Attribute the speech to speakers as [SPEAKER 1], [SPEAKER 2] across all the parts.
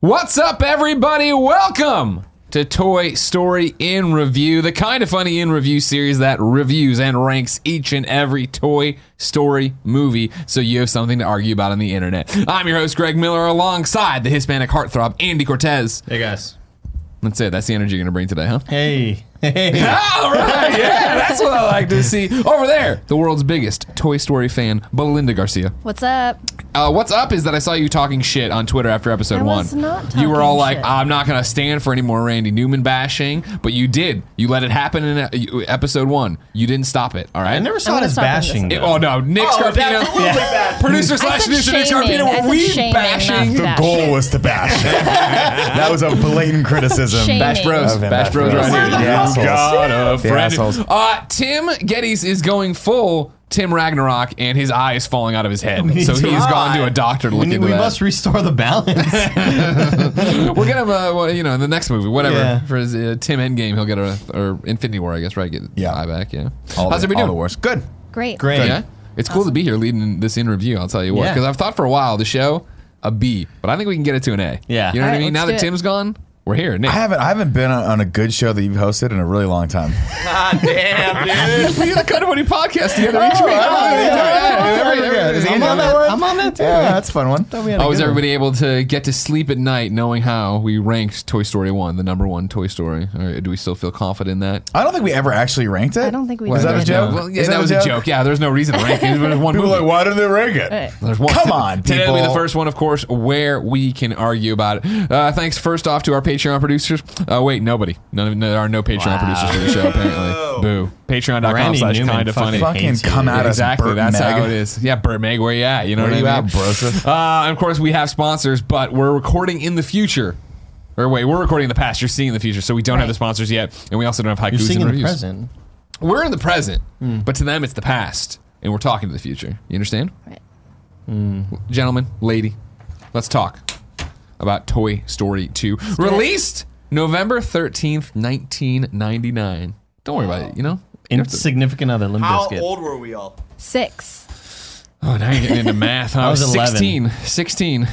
[SPEAKER 1] What's up, everybody? Welcome to Toy Story in Review, the kind of funny in review series that reviews and ranks each and every Toy Story movie so you have something to argue about on the internet. I'm your host, Greg Miller, alongside the Hispanic heartthrob, Andy Cortez.
[SPEAKER 2] Hey guys.
[SPEAKER 1] That's it. That's the energy you're going to bring today, huh?
[SPEAKER 2] Hey. Hey.
[SPEAKER 1] All right. Yeah, that's what I like to see. Over there, the world's biggest Toy Story fan, Belinda Garcia.
[SPEAKER 3] What's up?
[SPEAKER 1] Uh, what's up is that I saw you talking shit on Twitter after episode
[SPEAKER 3] I
[SPEAKER 1] one.
[SPEAKER 3] was not
[SPEAKER 1] you were
[SPEAKER 3] talking
[SPEAKER 1] all like,
[SPEAKER 3] shit.
[SPEAKER 1] "I'm not going to stand for any more Randy Newman bashing," but you did. You let it happen in uh, you- episode one. You didn't stop it. All right.
[SPEAKER 2] I never saw
[SPEAKER 3] I'm
[SPEAKER 2] it
[SPEAKER 3] gonna
[SPEAKER 2] as
[SPEAKER 3] stop him
[SPEAKER 2] bashing.
[SPEAKER 1] It-
[SPEAKER 2] though.
[SPEAKER 1] oh no, Nick Scarpino, producer slash producer Nick
[SPEAKER 3] shaming.
[SPEAKER 1] Scarpino,
[SPEAKER 3] I
[SPEAKER 1] were
[SPEAKER 3] said
[SPEAKER 1] we
[SPEAKER 3] shaming,
[SPEAKER 1] bashing
[SPEAKER 3] not
[SPEAKER 1] the
[SPEAKER 3] bash.
[SPEAKER 4] goal was to bash. that was a blatant criticism.
[SPEAKER 3] Shame.
[SPEAKER 1] Bash Bros.
[SPEAKER 4] Of him,
[SPEAKER 1] Bash
[SPEAKER 4] Bash
[SPEAKER 1] Bros.
[SPEAKER 4] Bros.
[SPEAKER 1] Right here.
[SPEAKER 4] We're the Yeah. assholes.
[SPEAKER 1] God of
[SPEAKER 4] The
[SPEAKER 1] friend.
[SPEAKER 4] assholes.
[SPEAKER 1] Uh, Tim Geddes is going full Tim Ragnarok, and his eye is falling out of his head.
[SPEAKER 2] need
[SPEAKER 1] So
[SPEAKER 2] to-
[SPEAKER 1] he's gone to a doctor to
[SPEAKER 2] We,
[SPEAKER 1] look
[SPEAKER 2] need-
[SPEAKER 1] into
[SPEAKER 2] we
[SPEAKER 1] that.
[SPEAKER 2] must restore the balance.
[SPEAKER 1] We're gonna, uh, well, you know, in the next movie, whatever.
[SPEAKER 2] Yeah.
[SPEAKER 1] For his uh, Tim Endgame, he'll get a or Infinity War, I guess, right? Get his
[SPEAKER 4] Yeah.
[SPEAKER 1] eye back. Yeah.
[SPEAKER 4] All
[SPEAKER 1] How's
[SPEAKER 4] the,
[SPEAKER 1] everybody
[SPEAKER 4] all
[SPEAKER 1] doing?
[SPEAKER 4] the worst. Good.
[SPEAKER 1] "Ah,
[SPEAKER 3] Great.
[SPEAKER 2] Great.
[SPEAKER 1] Yeah. It's cool to be here leading this interview. I'll tell you what,
[SPEAKER 2] Yeah.
[SPEAKER 1] because I've thought for a while the show a B, but I think we can get it to an A.
[SPEAKER 2] Yeah.
[SPEAKER 1] You know what I
[SPEAKER 3] All right,
[SPEAKER 1] mean? Now
[SPEAKER 3] let's
[SPEAKER 1] that
[SPEAKER 3] do it.
[SPEAKER 1] Tim's gone, we're here. Nick.
[SPEAKER 4] I haven't I haven't been on on a good show that you've hosted in a really long time.
[SPEAKER 1] we got a kind of funny podcast together each
[SPEAKER 4] Oh,
[SPEAKER 1] week. Every- every-
[SPEAKER 2] Is
[SPEAKER 1] I'm
[SPEAKER 2] Andy
[SPEAKER 1] on
[SPEAKER 2] on
[SPEAKER 1] that
[SPEAKER 2] that one? I'm on that too.
[SPEAKER 4] Yeah, that's a fun one.
[SPEAKER 2] Thought we had a
[SPEAKER 1] Oh, was
[SPEAKER 2] good one.
[SPEAKER 1] everybody able to get to sleep at night knowing how we ranked Toy Story 1, the number one Toy Story? All right, do we still feel confident in that?
[SPEAKER 4] I don't think we ever actually ranked it.
[SPEAKER 3] I don't think we
[SPEAKER 4] Was
[SPEAKER 3] did.
[SPEAKER 4] that a
[SPEAKER 3] No.
[SPEAKER 4] joke?
[SPEAKER 1] Well, yeah,
[SPEAKER 4] Is
[SPEAKER 1] uh, that, was a joke. Yeah, there's no reason to rank it. There's one
[SPEAKER 4] People
[SPEAKER 1] movie.
[SPEAKER 4] are like, why did they rank it?
[SPEAKER 1] There's one.
[SPEAKER 4] Come on,
[SPEAKER 1] Today will be the
[SPEAKER 4] people.
[SPEAKER 1] first one, of course, where we can argue about it. Uh, thanks first off to our Patreon producers. Uh, wait, nobody. None of, there are no Patreon
[SPEAKER 2] Wow.
[SPEAKER 1] producers for the show, apparently. Boo. Patreon.com
[SPEAKER 2] Randy
[SPEAKER 1] slash
[SPEAKER 2] Newman
[SPEAKER 1] kind of funny.
[SPEAKER 2] fucking
[SPEAKER 4] Fucking
[SPEAKER 2] hates you.
[SPEAKER 4] come at us,
[SPEAKER 1] exactly.
[SPEAKER 4] Bert
[SPEAKER 1] That's
[SPEAKER 4] Meg.
[SPEAKER 1] how it is. Yeah, Burt Meg, where you at? You know
[SPEAKER 4] Where
[SPEAKER 1] what I
[SPEAKER 4] you
[SPEAKER 1] mean?
[SPEAKER 4] at, brosa?
[SPEAKER 1] Uh, and of course, we have sponsors, but we're recording in the future. Or wait, we're recording in the past. You're seeing the future, so we don't have
[SPEAKER 3] Right.
[SPEAKER 1] the sponsors yet, and we also don't have
[SPEAKER 2] You're
[SPEAKER 1] haikus
[SPEAKER 2] singing
[SPEAKER 1] and
[SPEAKER 2] the
[SPEAKER 1] reviews.
[SPEAKER 2] present.
[SPEAKER 1] We're in the present, but to them, it's the past, and we're talking to the future. You understand, Mm.
[SPEAKER 3] Right.
[SPEAKER 1] gentlemen, lady? Let's talk about Toy Story 2, released November 13th, 1999. Don't worry about it. You know. You have to-
[SPEAKER 2] Insignificant other limb
[SPEAKER 5] How
[SPEAKER 2] biscuit.
[SPEAKER 5] old were we all?
[SPEAKER 3] Six.
[SPEAKER 1] Oh, now you're getting into math. Huh? I
[SPEAKER 2] was 11.
[SPEAKER 1] 16. 16.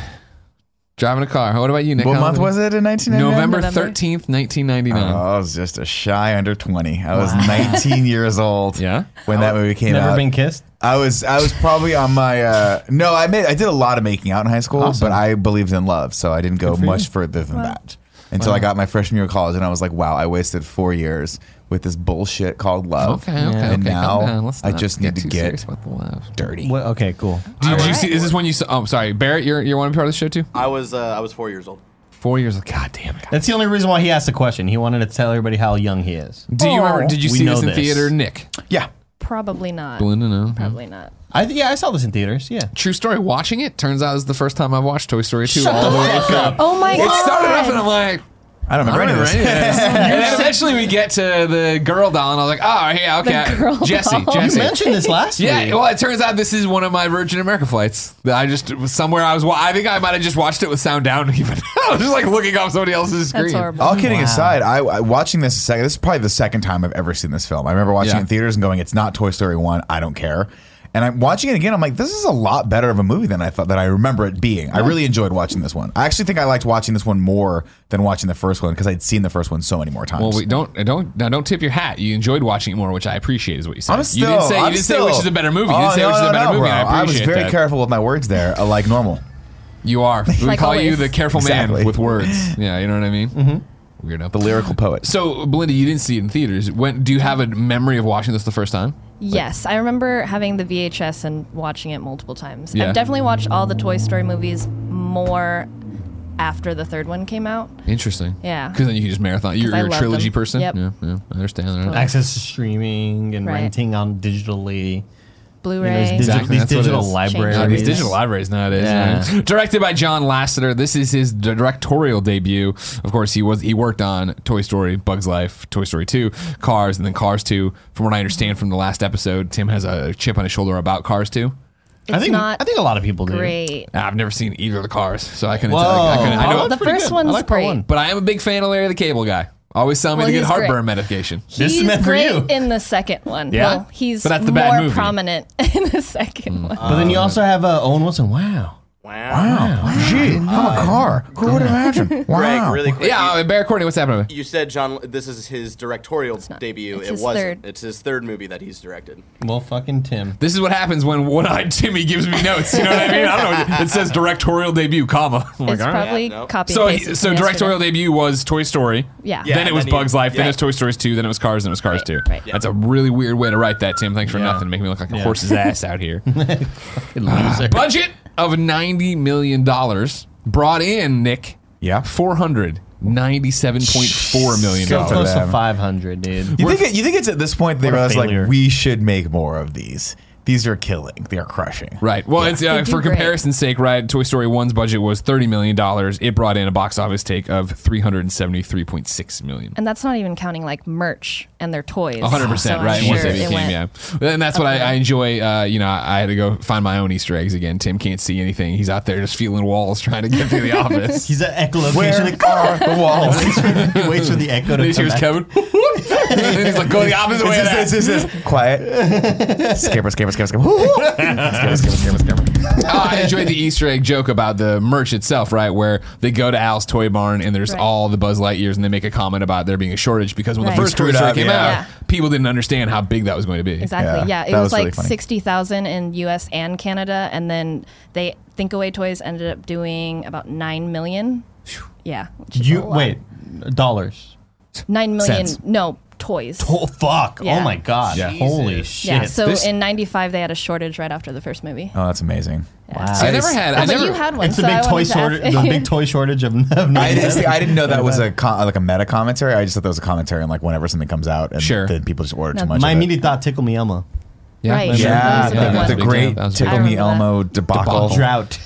[SPEAKER 1] Driving a car. What about you, Nick?
[SPEAKER 4] What
[SPEAKER 1] How
[SPEAKER 4] month
[SPEAKER 1] old-
[SPEAKER 4] was it in 1999?
[SPEAKER 1] November
[SPEAKER 3] November.
[SPEAKER 1] 13th, 1999.
[SPEAKER 4] Oh, I was just a shy under 20. I was 19 years old.
[SPEAKER 1] Yeah?
[SPEAKER 4] When that movie came out.
[SPEAKER 2] Never been kissed?
[SPEAKER 4] I was I was probably on my uh, no I made I did a lot of making out in high school
[SPEAKER 2] Awesome.
[SPEAKER 4] but I believed in love so I didn't go
[SPEAKER 2] for
[SPEAKER 4] much
[SPEAKER 2] you.
[SPEAKER 4] further than that until I got my freshman year of college and I was like wow I wasted four years with this bullshit called love
[SPEAKER 1] Okay, okay, okay.
[SPEAKER 4] Oh, and
[SPEAKER 1] calm
[SPEAKER 4] now
[SPEAKER 1] down. Let's
[SPEAKER 4] I
[SPEAKER 1] not
[SPEAKER 4] just need
[SPEAKER 1] too
[SPEAKER 4] to get
[SPEAKER 1] serious about the left.
[SPEAKER 4] dirty
[SPEAKER 2] What? Okay, cool.
[SPEAKER 1] Did you
[SPEAKER 3] right.
[SPEAKER 1] see? Is this when you saw? Oh, sorry, Barrett. You're you're one part of the show too.
[SPEAKER 5] I was uh, I was four years old.
[SPEAKER 1] Four years. old. God damn it.
[SPEAKER 2] That's the only reason why he asked the question. He wanted to tell everybody how young he is.
[SPEAKER 1] Do you
[SPEAKER 3] Oh.
[SPEAKER 1] remember? Did you
[SPEAKER 2] We
[SPEAKER 1] see
[SPEAKER 2] know
[SPEAKER 1] this in
[SPEAKER 2] this.
[SPEAKER 1] theater, Nick?
[SPEAKER 4] yeah
[SPEAKER 3] Probably not.
[SPEAKER 1] Belinda, no.
[SPEAKER 3] Probably not.
[SPEAKER 2] I yeah, I saw this in theaters. Yeah.
[SPEAKER 1] True story. Watching it turns out it was the first time I've watched Toy Story two. all the way.
[SPEAKER 3] Oh my god.
[SPEAKER 1] It started off and I'm like.
[SPEAKER 4] I don't
[SPEAKER 1] I
[SPEAKER 4] remember,
[SPEAKER 1] don't remember
[SPEAKER 4] any
[SPEAKER 1] any
[SPEAKER 4] of
[SPEAKER 1] of
[SPEAKER 4] this.
[SPEAKER 1] this. and then eventually we get to the girl doll, and I was like, "Oh, yeah, okay,
[SPEAKER 3] girl
[SPEAKER 1] Jesse,
[SPEAKER 3] doll.
[SPEAKER 1] Jesse."
[SPEAKER 2] You mentioned this last
[SPEAKER 1] Yeah,
[SPEAKER 2] week.
[SPEAKER 1] well, it turns out this is one of my Virgin America flights. That I just it was somewhere I was. wa- I think I might have just watched it with sound down. Even I was just like looking off somebody else's screen.
[SPEAKER 3] That's horrible.
[SPEAKER 4] All kidding
[SPEAKER 2] Wow.
[SPEAKER 4] aside, I, I watching this a second. This is probably the second time I've ever seen this film. I remember watching
[SPEAKER 1] Yeah.
[SPEAKER 4] it in theaters and going, "It's not Toy Story one. I don't care." And I'm watching it again. I'm like, "This is a lot better of a movie than I thought that I remember it being." I really enjoyed watching this one. I actually think I liked watching this one more than watching the first one because I'd seen the first one so many more times.
[SPEAKER 1] Well, we don't uh, don't now don't tip your hat. You enjoyed watching it more, which I appreciate, is what you said.
[SPEAKER 4] I'm still.
[SPEAKER 1] you didn't say you
[SPEAKER 4] I'm
[SPEAKER 1] didn't say
[SPEAKER 4] still-
[SPEAKER 1] which is a better movie. You
[SPEAKER 4] Oh,
[SPEAKER 1] didn't say
[SPEAKER 4] no,
[SPEAKER 1] which is
[SPEAKER 4] no,
[SPEAKER 1] a better
[SPEAKER 4] no,
[SPEAKER 1] movie.
[SPEAKER 4] bro.
[SPEAKER 1] And I
[SPEAKER 4] was
[SPEAKER 1] appreciate
[SPEAKER 4] very
[SPEAKER 1] that.
[SPEAKER 4] careful with my words there, uh, like normal.
[SPEAKER 1] You are. We
[SPEAKER 3] Like
[SPEAKER 1] call you
[SPEAKER 3] always.
[SPEAKER 1] the careful man
[SPEAKER 4] Exactly.
[SPEAKER 1] with words. Yeah, you know what I mean. Mm-hmm. Weirdo.
[SPEAKER 4] The lyrical poet.
[SPEAKER 1] So, Belinda, you didn't see it in theaters. When do you have a memory of watching this the first time?
[SPEAKER 3] Yes, I remember having the VHS and watching it multiple times.
[SPEAKER 1] Yeah.
[SPEAKER 3] I've definitely watched all the Toy Story movies more after the third one came out.
[SPEAKER 1] Interesting.
[SPEAKER 3] Yeah.
[SPEAKER 1] Because then you can just marathon. You're,
[SPEAKER 3] I
[SPEAKER 1] you're a
[SPEAKER 3] love
[SPEAKER 1] trilogy
[SPEAKER 3] them.
[SPEAKER 1] person.
[SPEAKER 3] Yep.
[SPEAKER 1] Yeah, yeah. I understand. All right.
[SPEAKER 2] Access to streaming and
[SPEAKER 3] Right.
[SPEAKER 2] renting on digitally. You know,
[SPEAKER 3] Blu-ray.
[SPEAKER 2] there's digi-
[SPEAKER 1] Exactly,
[SPEAKER 2] these
[SPEAKER 1] that's what it
[SPEAKER 2] digital
[SPEAKER 1] is.
[SPEAKER 2] libraries.
[SPEAKER 1] Yeah, these digital libraries nowadays.
[SPEAKER 2] Yeah.
[SPEAKER 1] man. Directed by John Lasseter, this is his directorial debut. Of course, he was he worked on Toy Story, Bugs Life, Toy Story Two, Cars, and then Cars Two. From what I understand from the last episode, Tim has a chip on his shoulder about Cars Two.
[SPEAKER 2] I think
[SPEAKER 3] not
[SPEAKER 2] I think a lot of people do.
[SPEAKER 3] Great.
[SPEAKER 1] I've never seen either of the cars, so I couldn't.
[SPEAKER 2] Whoa.
[SPEAKER 1] Tell, I couldn't- I
[SPEAKER 2] Part
[SPEAKER 1] know,
[SPEAKER 2] one's
[SPEAKER 3] The
[SPEAKER 2] pretty
[SPEAKER 3] first
[SPEAKER 2] good. I
[SPEAKER 3] one's
[SPEAKER 2] like part
[SPEAKER 3] great.
[SPEAKER 2] one.
[SPEAKER 1] but I am a big fan of Larry the Cable Guy. Always tell me
[SPEAKER 3] Well,
[SPEAKER 1] to get
[SPEAKER 3] he's
[SPEAKER 1] heartburn
[SPEAKER 3] great.
[SPEAKER 1] medication.
[SPEAKER 2] This
[SPEAKER 3] he's
[SPEAKER 2] is meant for
[SPEAKER 3] great
[SPEAKER 2] you.
[SPEAKER 3] in the second one.
[SPEAKER 1] Yeah?
[SPEAKER 3] Well, he's
[SPEAKER 1] But that's the
[SPEAKER 3] more
[SPEAKER 1] bad movie. Mm.
[SPEAKER 2] Oh
[SPEAKER 3] prominent in the second one.
[SPEAKER 2] But then you also have uh, Owen Wilson. Wow.
[SPEAKER 5] Wow.
[SPEAKER 4] Gee, I'm a car. Who would imagine?
[SPEAKER 5] Greg,
[SPEAKER 4] Wow.
[SPEAKER 5] really quick.
[SPEAKER 1] Yeah,
[SPEAKER 5] you-
[SPEAKER 1] uh, Barry Courtney, what's happening?
[SPEAKER 5] You said John. This is his directorial debut.
[SPEAKER 3] It's
[SPEAKER 5] it
[SPEAKER 3] his
[SPEAKER 5] wasn't.
[SPEAKER 3] third.
[SPEAKER 5] It's his third movie that he's directed.
[SPEAKER 2] Well, fucking Tim.
[SPEAKER 1] This is what happens when one-eyed Timmy gives me notes. You know what I mean? I don't know. It says directorial debut, comma. I'm like,
[SPEAKER 3] it's
[SPEAKER 1] all right.
[SPEAKER 3] probably
[SPEAKER 5] Yeah, no.
[SPEAKER 3] copy.
[SPEAKER 1] So,
[SPEAKER 3] and
[SPEAKER 1] he-
[SPEAKER 3] pasted
[SPEAKER 1] so
[SPEAKER 3] from
[SPEAKER 1] directorial
[SPEAKER 3] yesterday.
[SPEAKER 1] debut was Toy Story.
[SPEAKER 3] Yeah.
[SPEAKER 5] Yeah,
[SPEAKER 1] then it was
[SPEAKER 5] and then
[SPEAKER 1] Bugs
[SPEAKER 5] you-
[SPEAKER 1] Life. Then
[SPEAKER 5] yeah.
[SPEAKER 1] it was Toy Stories 2. Then it was Cars. Then it was Cars 2.
[SPEAKER 3] right.
[SPEAKER 1] That's a really weird way to write that, Tim. Thanks for
[SPEAKER 2] Yeah.
[SPEAKER 1] nothing. Making me look like a
[SPEAKER 2] Yeah.
[SPEAKER 1] horse's ass out here.
[SPEAKER 2] Loser.
[SPEAKER 1] Budget of $90 million brought in, Nick,
[SPEAKER 4] Yeah.
[SPEAKER 1] $497.4 million.
[SPEAKER 2] so
[SPEAKER 1] dollars.
[SPEAKER 2] close to
[SPEAKER 4] them.
[SPEAKER 2] 500, dude.
[SPEAKER 4] You think, it, you think it's at this point they
[SPEAKER 2] What a
[SPEAKER 4] realize
[SPEAKER 2] failure.
[SPEAKER 4] like we should make more of these. These are killing. They are crushing.
[SPEAKER 1] Right. Well, it's, uh,
[SPEAKER 3] They do
[SPEAKER 1] for
[SPEAKER 3] great.
[SPEAKER 1] comparison's sake, right? Toy Story 1's budget was $30 million. It brought in a box office take of $373.6 million.
[SPEAKER 3] And that's not even counting like merch and their toys.
[SPEAKER 1] 100%
[SPEAKER 3] So I'm
[SPEAKER 1] right
[SPEAKER 3] Sure
[SPEAKER 1] once they
[SPEAKER 3] it
[SPEAKER 1] became
[SPEAKER 3] went-
[SPEAKER 1] yeah and that's what I, I enjoy uh, you know I, I had to go find my own easter eggs again tim can't see anything he's out there just feeling walls trying to get through the office
[SPEAKER 2] He's at echolocation.
[SPEAKER 4] Where are the walls?
[SPEAKER 2] he waits for the echo to
[SPEAKER 1] These
[SPEAKER 2] come
[SPEAKER 1] here's
[SPEAKER 2] back.
[SPEAKER 1] Kevin. and he's like, go the opposite way. of that.
[SPEAKER 4] This is- this is- Quiet. Skipper, skipper, skipper, skipper. Woo, woo. Skipper, skipper, skipper, skipper.
[SPEAKER 1] Oh, I enjoyed the Easter egg joke about the merch itself, right? Where they go to Al's Toy Barn and there's
[SPEAKER 3] Right.
[SPEAKER 1] all the Buzz Lightyears, and they make a comment about there being a shortage because when
[SPEAKER 3] Right.
[SPEAKER 1] the first Toy
[SPEAKER 4] Screwed
[SPEAKER 1] Story
[SPEAKER 4] up,
[SPEAKER 1] came
[SPEAKER 4] yeah.
[SPEAKER 1] out,
[SPEAKER 3] Yeah.
[SPEAKER 1] people didn't understand how big that was going to be.
[SPEAKER 3] Exactly.
[SPEAKER 4] Yeah,
[SPEAKER 3] Yeah, it
[SPEAKER 4] that
[SPEAKER 3] was,
[SPEAKER 4] was
[SPEAKER 3] like
[SPEAKER 4] really funny.
[SPEAKER 3] sixty thousand in U.S. and Canada, and then they Think Away Toys ended up doing about nine million. Yeah. which is a
[SPEAKER 2] You
[SPEAKER 3] lot.
[SPEAKER 2] wait, dollars.
[SPEAKER 3] Nine million.
[SPEAKER 4] Cents.
[SPEAKER 3] No toys.
[SPEAKER 2] Oh fuck!
[SPEAKER 3] Yeah.
[SPEAKER 2] Oh my god!
[SPEAKER 1] Yeah.
[SPEAKER 2] Holy
[SPEAKER 5] Jesus.
[SPEAKER 2] shit!
[SPEAKER 3] yeah. So
[SPEAKER 1] This-
[SPEAKER 3] in '95, they had a shortage right after the first movie.
[SPEAKER 4] Oh, that's amazing.
[SPEAKER 2] Wow.
[SPEAKER 1] See, I never had. I
[SPEAKER 3] but
[SPEAKER 1] never,
[SPEAKER 3] you had one.
[SPEAKER 2] It's the
[SPEAKER 3] so
[SPEAKER 2] big
[SPEAKER 3] I
[SPEAKER 2] toy
[SPEAKER 3] wanted to
[SPEAKER 2] shortage.
[SPEAKER 3] ask-
[SPEAKER 2] The big toy shortage of. of
[SPEAKER 4] I didn't, see, I didn't know that was a con, like a meta commentary. I just thought that was a commentary on like whenever something comes out and
[SPEAKER 1] Sure.
[SPEAKER 4] then people just order
[SPEAKER 3] No.
[SPEAKER 4] too much.
[SPEAKER 2] My
[SPEAKER 4] of it.
[SPEAKER 2] immediate thought tickle me Elmo.
[SPEAKER 1] Yeah,
[SPEAKER 3] Right.
[SPEAKER 1] remember?
[SPEAKER 4] Yeah,
[SPEAKER 3] Yeah, that was
[SPEAKER 4] the,
[SPEAKER 3] a
[SPEAKER 1] big
[SPEAKER 4] great
[SPEAKER 1] deal. That was a big
[SPEAKER 4] Tickle Me
[SPEAKER 3] deal. I remember
[SPEAKER 4] Elmo debacle.
[SPEAKER 2] Drought.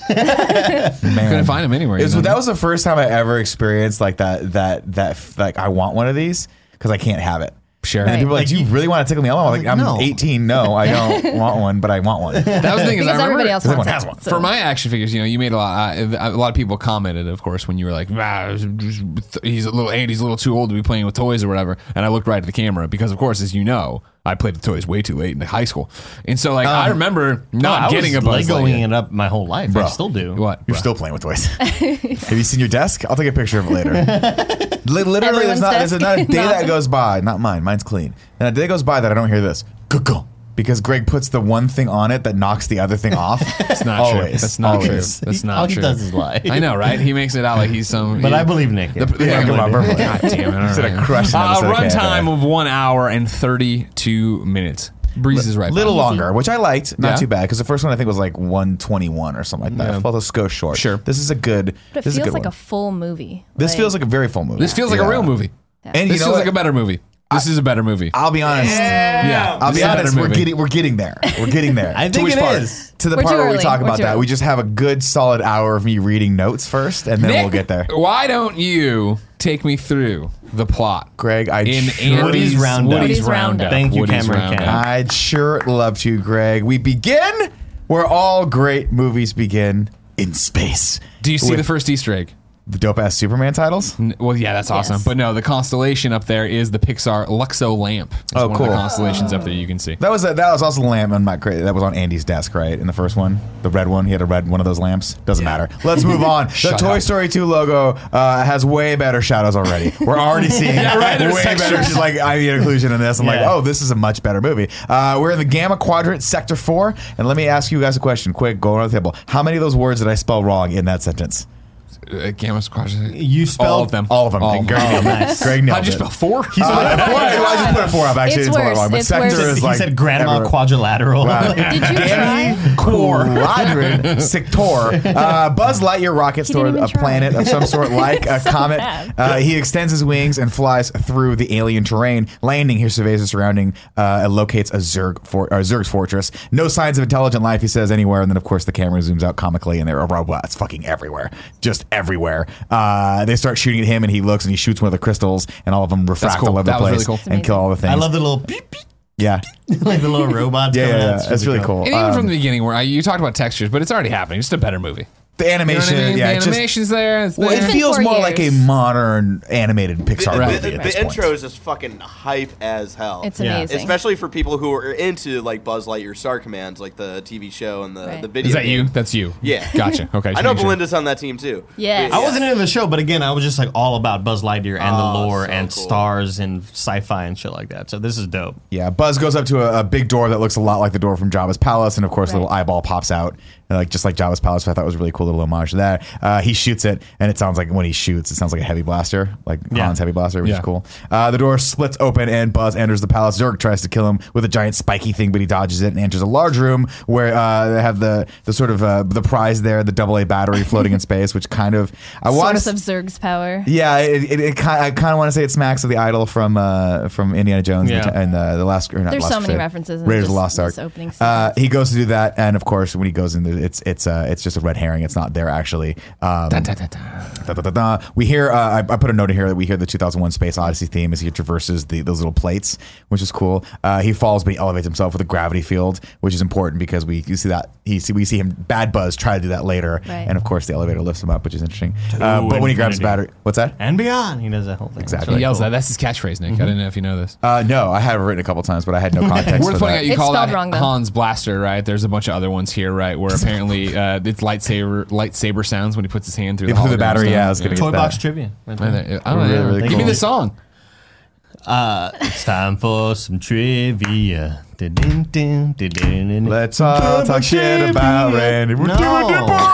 [SPEAKER 4] Man.
[SPEAKER 1] Couldn't find him anywhere,
[SPEAKER 4] It was-
[SPEAKER 1] you know?
[SPEAKER 4] that was the first time I ever experienced like that that that f- like I want one of these because I can't have it.
[SPEAKER 1] Sure.
[SPEAKER 4] And then
[SPEAKER 3] Right.
[SPEAKER 4] people are like, "Do you really want to tickle me Elmo?" I'm like,
[SPEAKER 2] Like,
[SPEAKER 4] "I'm
[SPEAKER 2] no.
[SPEAKER 4] 18. No, I don't want one, but I want one."
[SPEAKER 1] That was the thing is, I
[SPEAKER 3] Because
[SPEAKER 1] remember
[SPEAKER 3] everybody else
[SPEAKER 4] Everyone
[SPEAKER 3] wants it,
[SPEAKER 4] has one.
[SPEAKER 3] so-
[SPEAKER 1] for my action figures, you know, you made a lot. I, a lot of people commented, of course, when you were like, "Ah, just- "He's a little Andy's a little too old to be playing with toys or whatever." And I looked right at the camera because, of course, as you know, I played with toys way too late in high school, and so like I remember not
[SPEAKER 2] Um, I
[SPEAKER 1] getting
[SPEAKER 2] was
[SPEAKER 1] a Buzz
[SPEAKER 2] Legoing
[SPEAKER 1] Lightyear.
[SPEAKER 2] it up my whole life.
[SPEAKER 4] Bro.
[SPEAKER 2] I still do.
[SPEAKER 1] What?
[SPEAKER 4] You're still playing with toys. Have you seen your desk? I'll take a picture of it later. Li- Literally, there's
[SPEAKER 3] Everyone's
[SPEAKER 4] not, there's
[SPEAKER 3] desk?
[SPEAKER 4] not a day
[SPEAKER 3] No.
[SPEAKER 4] that goes by, not mine, mine's clean. And a day goes by that I don't hear this. Go-go. Because Greg puts the one thing on it that knocks the other thing off. It's
[SPEAKER 1] That's not true.
[SPEAKER 4] always,
[SPEAKER 1] That's not
[SPEAKER 4] always.
[SPEAKER 1] true. That's not
[SPEAKER 2] All he
[SPEAKER 1] true.
[SPEAKER 2] does is lie.
[SPEAKER 1] I know, right? He makes it out like he's some.
[SPEAKER 2] But
[SPEAKER 1] he-
[SPEAKER 2] I believe Nick.
[SPEAKER 1] The, the-
[SPEAKER 4] Yeah, come on,
[SPEAKER 1] God
[SPEAKER 4] perfect.
[SPEAKER 1] damn it!
[SPEAKER 4] Instead
[SPEAKER 1] all
[SPEAKER 4] of
[SPEAKER 1] right.
[SPEAKER 4] crushing
[SPEAKER 1] Uh,
[SPEAKER 4] episode, okay,
[SPEAKER 1] runtime
[SPEAKER 4] okay.
[SPEAKER 1] of one hour and thirty-two minutes. Breeze is right.
[SPEAKER 4] little
[SPEAKER 1] behind.
[SPEAKER 4] longer, which I liked. Not
[SPEAKER 1] Yeah.
[SPEAKER 4] too bad because the first one I think was like 121 or something like that.
[SPEAKER 2] Yeah.
[SPEAKER 4] Felt a sco short.
[SPEAKER 1] Sure.
[SPEAKER 4] this is a good.
[SPEAKER 3] But it
[SPEAKER 4] this is a
[SPEAKER 3] feels
[SPEAKER 4] good
[SPEAKER 3] like
[SPEAKER 4] one.
[SPEAKER 3] a full movie.
[SPEAKER 4] this feels like a very full movie.
[SPEAKER 1] This feels like a
[SPEAKER 4] Yeah.
[SPEAKER 1] real movie.
[SPEAKER 4] And
[SPEAKER 1] This
[SPEAKER 4] you know,
[SPEAKER 1] feels
[SPEAKER 4] what?
[SPEAKER 1] like a better movie. This is a better movie.
[SPEAKER 4] I'll be honest.
[SPEAKER 1] yeah,
[SPEAKER 4] I'll
[SPEAKER 1] this is
[SPEAKER 4] be
[SPEAKER 1] a better
[SPEAKER 4] honest. We're
[SPEAKER 1] movie.
[SPEAKER 4] getting we're getting there. We're getting there.
[SPEAKER 2] I
[SPEAKER 4] To
[SPEAKER 2] think
[SPEAKER 4] which
[SPEAKER 2] it
[SPEAKER 4] part?
[SPEAKER 2] is.
[SPEAKER 4] To the
[SPEAKER 3] We're
[SPEAKER 4] part
[SPEAKER 3] too
[SPEAKER 4] where we
[SPEAKER 3] early.
[SPEAKER 4] talk
[SPEAKER 3] We're
[SPEAKER 4] about
[SPEAKER 3] too
[SPEAKER 4] that.
[SPEAKER 3] early.
[SPEAKER 4] We just have a good solid hour of me reading notes first, and then
[SPEAKER 1] Nick,
[SPEAKER 4] we'll get there.
[SPEAKER 1] Why don't you take me through the plot,
[SPEAKER 4] Greg, I
[SPEAKER 1] In
[SPEAKER 4] sure-
[SPEAKER 1] Andy's
[SPEAKER 2] Woody's
[SPEAKER 1] Roundup.
[SPEAKER 2] Roundup.
[SPEAKER 1] Woody's
[SPEAKER 3] Woody's Roundup.
[SPEAKER 1] Roundup.
[SPEAKER 2] Thank you,
[SPEAKER 1] Woody's
[SPEAKER 2] Cameron
[SPEAKER 1] Roundup.
[SPEAKER 2] Cam.
[SPEAKER 4] I'd sure love to, Greg. We begin where all great movies begin in space.
[SPEAKER 1] Do you see
[SPEAKER 4] With
[SPEAKER 1] the first Easter egg?
[SPEAKER 4] the dope ass Superman titles?
[SPEAKER 1] N- Well, yeah, that's awesome.
[SPEAKER 3] Yes.
[SPEAKER 1] But no, the constellation up there is the Pixar Luxo lamp. It's
[SPEAKER 4] Oh,
[SPEAKER 1] one of the
[SPEAKER 4] cool.
[SPEAKER 1] constellations up there you can see.
[SPEAKER 4] That was that was also the lamp on my crate. That was on Andy's desk, right? In the first one, the red one. He had a red one of those lamps. Doesn't matter. Let's move on. the
[SPEAKER 1] Shut
[SPEAKER 4] Toy
[SPEAKER 1] up.
[SPEAKER 4] Story 2 logo uh, has way better shadows already. We're already seeing
[SPEAKER 1] right, there's
[SPEAKER 4] way better.
[SPEAKER 1] textures.
[SPEAKER 4] She's like, I need inclusion in this. I'm like,
[SPEAKER 2] Yeah.
[SPEAKER 4] oh, this is a much better movie. Uh, we're in the Gamma Quadrant, Sector Four, and let me ask you guys a question. Quick, go around the table. How many of those words did I spell wrong in that sentence?
[SPEAKER 1] Uh, Gamma Squash.
[SPEAKER 2] You spelled
[SPEAKER 1] all of them. Oh,
[SPEAKER 4] All of them. Greg, nailed it. Greg nailed
[SPEAKER 1] How'd you
[SPEAKER 4] it.
[SPEAKER 1] spell four?
[SPEAKER 4] Uh, four, I just put it four up. Actually,
[SPEAKER 3] It's
[SPEAKER 4] it's, one
[SPEAKER 3] worse.
[SPEAKER 4] wrong. But
[SPEAKER 3] It's
[SPEAKER 4] sector
[SPEAKER 3] worse.
[SPEAKER 4] is
[SPEAKER 2] he
[SPEAKER 4] like
[SPEAKER 2] said grandma
[SPEAKER 4] everywhere.
[SPEAKER 2] quadrilateral.
[SPEAKER 4] Wow.
[SPEAKER 3] Did you try?
[SPEAKER 4] Quadrant Sector. Uh, Buzz Lightyear rockets
[SPEAKER 3] He didn't
[SPEAKER 4] toward
[SPEAKER 3] even
[SPEAKER 4] a
[SPEAKER 3] try.
[SPEAKER 4] planet of some sort, like a comet.
[SPEAKER 3] bad.
[SPEAKER 4] Uh, he extends his wings and flies through the alien terrain. Landing, he surveys the surrounding uh, and locates a Zerg for, uh, Zerg's fortress. No signs of intelligent life, he says anywhere. And then, of course, the camera zooms out comically, and there are robots fucking everywhere, just everywhere. Uh, they start shooting at him, and he looks and he shoots one of the crystals, and all of them refract
[SPEAKER 1] cool.
[SPEAKER 4] all over
[SPEAKER 1] That
[SPEAKER 4] the
[SPEAKER 1] was
[SPEAKER 4] place
[SPEAKER 1] really cool.
[SPEAKER 4] and kill all the things.
[SPEAKER 2] I love the little beep, beep,
[SPEAKER 4] yeah.
[SPEAKER 2] like the little robots.
[SPEAKER 4] Yeah, yeah,
[SPEAKER 2] coming out.
[SPEAKER 4] yeah.
[SPEAKER 2] It's
[SPEAKER 4] That's really cool.
[SPEAKER 1] And even
[SPEAKER 4] Um,
[SPEAKER 1] from the beginning, where I, you talked about textures, but it's already happening. It's just a better movie.
[SPEAKER 4] The
[SPEAKER 1] You
[SPEAKER 4] animation,
[SPEAKER 1] know what I mean?
[SPEAKER 4] yeah,
[SPEAKER 1] the
[SPEAKER 4] it just
[SPEAKER 1] animation's there. It's
[SPEAKER 4] well,
[SPEAKER 1] there.
[SPEAKER 4] it
[SPEAKER 3] been
[SPEAKER 4] feels
[SPEAKER 3] four
[SPEAKER 4] more like a
[SPEAKER 3] years.
[SPEAKER 4] modern animated Pixar
[SPEAKER 5] The,
[SPEAKER 1] Right.
[SPEAKER 4] movie.
[SPEAKER 5] the,
[SPEAKER 4] at
[SPEAKER 5] the
[SPEAKER 4] this point.
[SPEAKER 5] intro is just fucking hype as hell.
[SPEAKER 3] It's
[SPEAKER 2] Yeah.
[SPEAKER 3] amazing.
[SPEAKER 5] Especially for people who are into like Buzz Lightyear Star Commands, like the TV show and the,
[SPEAKER 3] Right.
[SPEAKER 5] the video.
[SPEAKER 1] Is that
[SPEAKER 5] game.
[SPEAKER 1] you? That's you.
[SPEAKER 5] Yeah.
[SPEAKER 1] Gotcha. Okay.
[SPEAKER 5] I
[SPEAKER 1] just
[SPEAKER 5] know
[SPEAKER 1] make sure.
[SPEAKER 5] Belinda's on that team too.
[SPEAKER 3] Yes.
[SPEAKER 5] Yeah.
[SPEAKER 2] I wasn't into the show, but again, I was just like all about Buzz Lightyear and
[SPEAKER 5] Oh,
[SPEAKER 2] the lore
[SPEAKER 5] so
[SPEAKER 2] and
[SPEAKER 5] cool.
[SPEAKER 2] stars and sci-fi and shit like that. So this is dope.
[SPEAKER 4] Yeah, Buzz goes up to a, a big door that looks a lot like the door from Jabba's palace, and of course, a
[SPEAKER 3] Right.
[SPEAKER 4] little eyeball pops out, uh, like just like Jabba's palace. So I thought was a really cool little homage to that. Uh, he shoots it, and it sounds like when he shoots, it sounds like a heavy blaster, like
[SPEAKER 2] Yeah.
[SPEAKER 4] Han's heavy blaster, which
[SPEAKER 1] Yeah.
[SPEAKER 4] is cool. Uh, the door splits open, and Buzz enters the palace. Zurg tries to kill him with a giant spiky thing, but he dodges it and enters a large room where uh, they have the the sort of uh, the prize there, the double A battery floating in space, which kind of I want
[SPEAKER 3] Source
[SPEAKER 4] to
[SPEAKER 3] of Zerg's power.
[SPEAKER 4] yeah, it, it, it ki- I kind of want to say it smacks of the idol from uh, from Indiana Jones
[SPEAKER 2] Yeah.
[SPEAKER 4] and, uh, the, and the, the last. Or not
[SPEAKER 3] There's
[SPEAKER 4] Last
[SPEAKER 3] so many
[SPEAKER 4] Crusade,
[SPEAKER 3] references in
[SPEAKER 4] Raiders
[SPEAKER 3] this-
[SPEAKER 4] of the Lost Ark.
[SPEAKER 3] this opening
[SPEAKER 4] uh,
[SPEAKER 3] sequence.
[SPEAKER 4] he goes to do that, and of course, when he goes in, there, it's it's uh, it's just a red herring. It's not there actually. Um, da, da, da, da. We hear uh, I, I put a note in here that we hear the 2001 Space Odyssey theme as he traverses the, those little plates, which is cool. Uh, he falls, but he elevates himself with a gravity field, which is important because we you see that he see we see him bad Buzz try to do that later,
[SPEAKER 3] Right.
[SPEAKER 4] and of course the elevator lifts him up, which is interesting. Uh,
[SPEAKER 2] Ooh,
[SPEAKER 4] but when he grabs his
[SPEAKER 2] infinity.
[SPEAKER 4] battery, what's that?
[SPEAKER 2] And beyond, he does that whole thing. It's
[SPEAKER 4] Exactly.
[SPEAKER 1] He
[SPEAKER 2] really
[SPEAKER 1] yells
[SPEAKER 2] cool.
[SPEAKER 1] that. That's his catchphrase, Nick. I didn't know if you know this.
[SPEAKER 4] Uh, no, I have it written a couple times, but I had no context.
[SPEAKER 1] Worth
[SPEAKER 4] for
[SPEAKER 1] pointing
[SPEAKER 4] that.
[SPEAKER 1] out, you
[SPEAKER 3] It's
[SPEAKER 1] call that
[SPEAKER 3] spelled wrong, though.
[SPEAKER 1] Hans Blaster, right? There's a bunch of other ones here, right? Where apparently uh, it's lightsaber lightsaber sounds when he puts his hand through the,
[SPEAKER 4] Through the
[SPEAKER 1] hologram
[SPEAKER 4] battery,
[SPEAKER 1] stuff.
[SPEAKER 4] yeah, I was gonna
[SPEAKER 2] Toy
[SPEAKER 4] get that.
[SPEAKER 2] box trivia. Right
[SPEAKER 1] I
[SPEAKER 2] there.
[SPEAKER 1] don't know. I don't
[SPEAKER 4] Really,
[SPEAKER 1] know.
[SPEAKER 4] really
[SPEAKER 1] Give me
[SPEAKER 4] cool.
[SPEAKER 1] the song.
[SPEAKER 2] It's time for some trivia. Let's
[SPEAKER 4] Let's all talk shit about Randy.
[SPEAKER 2] No,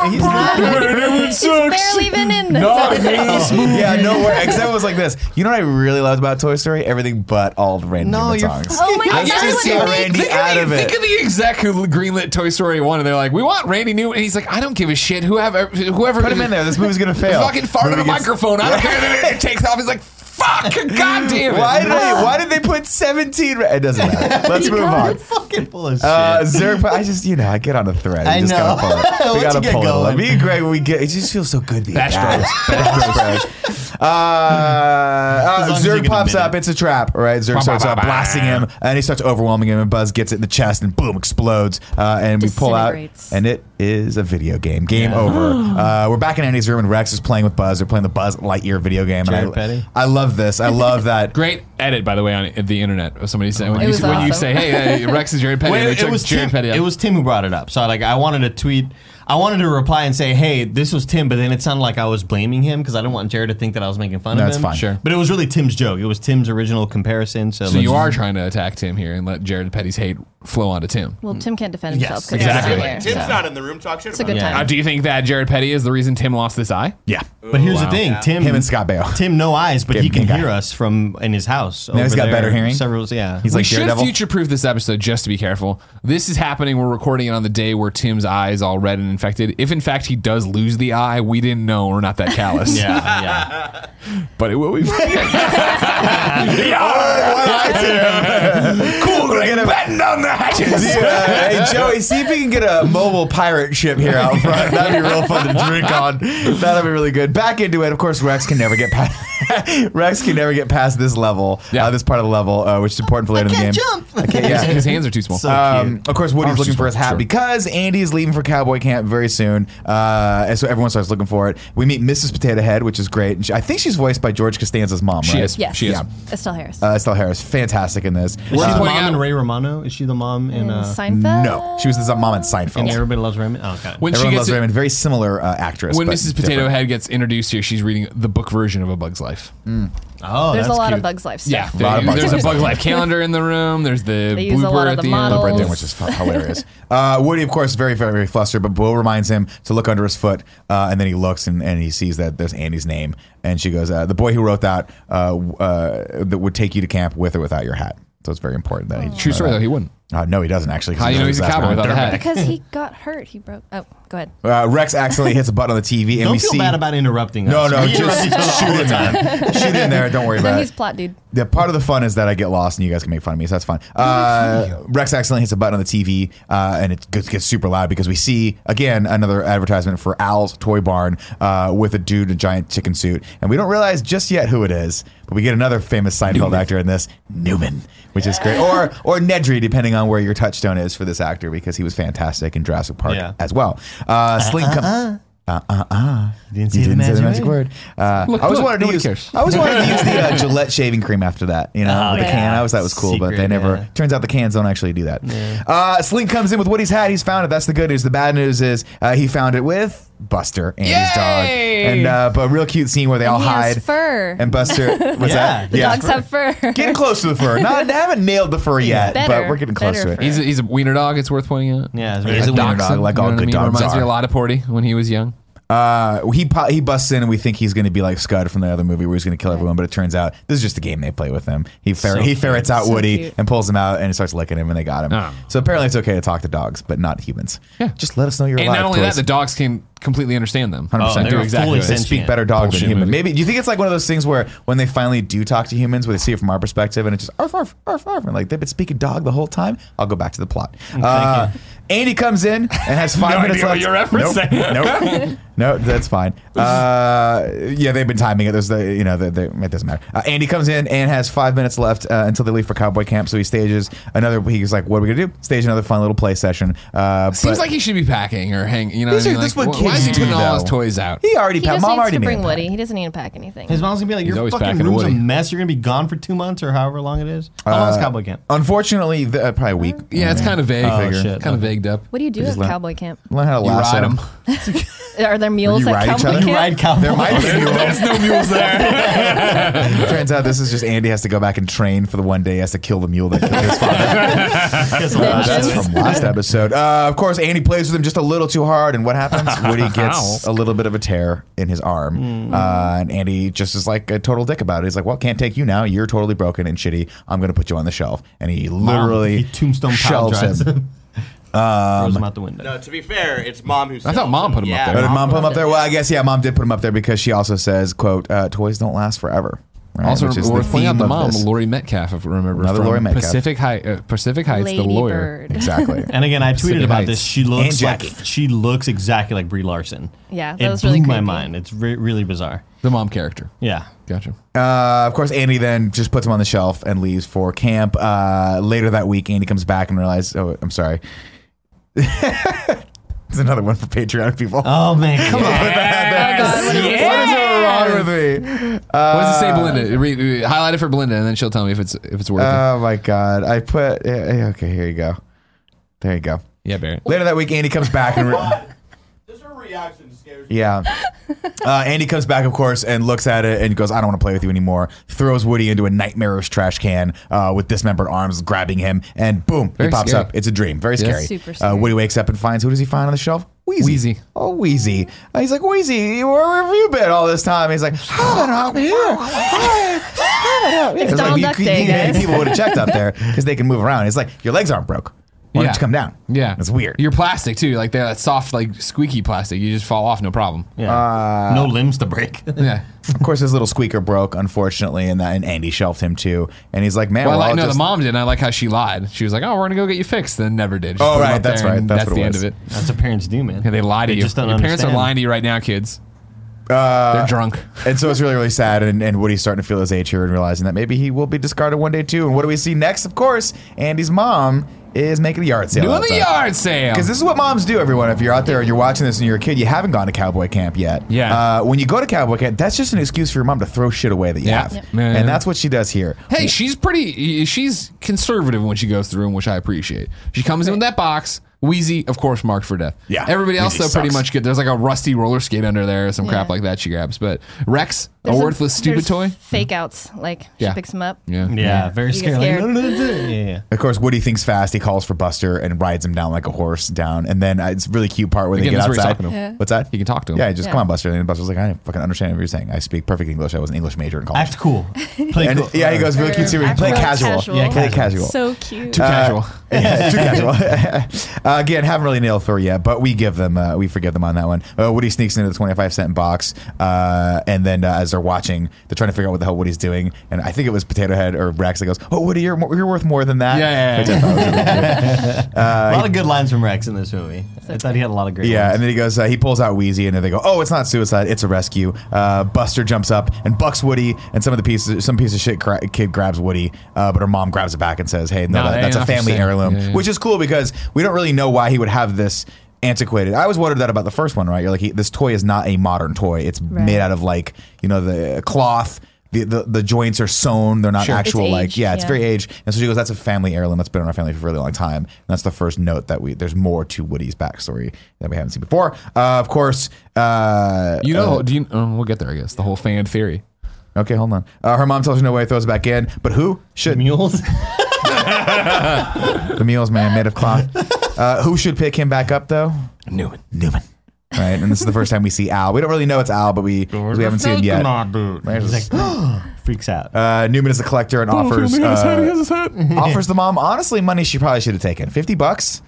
[SPEAKER 2] he's not.
[SPEAKER 3] It's barely been in this. episode.
[SPEAKER 4] Oh. yeah, no way. Except it was like this. You know what I really loved about Toy Story? Everything but all the Randy
[SPEAKER 2] No,
[SPEAKER 4] Newman
[SPEAKER 2] you're
[SPEAKER 4] songs.
[SPEAKER 3] Oh my
[SPEAKER 4] I
[SPEAKER 3] god,
[SPEAKER 4] used
[SPEAKER 3] that's
[SPEAKER 4] to
[SPEAKER 3] what
[SPEAKER 4] see
[SPEAKER 3] it
[SPEAKER 4] Randy
[SPEAKER 3] means.
[SPEAKER 4] out
[SPEAKER 1] the,
[SPEAKER 4] of it.
[SPEAKER 1] Think of the exec who greenlit Toy Story one, and they're like, "We want Randy Newman." And he's like, "I don't give a shit. Whoever, whoever,
[SPEAKER 4] Put him in there. This movie's gonna fail.
[SPEAKER 1] fucking fart on a
[SPEAKER 4] Movie gets-
[SPEAKER 1] microphone. I don't care." It takes off. He's like, "Fuck, goddamn it!"
[SPEAKER 4] Why did they? Why did they put seventeen? Ra- it doesn't matter. Let's move on.
[SPEAKER 2] fucking full of shit.
[SPEAKER 4] Uh, Zerg, I just you know I get on a thread.
[SPEAKER 2] I
[SPEAKER 4] We just
[SPEAKER 2] know.
[SPEAKER 4] Gotta pull it.
[SPEAKER 2] Once
[SPEAKER 4] We
[SPEAKER 2] you
[SPEAKER 4] gotta
[SPEAKER 2] get
[SPEAKER 4] pull it.
[SPEAKER 2] going.
[SPEAKER 4] Me and Greg, we get. It just feels so good. Being
[SPEAKER 1] Bash
[SPEAKER 4] back.
[SPEAKER 1] Bros.
[SPEAKER 4] Bash Bros. Uh, uh,
[SPEAKER 2] As long as you
[SPEAKER 4] Zerg
[SPEAKER 2] can
[SPEAKER 4] pops
[SPEAKER 2] admit
[SPEAKER 4] up.
[SPEAKER 2] it.
[SPEAKER 4] It's a trap. All right. Zerg
[SPEAKER 1] Bah,
[SPEAKER 4] starts
[SPEAKER 1] bah,
[SPEAKER 4] out
[SPEAKER 1] bah, bah.
[SPEAKER 4] blasting him, and he starts overwhelming him. And Buzz gets it in the chest, and boom, explodes. Uh, and we pull out,
[SPEAKER 3] Disintegrates.
[SPEAKER 4] and it is a video game. Game
[SPEAKER 2] Yeah.
[SPEAKER 4] over. Uh, we're back in Andy's room, and Rex is playing with Buzz. They're playing the Buzz Lightyear video game,
[SPEAKER 2] Jared
[SPEAKER 4] and I,
[SPEAKER 2] Petty.
[SPEAKER 4] I love this. I love that.
[SPEAKER 1] Great edit, by the way, on the internet. Somebody said when,
[SPEAKER 3] Oh, It
[SPEAKER 1] you,
[SPEAKER 3] was
[SPEAKER 1] when you
[SPEAKER 3] awesome.
[SPEAKER 1] say, "Hey, uh, Rex is Jared Petty,"
[SPEAKER 2] Wait,
[SPEAKER 1] they
[SPEAKER 2] it,
[SPEAKER 1] took
[SPEAKER 2] was
[SPEAKER 1] Jared
[SPEAKER 2] Tim,
[SPEAKER 1] Petty. out.
[SPEAKER 2] it was Tim who brought it up. So like I wanted to tweet. I wanted to reply and say, "Hey, this was Tim," but then it sounded like I was blaming him because I didn't want Jared to think that I was making fun
[SPEAKER 4] No,
[SPEAKER 2] of
[SPEAKER 4] it's
[SPEAKER 2] him.
[SPEAKER 4] fine. Sure.
[SPEAKER 2] but it was really Tim's joke. It was Tim's original comparison. So,
[SPEAKER 1] So you
[SPEAKER 2] let's-
[SPEAKER 1] are trying to attack Tim here and let Jared Petty's hate flow onto Tim.
[SPEAKER 3] Well, Tim can't defend
[SPEAKER 2] Yes,
[SPEAKER 3] himself because
[SPEAKER 2] exactly.
[SPEAKER 3] he's not here.
[SPEAKER 5] Tim's
[SPEAKER 3] so.
[SPEAKER 5] not in the room. Talk shit
[SPEAKER 3] It's a
[SPEAKER 5] about
[SPEAKER 3] good
[SPEAKER 5] him.
[SPEAKER 1] Uh,
[SPEAKER 3] time.
[SPEAKER 1] do you think that Jared Petty is the reason Tim lost this eye?
[SPEAKER 4] Yeah.
[SPEAKER 2] But here's
[SPEAKER 1] Wow.
[SPEAKER 2] the thing, Tim
[SPEAKER 4] Him and Scott Baio.
[SPEAKER 2] Tim, no eyes, but
[SPEAKER 4] Good
[SPEAKER 2] he can
[SPEAKER 4] guy.
[SPEAKER 2] hear us from in his house.
[SPEAKER 4] Now he's
[SPEAKER 2] over
[SPEAKER 4] got
[SPEAKER 2] there.
[SPEAKER 4] better hearing?
[SPEAKER 2] Several, yeah.
[SPEAKER 4] He's
[SPEAKER 1] we
[SPEAKER 4] like
[SPEAKER 1] should
[SPEAKER 4] Daredevil.
[SPEAKER 1] future-proof this episode just to be careful. This is happening. We're recording it on the day where Tim's eye is all red and infected. If in fact he does lose the eye, we didn't know. We're not that callous.
[SPEAKER 2] yeah, yeah.
[SPEAKER 1] but it will be.
[SPEAKER 4] cool, Greg. Batten on the hatches. Yeah. Hey, Joey, see if we can get a mobile pirate ship here out front. That'd be real fun to drink on. That'd be really good. Back into it. Of course, Rex can never get past. Rex can never get past this level,
[SPEAKER 1] Yeah.
[SPEAKER 4] uh, this part of the level, uh, which is important for later in the game.
[SPEAKER 2] can't jump.
[SPEAKER 4] I can't-
[SPEAKER 1] His-
[SPEAKER 4] yeah.
[SPEAKER 1] His hands are too small.
[SPEAKER 2] So-
[SPEAKER 4] Um,
[SPEAKER 2] cute.
[SPEAKER 4] of course, Woody's
[SPEAKER 1] Harvest
[SPEAKER 4] looking for his
[SPEAKER 1] Moon,
[SPEAKER 4] hat
[SPEAKER 1] sure.
[SPEAKER 4] because Andy is leaving for cowboy camp very soon, uh, and so everyone starts looking for it. We meet Mrs. Potato Head, which is great. And she, I think she's voiced by George Costanza's mom.
[SPEAKER 1] she
[SPEAKER 4] right?
[SPEAKER 1] is.
[SPEAKER 3] Yes.
[SPEAKER 1] She is.
[SPEAKER 4] Yeah.
[SPEAKER 3] Estelle Harris.
[SPEAKER 4] Uh, Estelle Harris, fantastic in this. Um,
[SPEAKER 2] Is she
[SPEAKER 1] Uh,
[SPEAKER 2] the
[SPEAKER 1] pointing
[SPEAKER 2] mom
[SPEAKER 1] out-
[SPEAKER 2] in Ray Romano? Is she the mom in?
[SPEAKER 3] And
[SPEAKER 2] Uh,
[SPEAKER 3] Seinfeld.
[SPEAKER 4] No, she was the mom in Seinfeld.
[SPEAKER 2] and everybody loves Raymond. Oh, okay.
[SPEAKER 1] When
[SPEAKER 4] Everyone
[SPEAKER 1] she
[SPEAKER 4] loves
[SPEAKER 1] gets
[SPEAKER 4] Raymond. Very similar uh, actress.
[SPEAKER 1] when
[SPEAKER 4] but
[SPEAKER 1] Mrs. Potato
[SPEAKER 4] different. Mm.
[SPEAKER 1] Head gets introduced here, she's reading the book version of A Bug's Life.
[SPEAKER 2] oh,
[SPEAKER 3] There's a
[SPEAKER 2] that's
[SPEAKER 3] lot
[SPEAKER 2] cute.
[SPEAKER 3] of Bugs Life stuff.
[SPEAKER 1] Yeah,
[SPEAKER 4] lot of
[SPEAKER 1] there-
[SPEAKER 4] Bug's
[SPEAKER 1] there's
[SPEAKER 4] Life.
[SPEAKER 1] a Bug's Life calendar in the room. There's the
[SPEAKER 3] They
[SPEAKER 1] blooper
[SPEAKER 3] use a lot of
[SPEAKER 1] at
[SPEAKER 3] the
[SPEAKER 1] the
[SPEAKER 3] models.
[SPEAKER 1] end.
[SPEAKER 4] Right there, which is fu- hilarious. Uh, Woody, of course, very, very, very flustered, but Will reminds him to look under his foot, uh, and then he looks and, and he sees that there's Andy's name, and she goes, uh, "The boy who wrote that uh, uh, that would take you to camp with or without your hat." So it's very important that he.
[SPEAKER 1] True story though, he wouldn't.
[SPEAKER 4] Uh, no, he doesn't actually. 'cause
[SPEAKER 1] How
[SPEAKER 4] he
[SPEAKER 1] you know
[SPEAKER 4] knows
[SPEAKER 1] he's a
[SPEAKER 4] that's
[SPEAKER 1] cowboy
[SPEAKER 4] not-
[SPEAKER 1] without a hat?
[SPEAKER 3] Because he got hurt. He broke. Oh, go ahead.
[SPEAKER 4] Uh, Rex accidentally hits a button on the TV, and
[SPEAKER 2] Don't
[SPEAKER 4] we
[SPEAKER 2] feel
[SPEAKER 4] see.
[SPEAKER 2] bad about interrupting
[SPEAKER 4] no,
[SPEAKER 2] us.
[SPEAKER 4] no,
[SPEAKER 2] We interrupt each other
[SPEAKER 4] just shoot in there. Shoot in there. Don't worry about
[SPEAKER 3] No,
[SPEAKER 4] it.
[SPEAKER 3] he's plot dude.
[SPEAKER 4] Yeah, part of the fun is that I get lost and you guys can make fun of me, so that's fine. Uh, Rex accidentally hits a button on the TV uh, and it gets, gets super loud because we see, again, another advertisement for Al's Toy Barn uh, with a dude in a giant chicken suit. And we don't realize just yet who it is, but we get another famous Seinfeld actor in this, Newman, which is great. Or or Nedry, depending on where your touchstone is for this actor because he was fantastic in Jurassic Park
[SPEAKER 2] Yeah.
[SPEAKER 4] as well. Uh, Slink com-
[SPEAKER 2] You didn't see
[SPEAKER 4] You
[SPEAKER 2] the
[SPEAKER 4] didn't say
[SPEAKER 2] magic,
[SPEAKER 4] the magic
[SPEAKER 2] word.
[SPEAKER 4] word. Uh,
[SPEAKER 1] Look,
[SPEAKER 4] I always
[SPEAKER 1] look,
[SPEAKER 4] wanted to
[SPEAKER 1] nobody
[SPEAKER 4] use.
[SPEAKER 1] cares.
[SPEAKER 4] I always wanted to use the uh, Gillette shaving cream after that. You know,
[SPEAKER 2] Oh,
[SPEAKER 4] with the
[SPEAKER 2] yeah.
[SPEAKER 4] can. I always thought it was cool, but they
[SPEAKER 2] Secret,
[SPEAKER 4] never.
[SPEAKER 2] yeah.
[SPEAKER 4] Turns out the cans don't actually do that. Uh, Slink comes in with Woody's hat. He's found it. That's the good news. The bad news is uh, he found it with Buster and his dog.
[SPEAKER 1] Yay!
[SPEAKER 4] And uh, but real cute scene where they all
[SPEAKER 3] he has
[SPEAKER 4] hide.
[SPEAKER 3] fur.
[SPEAKER 4] And Buster, what's
[SPEAKER 2] Yeah.
[SPEAKER 4] that?
[SPEAKER 2] The
[SPEAKER 3] Dogs have fur.
[SPEAKER 4] Getting close to the fur. Not haven't nailed the fur yet, but
[SPEAKER 3] Better-
[SPEAKER 4] we're getting close
[SPEAKER 3] better
[SPEAKER 4] to it.
[SPEAKER 3] fur.
[SPEAKER 1] He's a, he's a wiener dog. It's worth pointing out.
[SPEAKER 2] Yeah, it's
[SPEAKER 4] He's
[SPEAKER 2] very
[SPEAKER 4] a wiener
[SPEAKER 1] Dachshund,
[SPEAKER 4] dog, like all
[SPEAKER 1] you know what
[SPEAKER 4] good
[SPEAKER 1] I mean?
[SPEAKER 4] dogs
[SPEAKER 1] Reminds me
[SPEAKER 4] are.
[SPEAKER 1] a lot of Porty when he was young.
[SPEAKER 4] Uh, he po- he busts in and we think he's going to be like Scud from the other movie where he's going to kill everyone, but it turns out this is just a game they play with him. He fer- he
[SPEAKER 2] cute.
[SPEAKER 4] ferrets out
[SPEAKER 3] So
[SPEAKER 4] Woody
[SPEAKER 3] cute.
[SPEAKER 4] and pulls him out and he starts licking him and they got him.
[SPEAKER 1] Oh.
[SPEAKER 4] So apparently it's okay to talk to dogs, but not humans. Just let us know you're
[SPEAKER 1] And
[SPEAKER 4] alive.
[SPEAKER 1] not only
[SPEAKER 4] toys.
[SPEAKER 1] that, the dogs can completely understand them.
[SPEAKER 4] 100%
[SPEAKER 2] Oh, they
[SPEAKER 4] do
[SPEAKER 2] were
[SPEAKER 4] exactly.
[SPEAKER 2] fully
[SPEAKER 4] They speak
[SPEAKER 2] sentient.
[SPEAKER 4] better dog
[SPEAKER 1] Bullshit
[SPEAKER 4] than human.
[SPEAKER 1] movie.
[SPEAKER 4] Maybe do you think it's like one of those things where when they finally do talk to humans, where they see it from our perspective, and it's just arf arf arf arf, and like they've been speaking dog the whole time? I'll go back to the plot. Uh, Andy comes in and has five
[SPEAKER 1] No
[SPEAKER 4] minutes
[SPEAKER 1] idea what
[SPEAKER 4] left.
[SPEAKER 1] you're referencing.
[SPEAKER 4] Nope. nope. No, that's fine. Uh, yeah, they've been timing it. There's the you know the, the, it doesn't matter. Uh, Andy comes in and has five minutes left uh, until they leave for cowboy camp. So he stages another. He's like, "What are we gonna do? Stage another fun little play session." Uh,
[SPEAKER 1] Seems
[SPEAKER 4] but-
[SPEAKER 1] like he should be packing or hang. You know,
[SPEAKER 4] These
[SPEAKER 1] what I
[SPEAKER 4] are-
[SPEAKER 1] mean?
[SPEAKER 4] this
[SPEAKER 1] like,
[SPEAKER 4] what
[SPEAKER 1] why is he
[SPEAKER 4] kids do,
[SPEAKER 1] putting all
[SPEAKER 4] though.
[SPEAKER 1] his toys out?
[SPEAKER 4] he already.
[SPEAKER 3] He
[SPEAKER 4] pa-
[SPEAKER 3] just
[SPEAKER 4] Mom
[SPEAKER 3] needs
[SPEAKER 4] already
[SPEAKER 3] to
[SPEAKER 4] made
[SPEAKER 3] bring
[SPEAKER 4] him
[SPEAKER 3] Woody. He doesn't need to pack anything.
[SPEAKER 2] His mom's gonna be like, your
[SPEAKER 1] always
[SPEAKER 2] fucking
[SPEAKER 1] packing
[SPEAKER 2] room's
[SPEAKER 1] Woody.
[SPEAKER 2] a mess. You're gonna be gone for two months or however long it is. How long is cowboy camp?
[SPEAKER 4] Unfortunately, the, uh, probably a week.
[SPEAKER 1] Yeah, it's kind of vague.
[SPEAKER 2] Oh,
[SPEAKER 1] figure.
[SPEAKER 2] shit.
[SPEAKER 1] Kind of vagued up.
[SPEAKER 3] what do you do
[SPEAKER 4] just
[SPEAKER 3] at
[SPEAKER 4] let-
[SPEAKER 3] cowboy camp?
[SPEAKER 4] Learn how to
[SPEAKER 1] You
[SPEAKER 4] lasso.
[SPEAKER 1] ride him.
[SPEAKER 3] Are there meals
[SPEAKER 4] You
[SPEAKER 3] at
[SPEAKER 4] ride each
[SPEAKER 3] cowboy
[SPEAKER 4] other?
[SPEAKER 3] camp?
[SPEAKER 2] You ride cowboy.
[SPEAKER 4] There might be a mule.
[SPEAKER 1] There's no mules there.
[SPEAKER 4] Turns out this is just Andy has to go back and train for the one day he has to kill the mule that killed his father. Uh,
[SPEAKER 3] Vengeance.
[SPEAKER 4] That's from last episode. Uh, of course, Andy plays with him just a little too hard, and what happens? Woody gets a little bit of a tear in his arm,
[SPEAKER 1] Hmm.
[SPEAKER 4] uh, and Andy just is like a total dick about it. He's like, "Well, can't take you now. You're totally broken and shitty. I'm going to put you on the shelf." And he literally
[SPEAKER 2] he tombstone pile
[SPEAKER 4] shelves
[SPEAKER 2] drives
[SPEAKER 4] him.
[SPEAKER 2] him. Throws him out the window.
[SPEAKER 5] No, to be fair, it's mom who.
[SPEAKER 1] thought mom put him up
[SPEAKER 5] yeah,
[SPEAKER 1] there.
[SPEAKER 4] But
[SPEAKER 1] But
[SPEAKER 4] did mom put him
[SPEAKER 3] was
[SPEAKER 4] up there? Well, I guess yeah, mom did put him up there because she also says, "quote uh, Toys don't last forever." Right?
[SPEAKER 1] Also,
[SPEAKER 4] Which is
[SPEAKER 1] we're
[SPEAKER 4] theme
[SPEAKER 1] pointing out the
[SPEAKER 4] of
[SPEAKER 1] mom,
[SPEAKER 4] this.
[SPEAKER 1] Lori Metcalf, if I remember.
[SPEAKER 4] Another
[SPEAKER 1] from
[SPEAKER 4] Lori Metcalf.
[SPEAKER 1] Pacific, High, uh, Pacific Heights,
[SPEAKER 3] Lady
[SPEAKER 1] the lawyer.
[SPEAKER 3] Bird.
[SPEAKER 4] Exactly.
[SPEAKER 2] And again, I
[SPEAKER 1] Pacific
[SPEAKER 2] tweeted about
[SPEAKER 1] Heights.
[SPEAKER 2] this. She looks
[SPEAKER 4] And
[SPEAKER 2] like
[SPEAKER 4] Jackie.
[SPEAKER 2] she looks exactly like Brie Larson.
[SPEAKER 3] Yeah, that
[SPEAKER 2] it
[SPEAKER 3] was
[SPEAKER 2] blew
[SPEAKER 3] really
[SPEAKER 2] my
[SPEAKER 3] creepy.
[SPEAKER 2] mind. It's re- really bizarre.
[SPEAKER 1] The mom character.
[SPEAKER 2] Yeah,
[SPEAKER 1] Gotcha.
[SPEAKER 4] Uh, of course, Andy then just puts him on the shelf and leaves for camp. Uh, later that week, Andy comes back and realizes, oh, I'm sorry. It's another one for Patreon people.
[SPEAKER 2] Oh man, come on.
[SPEAKER 4] What is wrong with me?
[SPEAKER 1] what does it say, Belinda? Read, read- highlight it for Belinda, and then she'll tell me if it's if it's worth
[SPEAKER 4] Oh my god! I put yeah, yeah, okay. Here you go. There you go.
[SPEAKER 1] it. Yeah, Barrett.
[SPEAKER 4] Later that week, Andy comes back and. Re-
[SPEAKER 5] Just her reaction scares me.
[SPEAKER 4] Yeah. Uh, Andy comes back, of course, and looks at it and goes, I don't want to play with you anymore. Throws Woody into a nightmarish trash can uh, with dismembered arms grabbing him, and boom,
[SPEAKER 1] Very
[SPEAKER 4] he pops
[SPEAKER 1] scary.
[SPEAKER 4] up. It's a dream. Very scary.
[SPEAKER 3] Super
[SPEAKER 4] Uh,
[SPEAKER 3] scary.
[SPEAKER 4] Woody wakes up and finds who does he find on the shelf? Wheezy.
[SPEAKER 1] Wheezy.
[SPEAKER 4] Oh, Wheezy. Uh, he's like, Wheezy, where have you been all this time? He's like, I've been up here. It's
[SPEAKER 3] Donald
[SPEAKER 4] like,
[SPEAKER 3] Duck
[SPEAKER 4] you-
[SPEAKER 3] Day,
[SPEAKER 4] you-
[SPEAKER 3] guys.
[SPEAKER 4] People would have checked up there because they can move around. It's like, your legs aren't broke. Why
[SPEAKER 1] Yeah.
[SPEAKER 4] don't you come down?
[SPEAKER 1] Yeah,
[SPEAKER 4] It's weird.
[SPEAKER 1] You're plastic too, like they're that soft, like squeaky plastic. You just fall off, no problem.
[SPEAKER 2] Yeah. no limbs to break.
[SPEAKER 1] Yeah.
[SPEAKER 4] Of course, his little squeaker broke, unfortunately, and that, and Andy shelved him too. And he's like, "Man,
[SPEAKER 1] Well,
[SPEAKER 4] we're
[SPEAKER 1] I like
[SPEAKER 4] all
[SPEAKER 1] no,
[SPEAKER 4] Oh, just-
[SPEAKER 1] the mom did. not I like how she lied. She was like, "Oh, we're gonna go get you fixed," then never did. She put
[SPEAKER 4] Oh,
[SPEAKER 1] him
[SPEAKER 4] right,
[SPEAKER 1] up there,
[SPEAKER 4] that's right.
[SPEAKER 1] and
[SPEAKER 4] That's
[SPEAKER 1] That's,
[SPEAKER 4] what
[SPEAKER 1] the
[SPEAKER 4] it
[SPEAKER 1] end
[SPEAKER 4] was.
[SPEAKER 1] of it.
[SPEAKER 2] That's what parents do, man.
[SPEAKER 1] Yeah, they lie to you.
[SPEAKER 2] just don't
[SPEAKER 1] Your parents are
[SPEAKER 2] understand.
[SPEAKER 1] lying to you right now, kids.
[SPEAKER 4] Uh,
[SPEAKER 1] they're drunk.
[SPEAKER 4] And so it's really, really sad. And, and Woody's starting to feel his age here and realizing that maybe he will be discarded one day too. And what do we see next? Of course, Andy's mom is making a yard sale.
[SPEAKER 1] Doing the
[SPEAKER 4] outside.
[SPEAKER 1] yard sale.
[SPEAKER 4] Because this is what moms do, everyone. If you're out there and you're watching this and you're a kid, you haven't gone to cowboy camp yet.
[SPEAKER 1] Yeah.
[SPEAKER 4] Uh, when you go to cowboy camp, that's just an excuse for your mom to throw shit away that you
[SPEAKER 1] Yeah.
[SPEAKER 4] have.
[SPEAKER 1] Yep. Yeah.
[SPEAKER 4] And that's what she does here.
[SPEAKER 1] Hey, she's pretty. She's conservative when she goes through, and which I appreciate. She comes in with that box. Wheezy, of course, marked for death.
[SPEAKER 4] Yeah.
[SPEAKER 1] Everybody else,
[SPEAKER 4] Wheezy
[SPEAKER 1] though, pretty
[SPEAKER 4] sucks.
[SPEAKER 1] much good. There's like a rusty roller skate under there, some crap
[SPEAKER 3] Yeah.
[SPEAKER 1] like that she grabs. But Rex, a
[SPEAKER 3] There's
[SPEAKER 1] worthless, stupid
[SPEAKER 3] there's
[SPEAKER 1] toy.
[SPEAKER 3] Fake outs. Like,
[SPEAKER 1] Yeah.
[SPEAKER 3] she picks him up.
[SPEAKER 1] Yeah.
[SPEAKER 2] Yeah, very
[SPEAKER 3] You get
[SPEAKER 2] scary. Like,
[SPEAKER 3] scared.
[SPEAKER 2] no, no, no, no. Yeah, yeah.
[SPEAKER 4] Of course, Woody thinks fast. He calls for Buster and rides him down like a horse down. And then uh, it's a really cute part where
[SPEAKER 1] Again,
[SPEAKER 4] they get
[SPEAKER 1] that's where he's
[SPEAKER 4] outside.
[SPEAKER 1] talking to him. Yeah.
[SPEAKER 4] What's that?
[SPEAKER 1] You can talk to him.
[SPEAKER 4] Yeah, just
[SPEAKER 3] Yeah.
[SPEAKER 4] come on, Buster. And Buster's like, I don't fucking understand what you're saying. I speak perfect English. I was an English major in college.
[SPEAKER 2] Act cool. Play
[SPEAKER 4] and
[SPEAKER 2] cool.
[SPEAKER 4] yeah, he goes really cute.
[SPEAKER 3] Or
[SPEAKER 4] Series.
[SPEAKER 3] act
[SPEAKER 4] Play
[SPEAKER 3] real
[SPEAKER 4] casual.
[SPEAKER 3] casual.
[SPEAKER 4] Yeah, play
[SPEAKER 2] Yeah,
[SPEAKER 4] casual.
[SPEAKER 3] So cute.
[SPEAKER 4] Uh,
[SPEAKER 1] Too casual.
[SPEAKER 4] Yeah, too casual. uh, again, haven't really nailed through yet, but we give them, uh, we forgive them on that one. Uh, Woody sneaks into the twenty-five cent box, uh, and then uh, as they're watching, they're trying to figure out what the hell Woody's doing. And I think it was Potato Head or Rex that goes, "Oh, Woody, you're, mo- you're worth more than that."
[SPEAKER 1] Yeah, yeah, yeah.
[SPEAKER 4] Which I thought was really cute.
[SPEAKER 2] a lot of good lines from Rex in this movie. I thought he had a lot of great.
[SPEAKER 4] Yeah,
[SPEAKER 2] lines.
[SPEAKER 4] and then he goes, uh, he pulls out Wheezy, and then they go, oh, it's not suicide, it's a rescue. Uh, Buster jumps up and bucks Woody, and some of the pieces, some piece of shit cra- kid grabs Woody, uh, but her mom grabs it back and says, hey, no,
[SPEAKER 1] No,
[SPEAKER 4] that-
[SPEAKER 1] that
[SPEAKER 4] that's
[SPEAKER 1] ain't
[SPEAKER 4] a
[SPEAKER 1] off your
[SPEAKER 4] family
[SPEAKER 1] set.
[SPEAKER 4] heirloom,
[SPEAKER 1] Yeah, yeah.
[SPEAKER 4] which is cool because we don't really know why he would have this antiquated. I always wondered that about the first one, right? You're like, he, this toy is not a modern toy. It's
[SPEAKER 3] Right.
[SPEAKER 4] made out of like you know the cloth. The, the, the joints are sewn. They're not
[SPEAKER 2] Sure.
[SPEAKER 4] actual
[SPEAKER 3] It's
[SPEAKER 4] like
[SPEAKER 3] aged,
[SPEAKER 4] yeah. It's
[SPEAKER 3] yeah.
[SPEAKER 4] very aged. And so she goes, "That's a family heirloom. That's been in our family for a really long time." And that's the first note that we there's more to Woody's backstory that we haven't seen before. Uh, of course, uh,
[SPEAKER 1] You know, do you? Um, we'll get there, I guess. The whole fan theory.
[SPEAKER 4] Okay, hold on. Uh, her mom tells her no way, throws it back in. But who should
[SPEAKER 2] Mules.
[SPEAKER 4] the meals man made of cloth? Uh, who should pick him back up though?
[SPEAKER 1] Newman.
[SPEAKER 4] Newman. Right, and this is the first time we see Al. We don't really know it's Al, but we, 'cause we haven't seen him yet.
[SPEAKER 2] He's like, freaks out.
[SPEAKER 4] Uh, Newman is the collector and
[SPEAKER 1] Oh,
[SPEAKER 4] offers uh, offers the mom honestly money she probably should have taken fifty bucks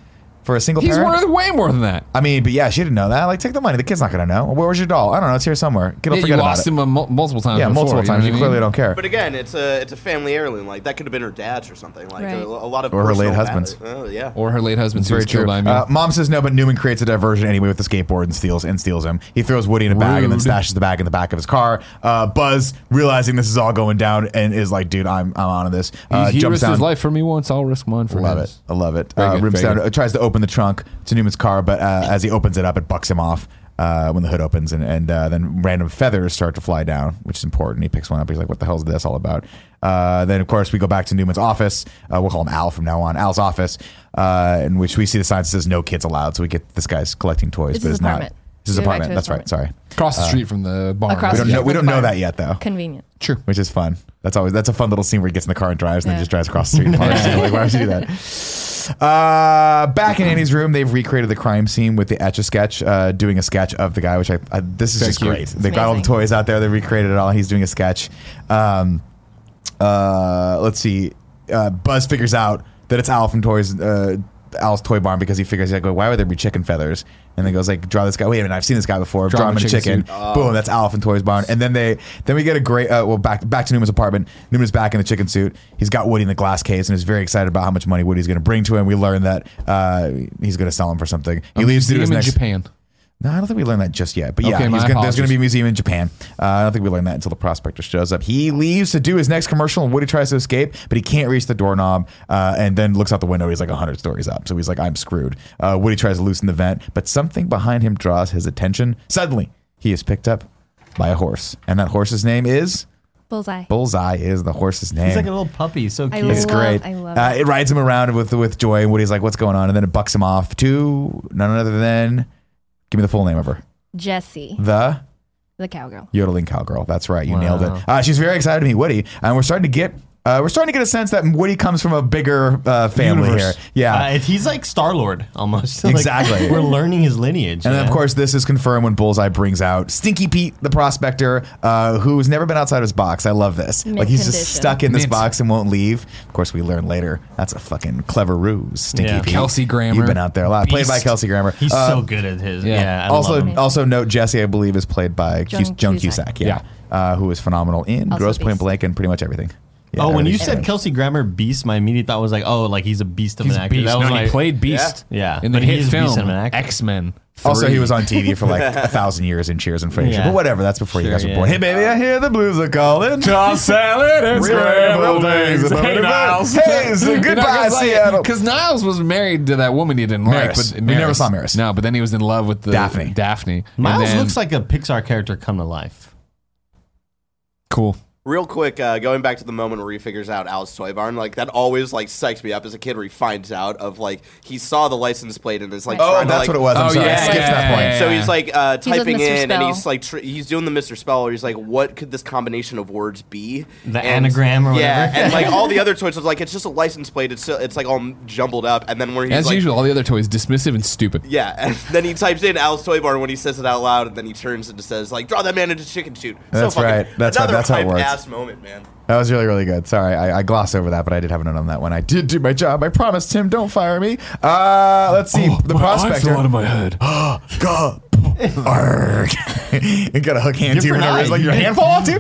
[SPEAKER 4] for a single
[SPEAKER 1] He's
[SPEAKER 4] parent.
[SPEAKER 1] worth way more than that.
[SPEAKER 4] I mean, but yeah, she didn't know that. Like, take the money. The kid's not gonna know. Where was your doll? I don't know. It's here somewhere. Get
[SPEAKER 1] Yeah, you
[SPEAKER 4] forget about
[SPEAKER 1] lost
[SPEAKER 4] it.
[SPEAKER 1] him a mul- multiple times.
[SPEAKER 4] yeah,
[SPEAKER 1] before,
[SPEAKER 4] multiple
[SPEAKER 1] you know
[SPEAKER 4] times.
[SPEAKER 1] what
[SPEAKER 4] You
[SPEAKER 1] I mean?
[SPEAKER 4] clearly don't care.
[SPEAKER 5] But again, it's a it's a family heirloom. Like that could have been her dad's or something. Like
[SPEAKER 3] Right.
[SPEAKER 5] a, a lot of
[SPEAKER 4] Or her
[SPEAKER 5] personal
[SPEAKER 4] late husband's.
[SPEAKER 5] matter. Oh, yeah.
[SPEAKER 1] Or her late husband who was
[SPEAKER 4] Very
[SPEAKER 1] killed
[SPEAKER 4] true.
[SPEAKER 1] by me.
[SPEAKER 4] Uh, Mom says no, but Newman creates a diversion anyway with the skateboard and steals and steals him. He throws Woody in a bag and then
[SPEAKER 1] Rude.
[SPEAKER 4] stashes the bag in the back of his car. Uh, Buzz, realizing this is all going down, and is like, "Dude, I'm I'm on to this." Uh,
[SPEAKER 1] he he
[SPEAKER 4] jumps
[SPEAKER 1] risked
[SPEAKER 4] down.
[SPEAKER 1] his life for me once. I'll risk mine for
[SPEAKER 4] Love it.
[SPEAKER 1] his.
[SPEAKER 4] I love it.
[SPEAKER 1] Very
[SPEAKER 4] Uh,
[SPEAKER 1] good,
[SPEAKER 4] rips
[SPEAKER 1] very
[SPEAKER 4] down,
[SPEAKER 1] good.
[SPEAKER 4] uh, tries to open the trunk to Newman's car, but uh, as he opens it up, it bucks him off uh, when the hood opens, and, and uh, then random feathers start to fly down, which is important. He picks one up. He's like, what the hell is this all about? Uh, then, of course, we go back to Newman's office. Uh, we'll call him Al from now on. Al's office, uh, in which we see the sign that says no kids allowed. So we get this guy's collecting toys,
[SPEAKER 3] It's
[SPEAKER 4] but
[SPEAKER 3] his
[SPEAKER 4] it's not.
[SPEAKER 3] apartment.
[SPEAKER 4] It's his
[SPEAKER 3] We go back to
[SPEAKER 4] apartment.
[SPEAKER 3] his
[SPEAKER 4] That's right.
[SPEAKER 3] apartment.
[SPEAKER 4] Sorry.
[SPEAKER 1] Across the street from the barn.
[SPEAKER 3] Across
[SPEAKER 4] Uh,
[SPEAKER 3] the
[SPEAKER 4] We don't
[SPEAKER 3] street
[SPEAKER 4] know. We
[SPEAKER 3] from
[SPEAKER 4] don't
[SPEAKER 3] the
[SPEAKER 4] know
[SPEAKER 3] barn.
[SPEAKER 4] that yet, though
[SPEAKER 3] Convenient.
[SPEAKER 1] True.
[SPEAKER 4] which is fun. That's always that's a fun little scene where he gets in the car and drives, and then
[SPEAKER 3] Yeah.
[SPEAKER 4] just drives across the street. And parks. You're like, why would you do that? Uh, back in Annie's room, they've recreated the crime scene with the etch a sketch, uh, doing a sketch of the guy. Which I, I this is
[SPEAKER 1] Very
[SPEAKER 4] just
[SPEAKER 1] cute.
[SPEAKER 4] great. They've got all the
[SPEAKER 3] amazing.
[SPEAKER 4] toys out there. They recreated it all. He's doing a sketch. Um, uh, let's see. Uh, Buzz figures out that it's Al from Toys. Uh, Al's toy barn because he figures like, why would there be chicken feathers? And then goes like, draw this guy. Wait a minute, I've seen this guy before. Draw, him in a chicken.
[SPEAKER 1] suit.
[SPEAKER 4] Boom, that's Alf and Toys Barn. And then they then we get a great uh, well back back to Newman's apartment. Newman's back in the chicken suit. He's got Woody in the glass case and is very excited about how much money Woody's going to bring to him. We learn that uh, he's going to sell him for something. He leaves to do
[SPEAKER 1] Museum
[SPEAKER 4] his
[SPEAKER 1] in
[SPEAKER 4] next.
[SPEAKER 1] Japan.
[SPEAKER 4] No, I don't think we learned that just yet. But yeah,
[SPEAKER 1] Okay, my
[SPEAKER 4] he's gonna,
[SPEAKER 1] apologies.
[SPEAKER 4] there's going to be a museum in Japan. Uh, I don't think we learned that until the prospector shows up. He leaves to do his next commercial, and Woody tries to escape, but he can't reach the doorknob. Uh, and then looks out the window. He's like hundred stories up, so he's like, "I'm screwed." Uh, Woody tries to loosen the vent, but something behind him draws his attention. Suddenly, he is picked up by a horse, and that horse's name is
[SPEAKER 3] Bullseye.
[SPEAKER 4] Bullseye. Is the horse's name?
[SPEAKER 2] He's like a little puppy. So
[SPEAKER 3] I
[SPEAKER 2] cute.
[SPEAKER 3] love
[SPEAKER 4] It's great.
[SPEAKER 3] I love
[SPEAKER 4] uh,
[SPEAKER 3] it.
[SPEAKER 4] it rides him around with with joy, and Woody's like, "What's going on?" And then it bucks him off to none other than, give me the full name of her,
[SPEAKER 3] Jesse,
[SPEAKER 4] the
[SPEAKER 3] the cowgirl.
[SPEAKER 4] yodeling cowgirl. That's right, you
[SPEAKER 2] Wow.
[SPEAKER 4] nailed it. Uh, she's very excited to meet Woody, and we're starting to get uh, we're starting to get a sense that Woody comes from a bigger uh, family
[SPEAKER 2] Universe.
[SPEAKER 4] here. Yeah.
[SPEAKER 2] Uh, he's like Star Lord almost. Like,
[SPEAKER 4] Exactly.
[SPEAKER 2] we're learning his lineage.
[SPEAKER 4] and
[SPEAKER 2] yeah.
[SPEAKER 4] then, of course, this is confirmed when Bullseye brings out Stinky Pete, the prospector, uh, who's never been outside of his box. I love this.
[SPEAKER 3] Mint
[SPEAKER 4] like, he's just
[SPEAKER 3] condition.
[SPEAKER 4] stuck in this
[SPEAKER 1] Mint.
[SPEAKER 4] box and won't leave. Of course, we learn later that's a fucking clever ruse, Stinky
[SPEAKER 2] Yeah.
[SPEAKER 4] Pete.
[SPEAKER 1] Kelsey Grammer.
[SPEAKER 4] You've been out there a lot. Played by
[SPEAKER 2] Beast.
[SPEAKER 4] Kelsey Grammer.
[SPEAKER 2] he's
[SPEAKER 4] Uh,
[SPEAKER 2] so good at his.
[SPEAKER 1] yeah.
[SPEAKER 2] Yeah. I love
[SPEAKER 4] also,
[SPEAKER 2] him.
[SPEAKER 4] also note Jesse, I believe, is played by Joan,
[SPEAKER 3] Joan
[SPEAKER 4] Joan Cusack,
[SPEAKER 3] Cusack.
[SPEAKER 4] yeah, Uh, who is phenomenal in
[SPEAKER 3] Also
[SPEAKER 4] Gross Point
[SPEAKER 3] Beast.
[SPEAKER 4] Blank and pretty much everything. Yeah,
[SPEAKER 2] oh, when you
[SPEAKER 4] everything
[SPEAKER 2] said
[SPEAKER 4] she's
[SPEAKER 2] Kelsey Grammer beast, my immediate thought was like, oh, like he's a beast of
[SPEAKER 1] He's
[SPEAKER 2] an actor.
[SPEAKER 1] Beast.
[SPEAKER 2] That was
[SPEAKER 1] No,
[SPEAKER 2] my
[SPEAKER 1] he played Beast.
[SPEAKER 2] Yeah.
[SPEAKER 1] In the
[SPEAKER 2] But he
[SPEAKER 1] hit
[SPEAKER 2] is Beast
[SPEAKER 1] film
[SPEAKER 2] and an actor.
[SPEAKER 1] X Men.
[SPEAKER 4] in. Also, he was on TV for like a thousand years in Cheers and Frasier,
[SPEAKER 2] Yeah.
[SPEAKER 4] but whatever. That's before you
[SPEAKER 2] Sure,
[SPEAKER 4] guys were
[SPEAKER 2] yeah.
[SPEAKER 4] born. Hey, baby, I hear the blues are calling.
[SPEAKER 1] Toss salad and
[SPEAKER 4] Scrambled
[SPEAKER 1] scrambled
[SPEAKER 4] eggs.
[SPEAKER 1] eggs. Hey, Niles.
[SPEAKER 4] Hey, so goodbye, Seattle.
[SPEAKER 1] Because Niles was married to that woman he didn't
[SPEAKER 4] Maris.
[SPEAKER 1] like.
[SPEAKER 4] We never saw Maris.
[SPEAKER 1] No, but then he was in love with the
[SPEAKER 4] Daphne.
[SPEAKER 1] Daphne. And
[SPEAKER 2] Miles
[SPEAKER 1] then-
[SPEAKER 2] looks like a Pixar character come to life.
[SPEAKER 1] cool.
[SPEAKER 5] Real quick, uh, going back to the moment where he figures out Al's toy barn, like that always like psychs me up as a kid where he finds out of like he saw the license plate and it's like
[SPEAKER 3] Right.
[SPEAKER 4] Oh,
[SPEAKER 5] trying to,
[SPEAKER 4] that's
[SPEAKER 5] like-
[SPEAKER 4] what it was. I'm
[SPEAKER 1] Oh,
[SPEAKER 4] sorry.
[SPEAKER 1] yeah,
[SPEAKER 4] I skipped
[SPEAKER 1] yeah,
[SPEAKER 4] that
[SPEAKER 1] yeah,
[SPEAKER 4] point.
[SPEAKER 1] yeah,
[SPEAKER 5] So he's like uh,
[SPEAKER 3] like
[SPEAKER 5] typing
[SPEAKER 3] Mr.
[SPEAKER 5] in, and
[SPEAKER 3] Spell.
[SPEAKER 5] he's like tr- he's doing the Mr. Spell. Where he's like, "What could this combination of words be?"
[SPEAKER 2] The
[SPEAKER 5] And-
[SPEAKER 2] anagram or
[SPEAKER 5] Yeah,
[SPEAKER 2] whatever.
[SPEAKER 5] and like all the other toys was like, "It's just a license plate. It's so, it's like all jumbled up." And then where he's
[SPEAKER 1] As
[SPEAKER 5] like,
[SPEAKER 1] usual, all the other toys dismissive and stupid.
[SPEAKER 5] Yeah, and then he types in Al's Toy Barn when he says it out loud, and then he turns and says, like, draw that man into chicken shoot.
[SPEAKER 4] That's
[SPEAKER 5] fucking-
[SPEAKER 4] right. That's how-
[SPEAKER 5] another
[SPEAKER 4] that's how it
[SPEAKER 5] hype
[SPEAKER 4] works.
[SPEAKER 5] ass moment, man.
[SPEAKER 4] That was really, really good. Sorry, I, I glossed over that, but I did have a note on that one. I did do my job. I promised Tim, don't fire me. Uh, let's see. the prospector.
[SPEAKER 1] Oh, my head.
[SPEAKER 4] Gah. Arrgh. you got a hook hand too,
[SPEAKER 2] Different
[SPEAKER 4] whenever it's
[SPEAKER 2] eye.
[SPEAKER 4] like your hand fall off too.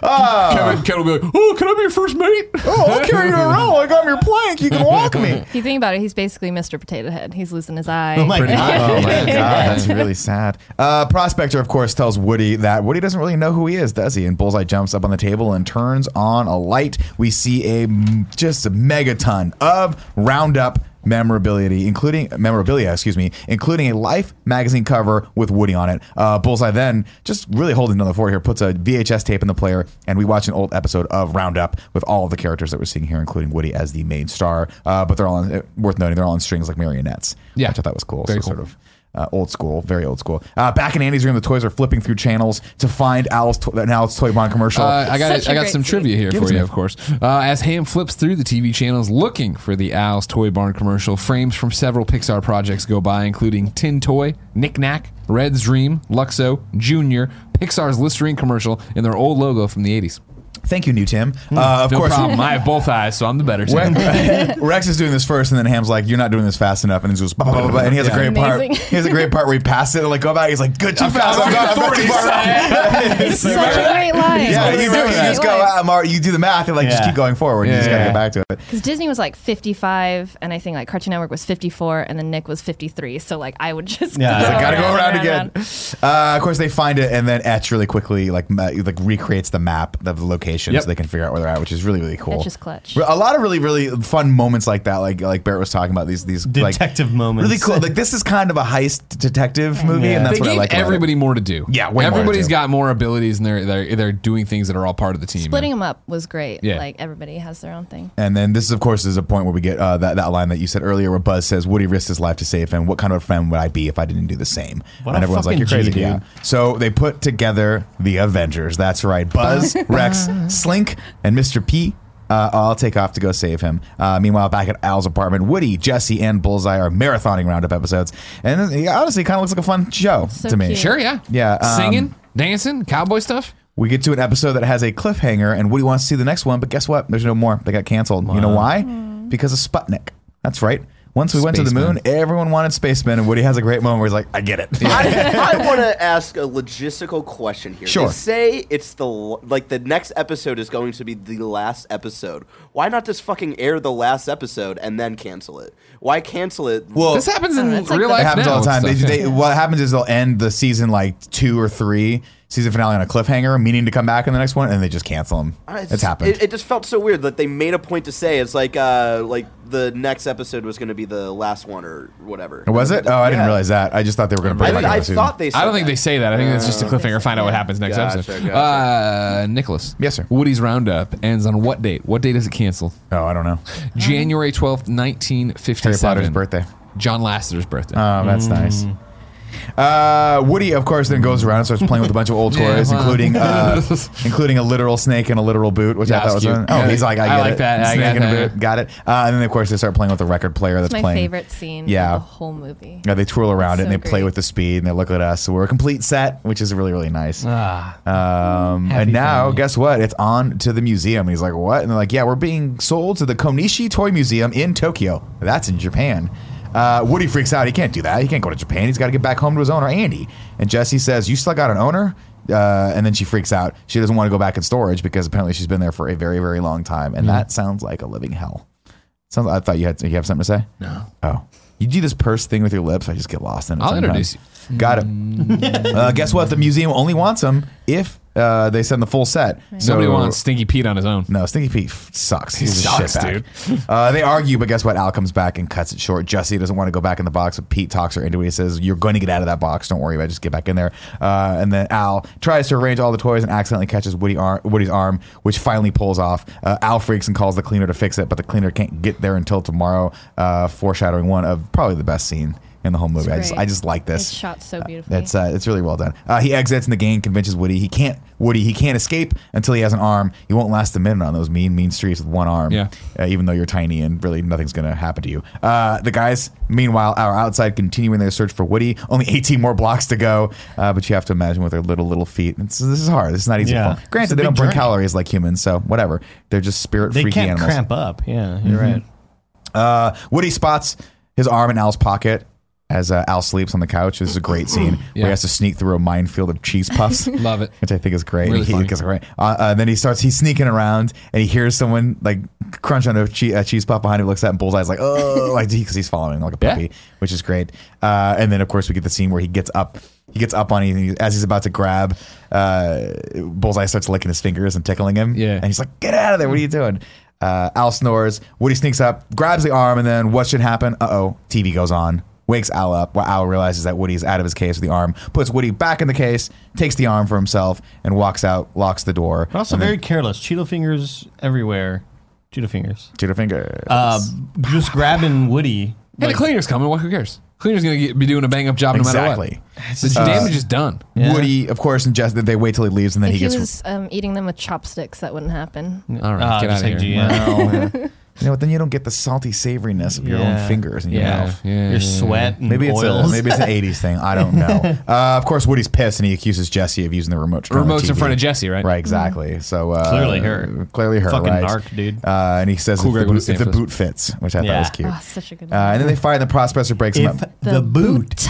[SPEAKER 1] Kevin, Kevin will be like, "Oh, can I be your first mate?
[SPEAKER 4] Oh, I'll carry you around like I'm your plank. You can walk me.
[SPEAKER 3] If you think about it, he's basically Mr. Potato Head. He's losing his eye.
[SPEAKER 2] Oh my
[SPEAKER 1] Pretty
[SPEAKER 2] god.
[SPEAKER 1] much.
[SPEAKER 4] Oh my god,
[SPEAKER 1] Yeah.
[SPEAKER 4] that's really sad. Uh, Prospector, of course, tells Woody that Woody doesn't really know who he is, does he? And Bullseye jumps up on the table and turns on a light. We see a m- just a megaton of Roundup memorability, including memorabilia, excuse me, including a Life magazine cover with Woody on it. Uh, Bullseye then just really holding another fort here, puts a VHS tape in the player, and we watch an old episode of Roundup with all of the characters that we're seeing here, including Woody as the main star. Uh, but they're all on, uh, worth noting, they're all on strings like marionettes,
[SPEAKER 1] Yeah.
[SPEAKER 4] which I thought was cool.
[SPEAKER 1] Very
[SPEAKER 4] so
[SPEAKER 1] cool.
[SPEAKER 4] sort of uh, old school, very old school. Uh, back in Andy's room, the toys are flipping through channels to find Al's to- an Al's Toy Bond commercial.
[SPEAKER 1] Uh, I got
[SPEAKER 3] Such a
[SPEAKER 1] I got
[SPEAKER 3] great
[SPEAKER 1] some
[SPEAKER 3] scene.
[SPEAKER 1] trivia here
[SPEAKER 4] Give it
[SPEAKER 1] for
[SPEAKER 4] to
[SPEAKER 1] you,
[SPEAKER 4] me.
[SPEAKER 1] of course. Uh, as Ham flips through the TV channels looking for the Owl's Toy Barn commercial, frames from several Pixar projects go by, including Tin Toy, Knick Knack, Red's Dream, Luxo, Junior, Pixar's Listerine commercial, and their old logo from the 80s.
[SPEAKER 4] Thank you, New Tim. Uh, of
[SPEAKER 1] Hmm, No
[SPEAKER 4] course,
[SPEAKER 1] problem. I have both eyes, so I'm the better.
[SPEAKER 4] Re-
[SPEAKER 1] Tim.
[SPEAKER 4] Rex is doing this first, and then Ham's like, "You're not doing this fast enough," and he's just, bah, bah, bah, bah, and he has a great
[SPEAKER 3] Amazing.
[SPEAKER 4] part. He has a great part where he passes it and like go back. He's like, "Good, too fast."
[SPEAKER 1] got
[SPEAKER 4] I'm not- I'm not too
[SPEAKER 1] authority,
[SPEAKER 4] far out."
[SPEAKER 3] It's such a great line.
[SPEAKER 4] Yeah,
[SPEAKER 3] It's
[SPEAKER 4] you,
[SPEAKER 3] such
[SPEAKER 4] you
[SPEAKER 3] a great
[SPEAKER 4] just go.
[SPEAKER 3] line.
[SPEAKER 4] "Ah, I'm already-" You do the math and like just
[SPEAKER 2] Yeah.
[SPEAKER 4] keep going forward. you
[SPEAKER 1] Yeah,
[SPEAKER 4] just gotta
[SPEAKER 1] yeah,
[SPEAKER 4] get
[SPEAKER 1] yeah.
[SPEAKER 4] back to it.
[SPEAKER 3] Because Disney was like 55, and I think like Cartoon Network was 54, and then Nick was 53. So like I would just
[SPEAKER 2] Yeah,
[SPEAKER 3] go
[SPEAKER 2] I
[SPEAKER 4] Uh, Gotta go
[SPEAKER 3] around,
[SPEAKER 4] around
[SPEAKER 3] around,
[SPEAKER 4] again.
[SPEAKER 3] around.
[SPEAKER 4] Uh, of course, they find it, and then Etch really quickly like ma- like recreates the map of the location,
[SPEAKER 1] Yep.
[SPEAKER 4] so they can figure out where they're at, which is really really cool.
[SPEAKER 3] Etch is clutch.
[SPEAKER 4] Re- A lot of really really fun moments like that, like like Barrett was talking about these these like,
[SPEAKER 2] Detective moments.
[SPEAKER 4] Really cool. Like this is kind of a heist detective movie, and that's
[SPEAKER 1] they
[SPEAKER 4] what I
[SPEAKER 1] gave
[SPEAKER 4] like. about it.
[SPEAKER 1] everybody more to do.
[SPEAKER 4] Yeah, way more to
[SPEAKER 1] everybody's
[SPEAKER 4] do.
[SPEAKER 1] got more abilities, and they're, they're they're doing things that are all part of the team.
[SPEAKER 3] Splitting them up was great.
[SPEAKER 1] Yeah.
[SPEAKER 3] Like everybody has their own thing.
[SPEAKER 4] And then this, is, of course, is a point where we get uh, that, that line that you said earlier where Buzz says, Woody risked his life to save him. What kind of a friend would I be if I didn't do the same?
[SPEAKER 2] What a
[SPEAKER 4] and everyone's like,
[SPEAKER 2] fucking
[SPEAKER 4] you're crazy,
[SPEAKER 2] G,
[SPEAKER 4] dude.
[SPEAKER 2] dude.
[SPEAKER 4] So they put together the Avengers. That's right. Buzz, Rex, Slink, and Mr. P. Uh, all take off to go save him. Uh, meanwhile, back at Al's apartment, Woody, Jesse, and Bullseye are marathoning roundup episodes. And it honestly kind of looks like a fun show
[SPEAKER 3] So
[SPEAKER 4] to me.
[SPEAKER 3] cute.
[SPEAKER 1] Sure, yeah,
[SPEAKER 4] Yeah, um,
[SPEAKER 1] singing, dancing, cowboy stuff.
[SPEAKER 4] We get to an episode that has a cliffhanger, and Woody wants to see the next one, but guess what? There's no more. They got canceled. You know why?
[SPEAKER 5] Hmm.
[SPEAKER 4] Because of Sputnik. That's right. Once we went to the
[SPEAKER 1] Spaceman.
[SPEAKER 4] moon, everyone wanted spacemen, and Woody has a great moment where he's like, "I get it."
[SPEAKER 5] I, I want to ask a logistical question here.
[SPEAKER 4] Sure.
[SPEAKER 5] They say it's the l- like the next episode is going to be the last episode. Why not just fucking air the last episode and then cancel it? Why cancel it?
[SPEAKER 4] Well,
[SPEAKER 1] This happens in
[SPEAKER 3] Uh,
[SPEAKER 1] real
[SPEAKER 3] it's like the-
[SPEAKER 1] life.
[SPEAKER 4] it happens
[SPEAKER 1] now
[SPEAKER 4] all the time.
[SPEAKER 1] and
[SPEAKER 4] They,
[SPEAKER 1] stuff,
[SPEAKER 4] they,
[SPEAKER 1] yeah.
[SPEAKER 4] What happens is they'll end the season like two or three season finale on a cliffhanger, meaning to come back in the next one, and they just cancel them.
[SPEAKER 5] I-
[SPEAKER 4] It's, happened.
[SPEAKER 5] It, it just felt so weird that they made a point to say it's like uh like the next episode was going to be the last one or whatever.
[SPEAKER 4] was it? Oh, I didn't
[SPEAKER 5] Yeah.
[SPEAKER 4] realize that. I just thought they were going to
[SPEAKER 5] I,
[SPEAKER 4] bring it back.
[SPEAKER 5] I
[SPEAKER 4] another season.
[SPEAKER 5] thought they. Said
[SPEAKER 1] I don't think
[SPEAKER 5] that.
[SPEAKER 1] they say that. I think that's just a
[SPEAKER 2] Oh,
[SPEAKER 1] cliffhanger. Find out what happens next
[SPEAKER 5] Gotcha,
[SPEAKER 1] episode.
[SPEAKER 5] gotcha.
[SPEAKER 1] Uh, Nicholas.
[SPEAKER 4] Yes, sir.
[SPEAKER 1] Woody's Roundup ends on what date? What date is it canceled?
[SPEAKER 4] Oh, I don't know.
[SPEAKER 2] Um,
[SPEAKER 1] January 12th, 1957.
[SPEAKER 4] Harry Potter's birthday.
[SPEAKER 1] John Lasseter's birthday.
[SPEAKER 2] Ah.
[SPEAKER 4] Oh, that's nice.
[SPEAKER 1] Mm.
[SPEAKER 4] Uh, Woody, of course, then goes around and starts playing with a bunch of old
[SPEAKER 1] Yeah,
[SPEAKER 4] toys,
[SPEAKER 1] wow.
[SPEAKER 4] including uh, including a literal snake and a literal boot, which I
[SPEAKER 1] That's
[SPEAKER 4] thought was
[SPEAKER 1] cute.
[SPEAKER 4] fun. oh,
[SPEAKER 1] Yeah.
[SPEAKER 4] he's like, I,
[SPEAKER 1] I
[SPEAKER 4] get
[SPEAKER 1] like
[SPEAKER 4] it.
[SPEAKER 1] that. I
[SPEAKER 4] Snake
[SPEAKER 1] got
[SPEAKER 4] and a
[SPEAKER 1] that.
[SPEAKER 4] boot, got it. Uh, and then, of course, they start playing with a record player that's
[SPEAKER 3] It's my
[SPEAKER 4] playing.
[SPEAKER 3] favorite scene
[SPEAKER 4] Yeah.
[SPEAKER 3] of the whole movie.
[SPEAKER 4] Yeah, they twirl around it
[SPEAKER 3] It's
[SPEAKER 4] and
[SPEAKER 3] so
[SPEAKER 4] they play
[SPEAKER 3] great.
[SPEAKER 4] with the speed and they look at us. So we're a complete set, which is really really nice.
[SPEAKER 1] ah.
[SPEAKER 4] Um, and
[SPEAKER 2] Happy
[SPEAKER 4] now,
[SPEAKER 2] family.
[SPEAKER 4] guess what? It's on to the museum. And he's like, what? And they're like, yeah, we're being sold to the Konishi Toy Museum in Tokyo. That's in Japan. Uh, Woody freaks out. He can't do that. He can't go to Japan. He's got to get back home to his owner, Andy. And Jesse says, you still got an owner? Uh, and then she freaks out. She doesn't want to go back in storage because apparently she's been there for a very, very long time.
[SPEAKER 2] Mm-hmm.
[SPEAKER 4] And that sounds like a living hell. Sounds. I thought you had. You have something to say? No. Oh. You do this purse thing with your lips. I just get lost in it.
[SPEAKER 1] I'll introduce
[SPEAKER 4] sometimes.
[SPEAKER 1] you.
[SPEAKER 4] Got it. uh, guess what? The museum only wants them if uh, they send the full set. So-
[SPEAKER 1] Nobody wants Stinky Pete on his own.
[SPEAKER 4] No, Stinky Pete f- sucks. He's a
[SPEAKER 1] sucks,
[SPEAKER 4] shitbag. Uh, they argue, but guess what? Al comes back and cuts it short. Jesse doesn't want to go back in the box, but Pete talks her into it. He says, "You're going to get out of that box. Don't worry about it. Just get back in there." Uh, and then Al tries to arrange all the toys and accidentally catches Woody ar- Woody's arm, which finally pulls off. Uh, Al freaks and calls the cleaner to fix it, but the cleaner can't get there until tomorrow. Uh, foreshadowing one of probably the best scene in the whole movie. I just,
[SPEAKER 3] great.
[SPEAKER 4] I just like this.
[SPEAKER 3] It's shot so beautifully.
[SPEAKER 4] That's uh, it's really well done. Uh, he exits and the gang convinces Woody he can't Woody he can't escape until he has an arm. He won't last a minute on those mean mean streets with one arm.
[SPEAKER 1] Yeah.
[SPEAKER 4] Uh, even though you're tiny and really nothing's gonna happen to you. Uh, the guys meanwhile are outside continuing their search for Woody. Only 18 more blocks to go, uh, but you have to imagine with their little little feet. It's, this is hard. This is not easy.
[SPEAKER 2] Yeah.
[SPEAKER 4] for them. Granted,
[SPEAKER 2] It's a
[SPEAKER 4] they don't
[SPEAKER 2] big
[SPEAKER 4] burn
[SPEAKER 2] journey.
[SPEAKER 4] calories like humans, so whatever. They're just spirit
[SPEAKER 2] They
[SPEAKER 4] freaky
[SPEAKER 2] can't
[SPEAKER 4] animals.
[SPEAKER 2] cramp up. Yeah, you're right.
[SPEAKER 4] Uh, Woody spots his arm in Al's pocket as uh, Al sleeps on the couch. This is a great scene where
[SPEAKER 1] Yeah.
[SPEAKER 4] he has to sneak through a minefield of cheese puffs.
[SPEAKER 1] Love it.
[SPEAKER 4] Which I think is great.
[SPEAKER 1] Really
[SPEAKER 4] he,
[SPEAKER 1] funny.
[SPEAKER 4] gets great. Uh, uh, then he starts, he's sneaking around and he hears someone like crunch on a, che- a cheese puff behind him, looks at him, Bullseye's like, oh, like because he's following like a
[SPEAKER 1] Yeah.
[SPEAKER 4] puppy, which is great. Uh, and then, of course, we get the scene where he gets up. He gets up on it and he, as he's about to grab. Uh, Bullseye starts licking his fingers and tickling him.
[SPEAKER 1] Yeah.
[SPEAKER 4] And he's like, get out of there. What are you doing? Uh, Al snores. Woody sneaks up, grabs the arm, and then what should happen? Uh oh, TV goes on. Wakes Al up while Al realizes that Woody's out of his case with the arm, puts Woody back in the case, takes the arm for himself, and walks out, locks the door.
[SPEAKER 2] But also
[SPEAKER 4] and then-
[SPEAKER 2] very careless. Cheeto fingers everywhere. Cheeto fingers.
[SPEAKER 4] Cheetah finger.
[SPEAKER 2] Uh, just grabbing Woody.
[SPEAKER 1] Hey,
[SPEAKER 2] like-
[SPEAKER 1] the cleaner's coming. What? Who cares? Cleaner's gonna get, be doing a bang up job
[SPEAKER 4] Exactly. Uh,
[SPEAKER 1] no matter what. The damage is done.
[SPEAKER 2] Yeah.
[SPEAKER 4] Woody, of course, and Jess, they wait till he leaves, and then
[SPEAKER 3] If
[SPEAKER 4] he
[SPEAKER 3] he
[SPEAKER 4] gets.
[SPEAKER 3] was um, eating them with chopsticks, that wouldn't happen.
[SPEAKER 1] All right,
[SPEAKER 2] Ah,
[SPEAKER 1] get out
[SPEAKER 2] just
[SPEAKER 1] of here.
[SPEAKER 2] like GM.
[SPEAKER 4] you know, what, then you don't get the salty savoriness of your
[SPEAKER 2] Yeah.
[SPEAKER 4] own fingers in your
[SPEAKER 1] Yeah.
[SPEAKER 4] mouth.
[SPEAKER 1] Yeah, yeah, yeah.
[SPEAKER 2] Your sweat and
[SPEAKER 4] Maybe it's
[SPEAKER 2] oils.
[SPEAKER 4] a, maybe it's an '80s thing. I don't know. Uh, of course, Woody's pissed, and he accuses Jesse of using the remote. to turn on the
[SPEAKER 1] Remote's in
[SPEAKER 4] TV.
[SPEAKER 1] front of Jesse, right?
[SPEAKER 4] Right, exactly. So uh,
[SPEAKER 2] Clearly her.
[SPEAKER 4] clearly her,
[SPEAKER 2] Fucking
[SPEAKER 4] right?
[SPEAKER 2] narc, dude.
[SPEAKER 4] Uh, and he says
[SPEAKER 1] Cool
[SPEAKER 4] if,
[SPEAKER 1] Greg
[SPEAKER 4] the
[SPEAKER 1] wouldn't
[SPEAKER 4] boot, if
[SPEAKER 1] stand
[SPEAKER 4] the
[SPEAKER 1] for this.
[SPEAKER 4] boot fits, which I
[SPEAKER 2] Yeah.
[SPEAKER 4] thought was cute.
[SPEAKER 3] Oh, such a good
[SPEAKER 4] Uh,
[SPEAKER 3] one.
[SPEAKER 4] and then they fire, and the prospector breaks him
[SPEAKER 2] if
[SPEAKER 4] up.
[SPEAKER 2] the boot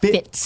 [SPEAKER 3] fits.
[SPEAKER 2] fits.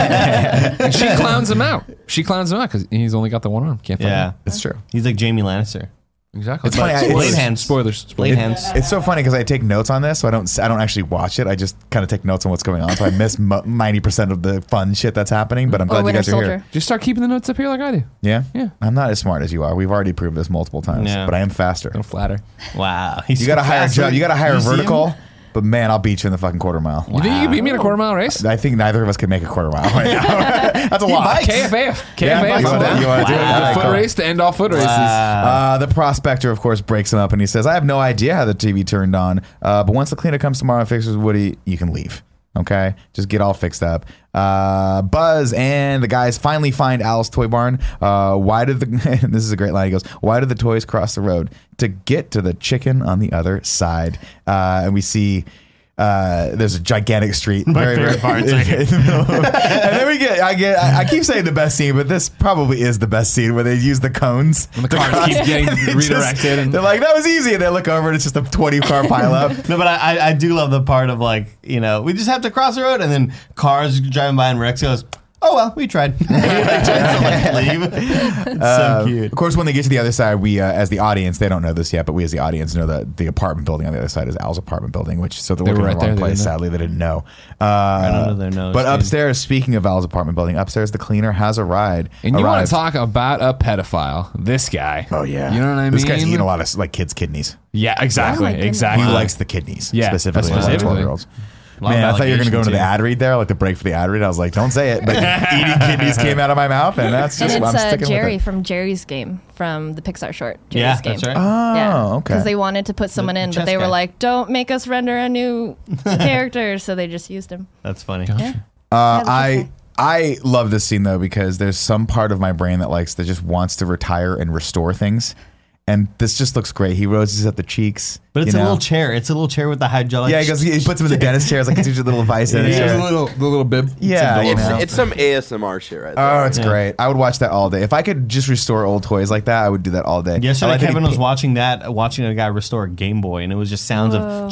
[SPEAKER 1] And she clowns him out. She clowns him out because he's only got the one arm. Can't fight
[SPEAKER 2] yeah,
[SPEAKER 1] him.
[SPEAKER 4] It's true.
[SPEAKER 2] he's like Jamie Lannister.
[SPEAKER 1] Exactly.
[SPEAKER 4] It's funny, I-
[SPEAKER 1] Spoilers.
[SPEAKER 4] it's-
[SPEAKER 2] hands.
[SPEAKER 1] Spoilers.
[SPEAKER 2] Blade
[SPEAKER 1] Spoilers.
[SPEAKER 2] hands.
[SPEAKER 4] It's so funny because I take notes on this, so I don't s- I don't actually watch it. I just kind of take notes on what's going on, so I miss ninety percent of the fun shit that's happening. But I'm glad
[SPEAKER 3] Or
[SPEAKER 4] you
[SPEAKER 3] Winter
[SPEAKER 4] guys are here.
[SPEAKER 3] Oh, Soldier.
[SPEAKER 1] Just start keeping the notes up here like I do.
[SPEAKER 4] Yeah,
[SPEAKER 1] Yeah.
[SPEAKER 4] I'm not as smart as you are. We've already proved this multiple times,
[SPEAKER 2] Yeah.
[SPEAKER 4] but I am faster.
[SPEAKER 1] Don't flatter.
[SPEAKER 2] Wow, he's
[SPEAKER 4] You got to
[SPEAKER 2] so
[SPEAKER 4] hire
[SPEAKER 2] fast.
[SPEAKER 4] jump. You got to hire
[SPEAKER 2] You see him?
[SPEAKER 4] vertical. But man, I'll beat you in the fucking quarter mile.
[SPEAKER 1] You think you can beat me in a quarter mile race?
[SPEAKER 4] I think neither of us could make a quarter mile right now. That's a lot.
[SPEAKER 1] KFAF. KFAF.
[SPEAKER 4] Yeah, you wanna- you wanna do it?
[SPEAKER 1] The
[SPEAKER 4] All right,
[SPEAKER 1] foot
[SPEAKER 4] cool.
[SPEAKER 1] race to end all foot races.
[SPEAKER 4] Uh, the prospector, of course, breaks him up and he says, I have no idea how the TV turned on, uh, but once the cleaner comes tomorrow and fixes Woody, you can leave. Okay? Just get all fixed up. Uh, Buzz and the guys finally find Al's toy barn. Uh, why did the, and this is a great line, he goes, Why did the toys cross the road? To get to the chicken on the other side. Uh, and we see. Uh, there's a gigantic street. very, very
[SPEAKER 2] favorite part, it's like-
[SPEAKER 4] in the middle of- and then we get. I get. I, I keep saying the best scene, but this probably is the best scene where they use the cones.
[SPEAKER 1] and the cars keep getting
[SPEAKER 4] They just-
[SPEAKER 1] redirected. and
[SPEAKER 4] they're like, that was easy. And they look over and it's just a 20 car pileup.
[SPEAKER 2] No, but I, I I do love the part of like you know we just have to cross the road and then cars driving by and Rex goes oh well we tried. He, like, tries to, like, leave. It's so cute.
[SPEAKER 4] Uh, of course, when they get to the other side, we, uh, as the audience, they don't know this yet, but we, as the audience, know that the apartment building on the other side is Al's apartment building, which so they're,
[SPEAKER 1] They were
[SPEAKER 4] looking in
[SPEAKER 1] right
[SPEAKER 4] the
[SPEAKER 1] there,
[SPEAKER 4] wrong
[SPEAKER 1] they
[SPEAKER 4] place.
[SPEAKER 1] didn't know.
[SPEAKER 4] Sadly, they didn't know. Uh, I
[SPEAKER 2] don't know their nose,
[SPEAKER 4] But
[SPEAKER 2] dude.
[SPEAKER 4] upstairs, speaking of Al's apartment building, upstairs the cleaner has a ride.
[SPEAKER 1] And you want
[SPEAKER 4] arrived.
[SPEAKER 1] to talk about a pedophile? This guy.
[SPEAKER 4] Oh yeah,
[SPEAKER 1] You know what I mean?
[SPEAKER 4] This guy's eating a lot of like kids' kidneys.
[SPEAKER 1] Yeah,
[SPEAKER 3] Oh my
[SPEAKER 1] exactly,
[SPEAKER 3] goodness.
[SPEAKER 4] He
[SPEAKER 1] exactly.
[SPEAKER 4] likes the kidneys
[SPEAKER 1] Yeah, that's
[SPEAKER 4] specifically. That's
[SPEAKER 1] specifically.
[SPEAKER 4] twelve year olds.
[SPEAKER 2] Lot
[SPEAKER 4] Man, I
[SPEAKER 2] of
[SPEAKER 4] thought you were going to go into the
[SPEAKER 2] allegation,
[SPEAKER 4] ad read there, like the break for the ad read. I was like, don't say it, but eating kidneys came out of my mouth, and that's
[SPEAKER 3] And
[SPEAKER 4] just
[SPEAKER 3] it's
[SPEAKER 4] I'm
[SPEAKER 3] uh,
[SPEAKER 4] sticking
[SPEAKER 3] Jerry
[SPEAKER 4] with it.
[SPEAKER 3] from Jerry's Game from the Pixar short. Jerry's
[SPEAKER 2] Yeah,
[SPEAKER 3] Game.
[SPEAKER 2] that's right.
[SPEAKER 4] Oh, okay.
[SPEAKER 3] Because they wanted to put someone in,
[SPEAKER 2] chess
[SPEAKER 3] but they were
[SPEAKER 2] guy.
[SPEAKER 3] like, "Don't make us render a new character," so they just used him.
[SPEAKER 2] That's funny.
[SPEAKER 4] Uh,
[SPEAKER 3] Yeah, that's
[SPEAKER 4] I
[SPEAKER 3] okay.
[SPEAKER 4] I love this scene though because there's some part of my brain that likes that just wants to retire and restore things, and this just looks great. He roses up the cheeks,
[SPEAKER 2] But it's
[SPEAKER 4] you
[SPEAKER 2] a
[SPEAKER 4] know?
[SPEAKER 2] little chair. It's a little chair with the hydraulic.
[SPEAKER 4] Yeah, he goes. He puts him in the dentist chair. It's like a little device. in his
[SPEAKER 2] Yeah.
[SPEAKER 4] chair.
[SPEAKER 1] the little, the little bib.
[SPEAKER 4] Yeah, you
[SPEAKER 5] It's,
[SPEAKER 4] know.
[SPEAKER 5] it's some ASMR shit right there.
[SPEAKER 4] Oh, it's great. I would watch that all day. If I could just restore old toys like that, I would do that all day.
[SPEAKER 2] Yesterday,
[SPEAKER 4] I like that he
[SPEAKER 2] Kevin was
[SPEAKER 4] pi-
[SPEAKER 2] watching that, uh, watching a guy restore a Game Boy, and it was just sounds of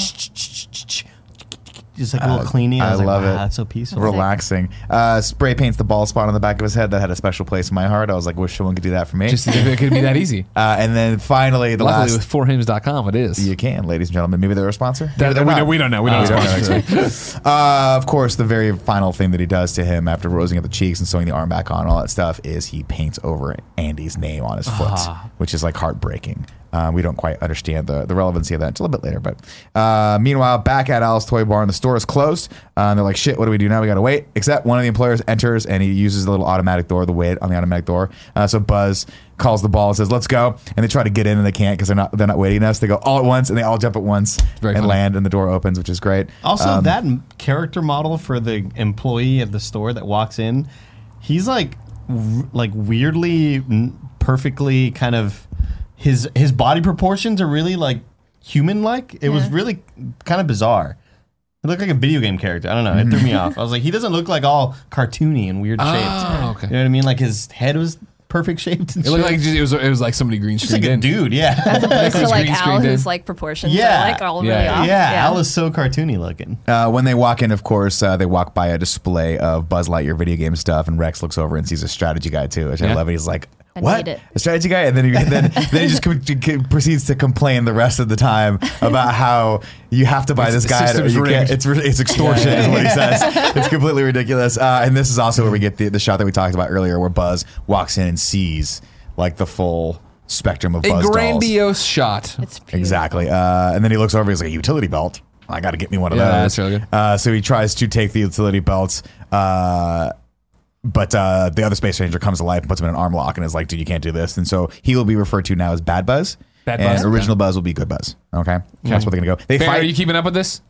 [SPEAKER 2] just like a little cleaning. I,
[SPEAKER 4] I
[SPEAKER 2] was like,
[SPEAKER 4] love
[SPEAKER 2] wow,
[SPEAKER 4] it.
[SPEAKER 2] That's so peaceful.
[SPEAKER 4] Relaxing. Uh, spray paints the bald spot on the back of his head that had a special place in my heart. I was like, wish someone could do that for me.
[SPEAKER 1] Just as if it could be that easy.
[SPEAKER 4] uh, and then finally, the
[SPEAKER 1] Luckily, with
[SPEAKER 4] last.
[SPEAKER 1] 4hymns.com, it is.
[SPEAKER 4] You can, ladies and gentlemen. Maybe they're a sponsor. Maybe
[SPEAKER 1] That-
[SPEAKER 4] they're
[SPEAKER 1] we,
[SPEAKER 4] not.
[SPEAKER 1] don't, we don't know. We don't
[SPEAKER 4] We don't
[SPEAKER 1] know.
[SPEAKER 4] know exactly. uh, of course, the very final thing that he does to him after rosing up the cheeks and sewing the arm back on, all that stuff, is he paints over Andy's name on his foot,
[SPEAKER 1] Ah.
[SPEAKER 4] which is like heartbreaking. Uh, we don't quite understand the, the relevancy of that until a bit later. But uh, meanwhile, back at Al's Toy Barn, the store is closed. Uh, and they're like, shit, what do we do now? We got to wait. Except one of the employers enters and he uses the little automatic door, the wait on the automatic door. Uh, so Buzz calls the ball and says, let's go. And they try to get in and they can't because they're not, they're not waiting enough. So they go all at once and they all jump at once
[SPEAKER 1] Very
[SPEAKER 4] and
[SPEAKER 1] funny.
[SPEAKER 4] land and the door opens, which is great.
[SPEAKER 2] Also,
[SPEAKER 4] Um,
[SPEAKER 2] that m- character model for the employee at the store that walks in, he's like, w- like weirdly, n- perfectly kind of his his body proportions are really like human like. It was
[SPEAKER 3] Yeah.
[SPEAKER 2] really kind of bizarre. He looked like a video game character. I don't know. It threw
[SPEAKER 4] Mm-hmm.
[SPEAKER 2] me off. I was like, he doesn't look like all cartoony and weird
[SPEAKER 4] Ah.
[SPEAKER 1] Oh,
[SPEAKER 2] shaped.
[SPEAKER 1] okay.
[SPEAKER 2] You know what I mean? Like his head was perfect shaped. And
[SPEAKER 1] It looked
[SPEAKER 2] shit.
[SPEAKER 1] like just, it was it was like somebody green
[SPEAKER 2] just like
[SPEAKER 1] screened
[SPEAKER 2] a
[SPEAKER 1] in.
[SPEAKER 2] dude. Yeah.
[SPEAKER 3] Opposed to
[SPEAKER 1] Nicolas
[SPEAKER 3] like
[SPEAKER 1] Green
[SPEAKER 3] Al,
[SPEAKER 1] screened in.
[SPEAKER 3] who's like proportions
[SPEAKER 2] Yeah.
[SPEAKER 3] are like all really
[SPEAKER 1] Yeah.
[SPEAKER 2] yeah,
[SPEAKER 3] off.
[SPEAKER 2] Al is so cartoony looking.
[SPEAKER 4] Uh, when they walk in, of course, uh, they walk by a display of Buzz Lightyear video game stuff, and Rex looks over and sees a strategy guide too, which I
[SPEAKER 1] Yeah.
[SPEAKER 4] love. It. He's like,
[SPEAKER 3] I
[SPEAKER 4] "What?
[SPEAKER 3] need it."
[SPEAKER 4] A strategy guide?" And then he, then, then he just com- c- proceeds to complain the rest of the time about how you have to buy
[SPEAKER 1] It's-
[SPEAKER 4] this
[SPEAKER 1] the
[SPEAKER 4] guide. Or
[SPEAKER 1] system's
[SPEAKER 4] you can't,
[SPEAKER 1] rigged.
[SPEAKER 4] it's it's extortion is what he says. It's completely ridiculous. Uh, and this is also where we get the, the shot that we talked about earlier, where Buzz walks in and sees like the full spectrum of
[SPEAKER 1] A
[SPEAKER 4] buzz dolls.
[SPEAKER 1] grandiose shot.
[SPEAKER 3] It's beautiful.
[SPEAKER 4] Exactly. Uh, and then he looks over. He's like, a utility belt. I got to get me one of
[SPEAKER 1] Yeah,
[SPEAKER 4] those.
[SPEAKER 1] that's really good.
[SPEAKER 4] Uh, so he tries to take the utility belt. Uh, but uh, the other space ranger comes to life and puts him in an arm lock and is like, dude, you can't do this. And so he will be referred to now as Bad Buzz.
[SPEAKER 1] Bad
[SPEAKER 4] and
[SPEAKER 1] Buzz.
[SPEAKER 4] original Buzz will be Good Buzz. Okay. That's what they're going to go. They
[SPEAKER 1] Bear,
[SPEAKER 4] fight.
[SPEAKER 1] are you keeping up with this?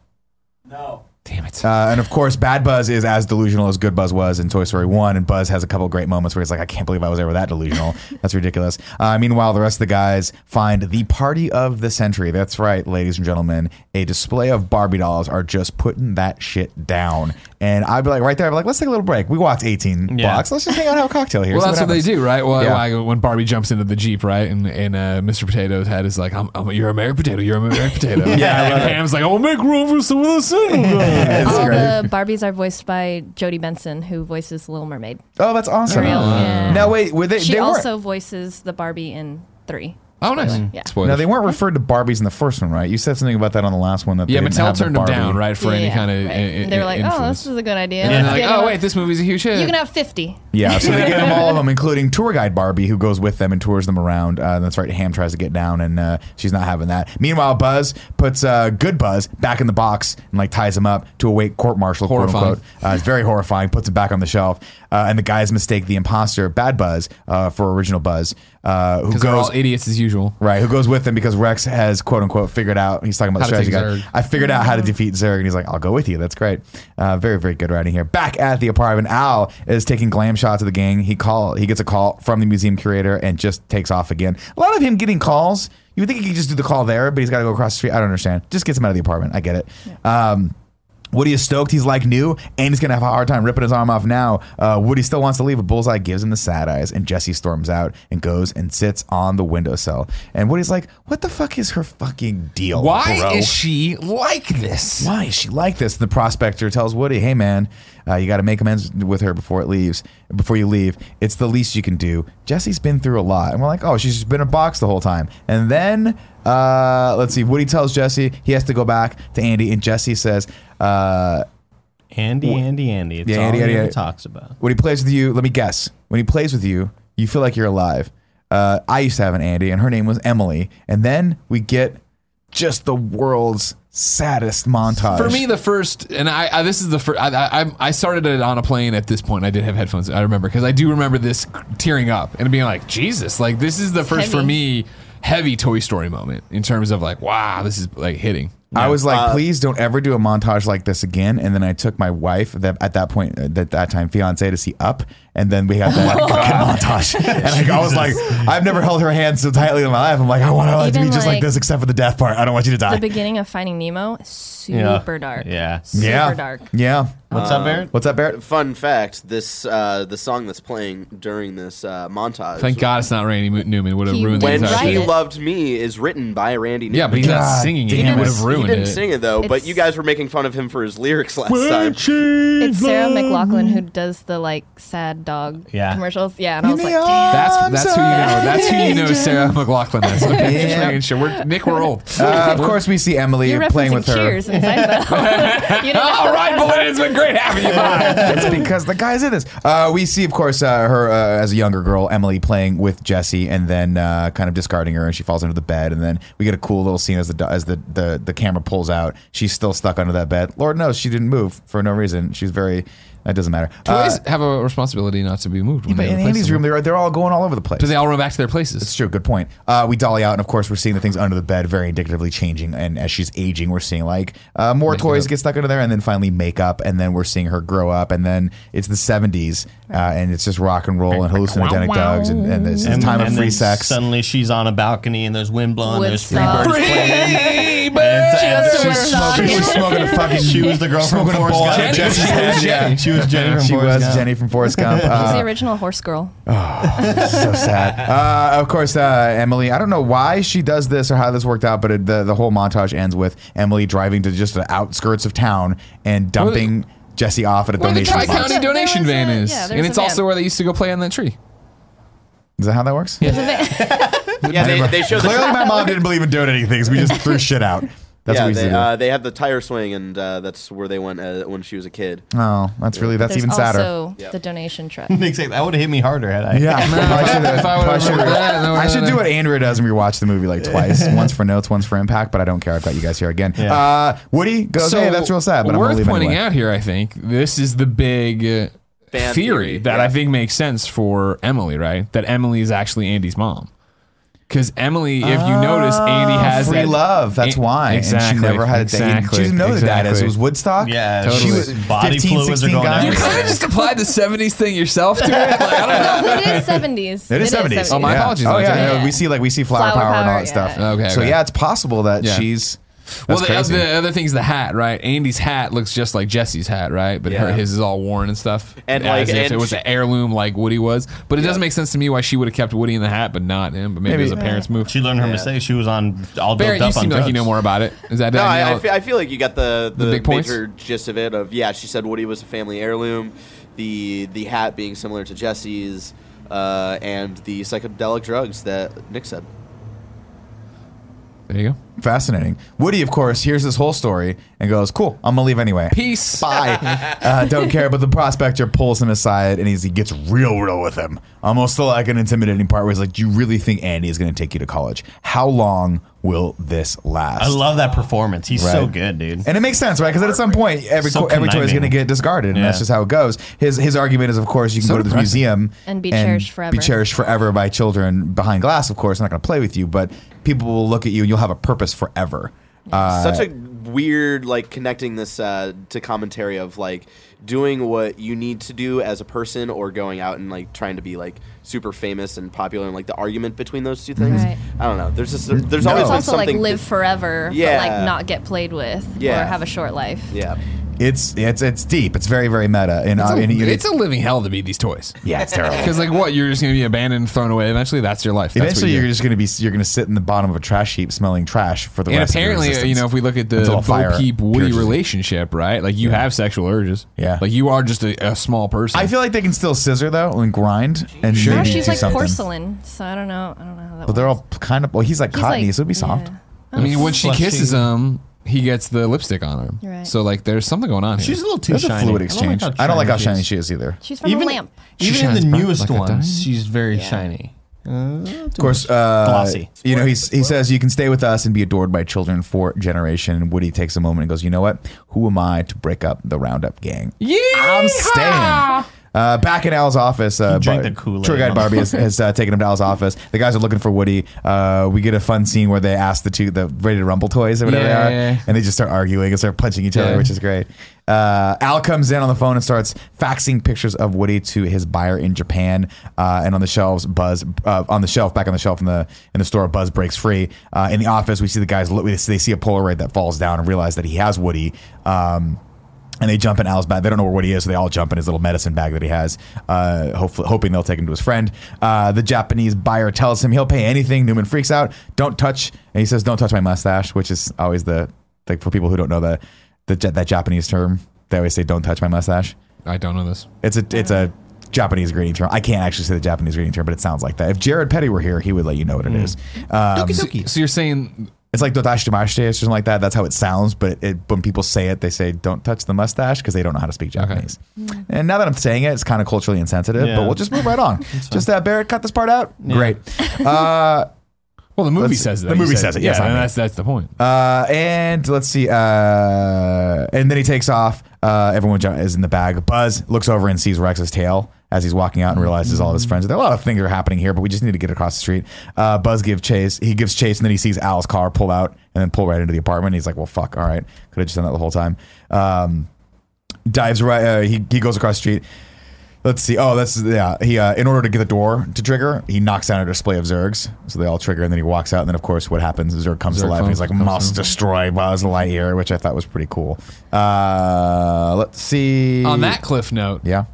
[SPEAKER 1] No. Damn it.
[SPEAKER 4] Uh, and of course, Bad Buzz is as delusional as Good Buzz was in Toy Story 1. And Buzz has a couple great moments where he's like, I can't believe I was ever that delusional. That's ridiculous. Uh, meanwhile, the rest of the guys find the party of the century. That's right, ladies and gentlemen. A display of Barbie dolls are just putting that shit down. And I'd be like, right there, I'd be like, let's take a little break. We walked 18
[SPEAKER 2] Yeah.
[SPEAKER 4] blocks. Let's just hang out and have a cocktail here.
[SPEAKER 1] well,
[SPEAKER 4] See
[SPEAKER 1] that's what, they
[SPEAKER 4] happens."
[SPEAKER 1] do, right? Well,
[SPEAKER 4] Yeah.
[SPEAKER 1] like, when Barbie jumps into the jeep, right, and and uh, Mr. Potato's head is like, I'm, I'm, "You're a Mary Potato, you're a Mary Potato." yeah, and Ham's like, "I'll make room for some of the cinnamon."
[SPEAKER 4] It's
[SPEAKER 3] All
[SPEAKER 4] great.
[SPEAKER 3] Oh, the Barbies are voiced by Jodie Benson, who voices Little Mermaid.
[SPEAKER 4] Oh, that's awesome.
[SPEAKER 3] Ariel,
[SPEAKER 1] Uh,
[SPEAKER 3] yeah.
[SPEAKER 4] Now, wait, were they,
[SPEAKER 3] She
[SPEAKER 4] they weren't-
[SPEAKER 3] also voices the Barbie in three.
[SPEAKER 1] oh, nice.
[SPEAKER 3] Yeah.
[SPEAKER 1] Spoilers.
[SPEAKER 4] Now they weren't referred to Barbies in the first one, right? You said something about that on the last one. That
[SPEAKER 1] yeah,
[SPEAKER 4] they didn't
[SPEAKER 1] Mattel
[SPEAKER 4] have the
[SPEAKER 1] turned them
[SPEAKER 4] Barbie.
[SPEAKER 1] down, right, for any
[SPEAKER 3] Yeah,
[SPEAKER 1] kind of.
[SPEAKER 3] right. And they were like, "Oh, this is a good idea."
[SPEAKER 1] And
[SPEAKER 3] Let's
[SPEAKER 1] they're
[SPEAKER 3] get
[SPEAKER 1] like,
[SPEAKER 3] one.
[SPEAKER 1] oh wait, this movie's a huge hit.
[SPEAKER 3] you can have fifty.
[SPEAKER 4] Yeah, so they get them all of them, including tour guide Barbie, who goes with them and tours them around. Uh, that's right. Ham tries to get down, and uh, she's not having that. Meanwhile, Buzz puts uh, good Buzz back in the box and like ties him up to await court martial. quote
[SPEAKER 1] Horrifying.
[SPEAKER 4] unquote. Uh, it's very horrifying. Puts it back on the shelf, uh, and the guys mistake the imposter, Bad Buzz, uh, for original Buzz, uh, who
[SPEAKER 1] because they're
[SPEAKER 4] goes
[SPEAKER 1] all idiots as usual.
[SPEAKER 4] Right, who goes with him because Rex has quote unquote figured out. He's talking about
[SPEAKER 1] How to
[SPEAKER 4] the strategy guy.
[SPEAKER 1] take Zurg.
[SPEAKER 4] I figured out how to defeat Zerg, and he's like, "I'll go with you." That's great. Uh, very, very good writing here. Back at the apartment, Al is taking glam shots of the gang. He call he gets a call from the museum curator and just takes off again. A lot of him getting calls. You would think he could just do the call there, but he's got to go across the street. I don't understand. Just gets him out of the apartment. I get it. Um, Woody is stoked. He's like new, and he's gonna have a hard time ripping his arm off now. Uh, Woody still wants to leave, but Bullseye gives him the sad eyes, and Jesse storms out and goes and sits on the windowsill. And Woody's like, "What the fuck is her fucking deal?
[SPEAKER 1] Why
[SPEAKER 4] bro?
[SPEAKER 1] is she like this?
[SPEAKER 4] Why is she like this? The prospector tells Woody, "Hey man, uh, you got to make amends with her before it leaves. Before you leave, it's the least you can do." Jesse's been through a lot, and we're like, "Oh, she's just been in a box the whole time." And then, uh, let's see. Woody tells Jesse he has to go back to Andy, and Jesse says, uh,
[SPEAKER 2] Andy, Andy, Andy. It's
[SPEAKER 4] Yeah,
[SPEAKER 2] all
[SPEAKER 4] Andy,
[SPEAKER 2] he
[SPEAKER 4] Andy,
[SPEAKER 2] ever
[SPEAKER 4] Andy.
[SPEAKER 2] talks about.
[SPEAKER 4] "When he plays with you, let me guess. When he plays with you, you feel like you're alive." Uh, I used to have an Andy, and her name was Emily. And then we get just the world's saddest montage.
[SPEAKER 1] For me, the first, and I, I this is the first. I, I, I'm- I started it on a plane at this point. I did have headphones. I remember because I do remember this tearing up and being like, Jesus, like this is the first for
[SPEAKER 3] heavy.
[SPEAKER 1] me heavy Toy Story moment in terms of like, wow, this is like hitting.
[SPEAKER 4] I was like,
[SPEAKER 1] uh,
[SPEAKER 4] please don't ever do a montage like this again. And then I took my wife, that at that point, uh, at that time, fiance, to see Up, and then we had that fucking montage. And like, I was like, I've never held her hand so tightly in my life. I'm like, I want her to be
[SPEAKER 3] Even,
[SPEAKER 4] just like,
[SPEAKER 3] like,
[SPEAKER 4] this, except for the death part. I don't want you to die.
[SPEAKER 3] The beginning of Finding Nemo, is super dark.
[SPEAKER 2] Yeah.
[SPEAKER 3] super
[SPEAKER 4] yeah,
[SPEAKER 3] dark.
[SPEAKER 4] yeah.
[SPEAKER 2] What's up, Barrett?
[SPEAKER 4] What's up, Barrett?
[SPEAKER 5] Fun fact: this uh, the song that's playing during this uh, montage.
[SPEAKER 1] Thank God it's not Randy Mo- Newman. Would have
[SPEAKER 3] He
[SPEAKER 1] ruined the
[SPEAKER 5] When
[SPEAKER 1] entire.
[SPEAKER 3] Right.
[SPEAKER 5] she
[SPEAKER 1] thing.
[SPEAKER 3] Write it.
[SPEAKER 5] loved me is written by Randy.
[SPEAKER 1] Yeah, but he's not
[SPEAKER 4] God
[SPEAKER 1] singing it.
[SPEAKER 4] damn
[SPEAKER 1] He
[SPEAKER 4] it.
[SPEAKER 1] would have
[SPEAKER 5] He
[SPEAKER 1] ruined
[SPEAKER 5] didn't
[SPEAKER 1] it.
[SPEAKER 5] sing it though, but
[SPEAKER 3] It's-
[SPEAKER 5] you guys were making fun of him for his lyrics last time.
[SPEAKER 3] It's Sarah McLaughlin who does the like sad dog
[SPEAKER 2] Yeah.
[SPEAKER 3] commercials. Yeah, and I was like, damn.
[SPEAKER 1] That's
[SPEAKER 4] I'm
[SPEAKER 1] that's who you know. That's who you know.
[SPEAKER 4] sorry.
[SPEAKER 1] Sarah McLaughlin. That's okay. Just
[SPEAKER 4] Yeah.
[SPEAKER 1] making sure. We're, Nick, we're old.
[SPEAKER 4] Uh, of course, we see Emily
[SPEAKER 3] You're
[SPEAKER 4] playing
[SPEAKER 3] referencing
[SPEAKER 4] with her.
[SPEAKER 3] Cheers and Seinfeld. you know,
[SPEAKER 1] All right, Belinda, it's been great having you.
[SPEAKER 4] Uh,
[SPEAKER 1] Bye.
[SPEAKER 4] That's because the guys in this. Uh, we see, of course, uh, her uh, as a younger girl, Emily playing with Jesse, and then uh, kind of discarding her, and she falls under the bed, and then we get a cool little scene as the as the the, the camera pulls out. She's still stuck under that bed. Lord knows she didn't move for no reason. She's very. That doesn't matter. Uh,
[SPEAKER 1] Toys have a responsibility not to be moved. When
[SPEAKER 4] but
[SPEAKER 1] they
[SPEAKER 4] in
[SPEAKER 1] replace
[SPEAKER 4] Andy's
[SPEAKER 1] them.
[SPEAKER 4] room, they're they're all going all over the place.
[SPEAKER 1] do they all run back to their places?
[SPEAKER 4] It's true. Good point. Uh, we dolly out, and of course, we're seeing the things under the bed very indicatively changing. And as she's aging, we're seeing like uh, more toys get stuck under there, and then finally makeup, and then we're seeing her grow up, and then it's the '70s, uh, and it's just rock and roll and hallucinogenic dogs, and, and it's the time of
[SPEAKER 2] and
[SPEAKER 4] free
[SPEAKER 2] then
[SPEAKER 4] sex.
[SPEAKER 2] Suddenly she's on a balcony and there's wind blowing. There's free
[SPEAKER 3] Woodstock.
[SPEAKER 2] birds playing. And
[SPEAKER 3] She
[SPEAKER 2] it's-
[SPEAKER 3] was
[SPEAKER 2] she's
[SPEAKER 3] so
[SPEAKER 2] smoking-
[SPEAKER 4] She's smoking a fucking.
[SPEAKER 2] She was the girl from
[SPEAKER 4] smoking a
[SPEAKER 2] Forrest
[SPEAKER 4] bowl out
[SPEAKER 2] Gump.
[SPEAKER 4] of Jesse's head. Yeah.
[SPEAKER 2] She was Jenny from
[SPEAKER 4] She
[SPEAKER 2] Forrest
[SPEAKER 4] was
[SPEAKER 2] Gump.
[SPEAKER 4] Jenny from Forrest Gump. Uh,
[SPEAKER 3] She's the original horse girl.
[SPEAKER 4] so sad. Uh, of course, uh, Emily. I don't know why she does this or how this worked out, but it, the the whole montage ends with Emily driving to just the outskirts of town and dumping Jesse off at a
[SPEAKER 1] Where the
[SPEAKER 4] donation
[SPEAKER 1] Tri
[SPEAKER 4] box.
[SPEAKER 1] County
[SPEAKER 3] Yeah, there
[SPEAKER 1] donation
[SPEAKER 3] was a-
[SPEAKER 1] van is,
[SPEAKER 3] yeah, there's
[SPEAKER 1] and it's
[SPEAKER 3] a van.
[SPEAKER 1] also where they used to go play on that tree.
[SPEAKER 4] Is that how that works?
[SPEAKER 5] Yeah, they, they show the
[SPEAKER 4] Clearly, my mom didn't believe in donating things. We just threw shit out. That's
[SPEAKER 5] yeah,
[SPEAKER 4] what we
[SPEAKER 5] they,
[SPEAKER 4] used to do.
[SPEAKER 5] uh, they had the tire swing, and uh, that's where they went uh, when she was a kid.
[SPEAKER 4] oh, that's really that's
[SPEAKER 3] There's
[SPEAKER 4] even sadder.
[SPEAKER 3] also
[SPEAKER 5] Yep.
[SPEAKER 3] the donation truck.
[SPEAKER 2] Exactly. That would hit me harder had I.
[SPEAKER 4] yeah, I should,
[SPEAKER 1] if I would've
[SPEAKER 4] probably should-
[SPEAKER 1] remembered that, that
[SPEAKER 4] I should
[SPEAKER 1] would've-
[SPEAKER 4] do what Andrea does and rewatch the movie like twice, once for notes, once for impact. But I don't care. I've got you guys here again.
[SPEAKER 2] Yeah.
[SPEAKER 4] Uh, Woody goes, "Hey, that's real sad." But I'm
[SPEAKER 1] worth
[SPEAKER 4] gonna leave
[SPEAKER 1] pointing
[SPEAKER 4] anyway.
[SPEAKER 1] out here, I think this is the big uh, theory,
[SPEAKER 5] Fan theory,
[SPEAKER 1] that
[SPEAKER 5] yeah.
[SPEAKER 1] I think makes sense for Emily, right? That Emily is actually Andy's mom. Because Emily, if you notice, Andy has
[SPEAKER 4] Oh. free
[SPEAKER 1] that-
[SPEAKER 4] love. That's
[SPEAKER 1] An-
[SPEAKER 4] why.
[SPEAKER 1] Exactly.
[SPEAKER 4] And she never had a date.
[SPEAKER 1] Exactly.
[SPEAKER 4] She didn't know the dad
[SPEAKER 1] exactly.
[SPEAKER 4] is. It was Woodstock.
[SPEAKER 2] Yeah,
[SPEAKER 4] She
[SPEAKER 1] totally.
[SPEAKER 4] was
[SPEAKER 2] Body
[SPEAKER 4] 15,
[SPEAKER 2] fluids are
[SPEAKER 4] 16
[SPEAKER 2] going
[SPEAKER 4] guys.
[SPEAKER 1] You
[SPEAKER 2] everywhere.
[SPEAKER 1] kind of just applied the '70s thing yourself to it. Like, I don't know.
[SPEAKER 3] it is 70s.
[SPEAKER 4] It is 70s.
[SPEAKER 1] Oh, my
[SPEAKER 4] yeah.
[SPEAKER 1] apologies.
[SPEAKER 4] Oh, yeah.
[SPEAKER 1] Okay.
[SPEAKER 4] no, we see like we see flower,
[SPEAKER 3] Flower
[SPEAKER 4] power, and all
[SPEAKER 3] power,
[SPEAKER 4] that
[SPEAKER 3] yeah.
[SPEAKER 4] stuff.
[SPEAKER 1] Okay,
[SPEAKER 4] So
[SPEAKER 1] okay.
[SPEAKER 4] yeah, it's possible that
[SPEAKER 1] Yeah.
[SPEAKER 4] she's.
[SPEAKER 1] Well,
[SPEAKER 4] That's
[SPEAKER 1] the,
[SPEAKER 4] crazy.
[SPEAKER 1] the other thing's the hat, right? Andy's hat looks just like Jesse's hat, right? But her,
[SPEAKER 5] Yeah.
[SPEAKER 1] his is all worn and stuff,
[SPEAKER 5] And,
[SPEAKER 1] as
[SPEAKER 5] like,
[SPEAKER 1] if
[SPEAKER 5] and
[SPEAKER 1] it was
[SPEAKER 5] she-
[SPEAKER 1] an heirloom like Woody was. But it doesn't make sense to me why she would have kept Woody in the hat, but not him. But maybe,
[SPEAKER 4] Maybe-
[SPEAKER 1] it was a parents' move.
[SPEAKER 2] She learned her mistake. She was on all
[SPEAKER 1] Barrett,
[SPEAKER 2] doped
[SPEAKER 1] you
[SPEAKER 2] up on
[SPEAKER 1] seem like
[SPEAKER 2] drugs.
[SPEAKER 1] you know more about it. Is that
[SPEAKER 5] No,
[SPEAKER 1] it?
[SPEAKER 5] I, I,
[SPEAKER 1] Danielle?
[SPEAKER 5] feel, I feel like you got the the,
[SPEAKER 1] The big points?
[SPEAKER 5] major gist of it. Of yeah, she said Woody was a family heirloom, the the hat being similar to Jesse's, uh, and the psychedelic drugs that Nick said.
[SPEAKER 1] there you go.
[SPEAKER 4] Fascinating. Woody, of course, hears this whole story and goes, "Cool, I'm gonna leave anyway."
[SPEAKER 1] Peace.
[SPEAKER 4] Bye. uh, don't care. But the prospector pulls him aside and he's, he gets real, real with him. Almost to like an intimidating part where he's like, "Do you really think Andy is gonna take you to college? How long will this last?"
[SPEAKER 2] I love that performance. He's so
[SPEAKER 4] Right.
[SPEAKER 2] good, dude.
[SPEAKER 4] And it makes sense, right? Because at some point, every
[SPEAKER 2] So
[SPEAKER 4] co- every toy is
[SPEAKER 2] conniving.
[SPEAKER 4] going to get discarded, and
[SPEAKER 2] Yeah.
[SPEAKER 4] that's just how it goes. His his argument is, of course, you can
[SPEAKER 1] So
[SPEAKER 4] go to this
[SPEAKER 1] depressing.
[SPEAKER 4] museum
[SPEAKER 3] And be cherished forever.
[SPEAKER 4] Be cherished forever by children behind glass. Of course, they're not going to play with you, but people will look at you, and you'll have a purpose forever. Uh,
[SPEAKER 5] Such a weird like connecting this uh, to commentary of like doing what you need to do as a person or going out and like trying to be like super famous and popular and like the argument between those two things.
[SPEAKER 3] Right.
[SPEAKER 5] I don't know. There's just there's
[SPEAKER 4] No.
[SPEAKER 5] always
[SPEAKER 3] It's
[SPEAKER 5] been
[SPEAKER 3] also like
[SPEAKER 5] something
[SPEAKER 3] live forever,
[SPEAKER 5] Yeah.
[SPEAKER 3] but like not get played with
[SPEAKER 5] Yeah.
[SPEAKER 3] or have a short life.
[SPEAKER 5] Yeah.
[SPEAKER 4] it's it's it's deep. It's very very meta. And
[SPEAKER 1] It's,
[SPEAKER 4] uh,
[SPEAKER 1] a,
[SPEAKER 4] and you-
[SPEAKER 1] it's a living hell to be these toys.
[SPEAKER 4] yeah, it's terrible.
[SPEAKER 1] Because like what you're just gonna be abandoned, and thrown away. Eventually, that's your life. That's
[SPEAKER 4] Eventually,
[SPEAKER 1] what you
[SPEAKER 4] you're
[SPEAKER 1] do.
[SPEAKER 4] just going to be you're going to sit in the bottom of a trash heap, smelling trash for the
[SPEAKER 1] And
[SPEAKER 4] rest.
[SPEAKER 1] apparently, uh,
[SPEAKER 4] of your
[SPEAKER 1] you know, if we look at the
[SPEAKER 4] Until a fire
[SPEAKER 1] Bo Peep Woody
[SPEAKER 4] pierces you.
[SPEAKER 1] relationship, right? Like you have sexual urges.
[SPEAKER 4] Yeah.
[SPEAKER 1] Like you are just a, a small person.
[SPEAKER 4] I feel like they can still scissor though and grind and
[SPEAKER 1] Sure.
[SPEAKER 3] Now
[SPEAKER 4] maybe
[SPEAKER 3] she's
[SPEAKER 4] do
[SPEAKER 3] like
[SPEAKER 4] something.
[SPEAKER 3] porcelain, so I don't know. I don't know how that.
[SPEAKER 4] But they're
[SPEAKER 3] works.
[SPEAKER 4] all kind of well. He's like
[SPEAKER 3] He's
[SPEAKER 4] cottony,
[SPEAKER 3] like-
[SPEAKER 4] so it'd be soft.
[SPEAKER 3] yeah.
[SPEAKER 1] I mean, when she
[SPEAKER 2] Fleshy.
[SPEAKER 1] kisses him, he gets the lipstick on him.
[SPEAKER 3] You're right.
[SPEAKER 1] So like, there's something going on here.
[SPEAKER 2] She's a little too
[SPEAKER 4] That's
[SPEAKER 2] shiny.
[SPEAKER 4] a fluid exchange. I don't like how, shiny she is either.
[SPEAKER 3] She's from
[SPEAKER 2] Even,
[SPEAKER 3] a lamp.
[SPEAKER 1] She
[SPEAKER 2] even in the
[SPEAKER 1] shines bright
[SPEAKER 2] newest
[SPEAKER 1] like a diamond.
[SPEAKER 2] ones, she's very shiny.
[SPEAKER 4] Of course, uh,
[SPEAKER 2] Glossy.
[SPEAKER 4] You know, he's, he says you can stay with us and be adored by children for generation. And Woody takes a moment and goes, "You know what? Who am I to break up the Roundup gang?
[SPEAKER 1] yeah.
[SPEAKER 4] I'm staying." Uh, back in Al's office, uh,
[SPEAKER 2] drank
[SPEAKER 4] Bar-
[SPEAKER 2] the Kool-Aid,
[SPEAKER 4] tour guide Barbie has, has uh, taken him to Al's office. The guys are looking for Woody. Uh, we get a fun scene where they ask the two the Ready to Rumble toys or whatever
[SPEAKER 1] Yeah,
[SPEAKER 4] they are,
[SPEAKER 1] yeah, yeah.
[SPEAKER 4] and they just start arguing and start punching each other,
[SPEAKER 1] Yeah.
[SPEAKER 4] which is great. Uh, Al comes in on the phone and starts faxing pictures of Woody to his buyer in Japan, uh, and on the shelves, Buzz uh, on the shelf back on the shelf in the in the store, Buzz breaks free. Uh, in the office, we see the guys look. They see a Polaroid that falls down and realize that he has Woody. Um, and they jump in Al's bag. They don't know where Woody is, so they all jump in his little medicine bag that he has, uh, hopefully, hoping they'll take him to his friend. Uh, the Japanese buyer tells him he'll pay anything. Newman freaks out. Don't touch. And he says, "Don't touch my mustache," which is always the like for people who don't know the, the Ja- that Japanese term. They always say, "Don't touch my mustache."
[SPEAKER 1] I don't know this.
[SPEAKER 4] It's a it's a Japanese greeting term. I can't actually say the Japanese greeting term, but it sounds like that. If Jared Petty were here, he would let you know what it is. Um,
[SPEAKER 1] So, so you're saying
[SPEAKER 4] it's like dotash damashte or something like that. That's how it sounds. But it, when people say it, they say don't touch the mustache because they don't know how to speak Japanese. And now that I'm saying it, it's kind of culturally insensitive.
[SPEAKER 2] Yeah.
[SPEAKER 4] But we'll just move right on. just uh, Barrett, cut this part out. Great. Uh,
[SPEAKER 1] well, the movie
[SPEAKER 4] Let's-
[SPEAKER 1] says that.
[SPEAKER 4] the
[SPEAKER 1] you
[SPEAKER 4] movie
[SPEAKER 1] said.
[SPEAKER 4] says it, yes,
[SPEAKER 1] yeah,
[SPEAKER 4] I
[SPEAKER 1] and
[SPEAKER 4] mean.
[SPEAKER 1] that's that's the point.
[SPEAKER 4] uh, and let's see. Uh, and then he takes off. Uh, everyone jo- is in the bag. Buzz looks over and sees Rex's tail as he's walking out and realizes all of his friends. There are a lot of things that are happening here, but we just need to get across the street. Uh, Buzz gives chase. He gives chase, and then he sees Al's car pull out and then pull right into the apartment. He's like, "Well, fuck. All right, could have just done that the whole time." Um, dives right. Uh, he he goes across the street. Let's see. Oh, that's yeah. He uh, in order to get the door to trigger, he knocks down a display of Zergs, so they all trigger, and then he walks out. And then of course, what happens? is Zerg comes to
[SPEAKER 1] Zerg
[SPEAKER 4] life, and he's like,
[SPEAKER 1] comes- comes
[SPEAKER 4] "Must destroy Buzz Lightyear," which I thought was pretty cool. Uh, let's see.
[SPEAKER 1] On that cliff note,
[SPEAKER 4] yeah.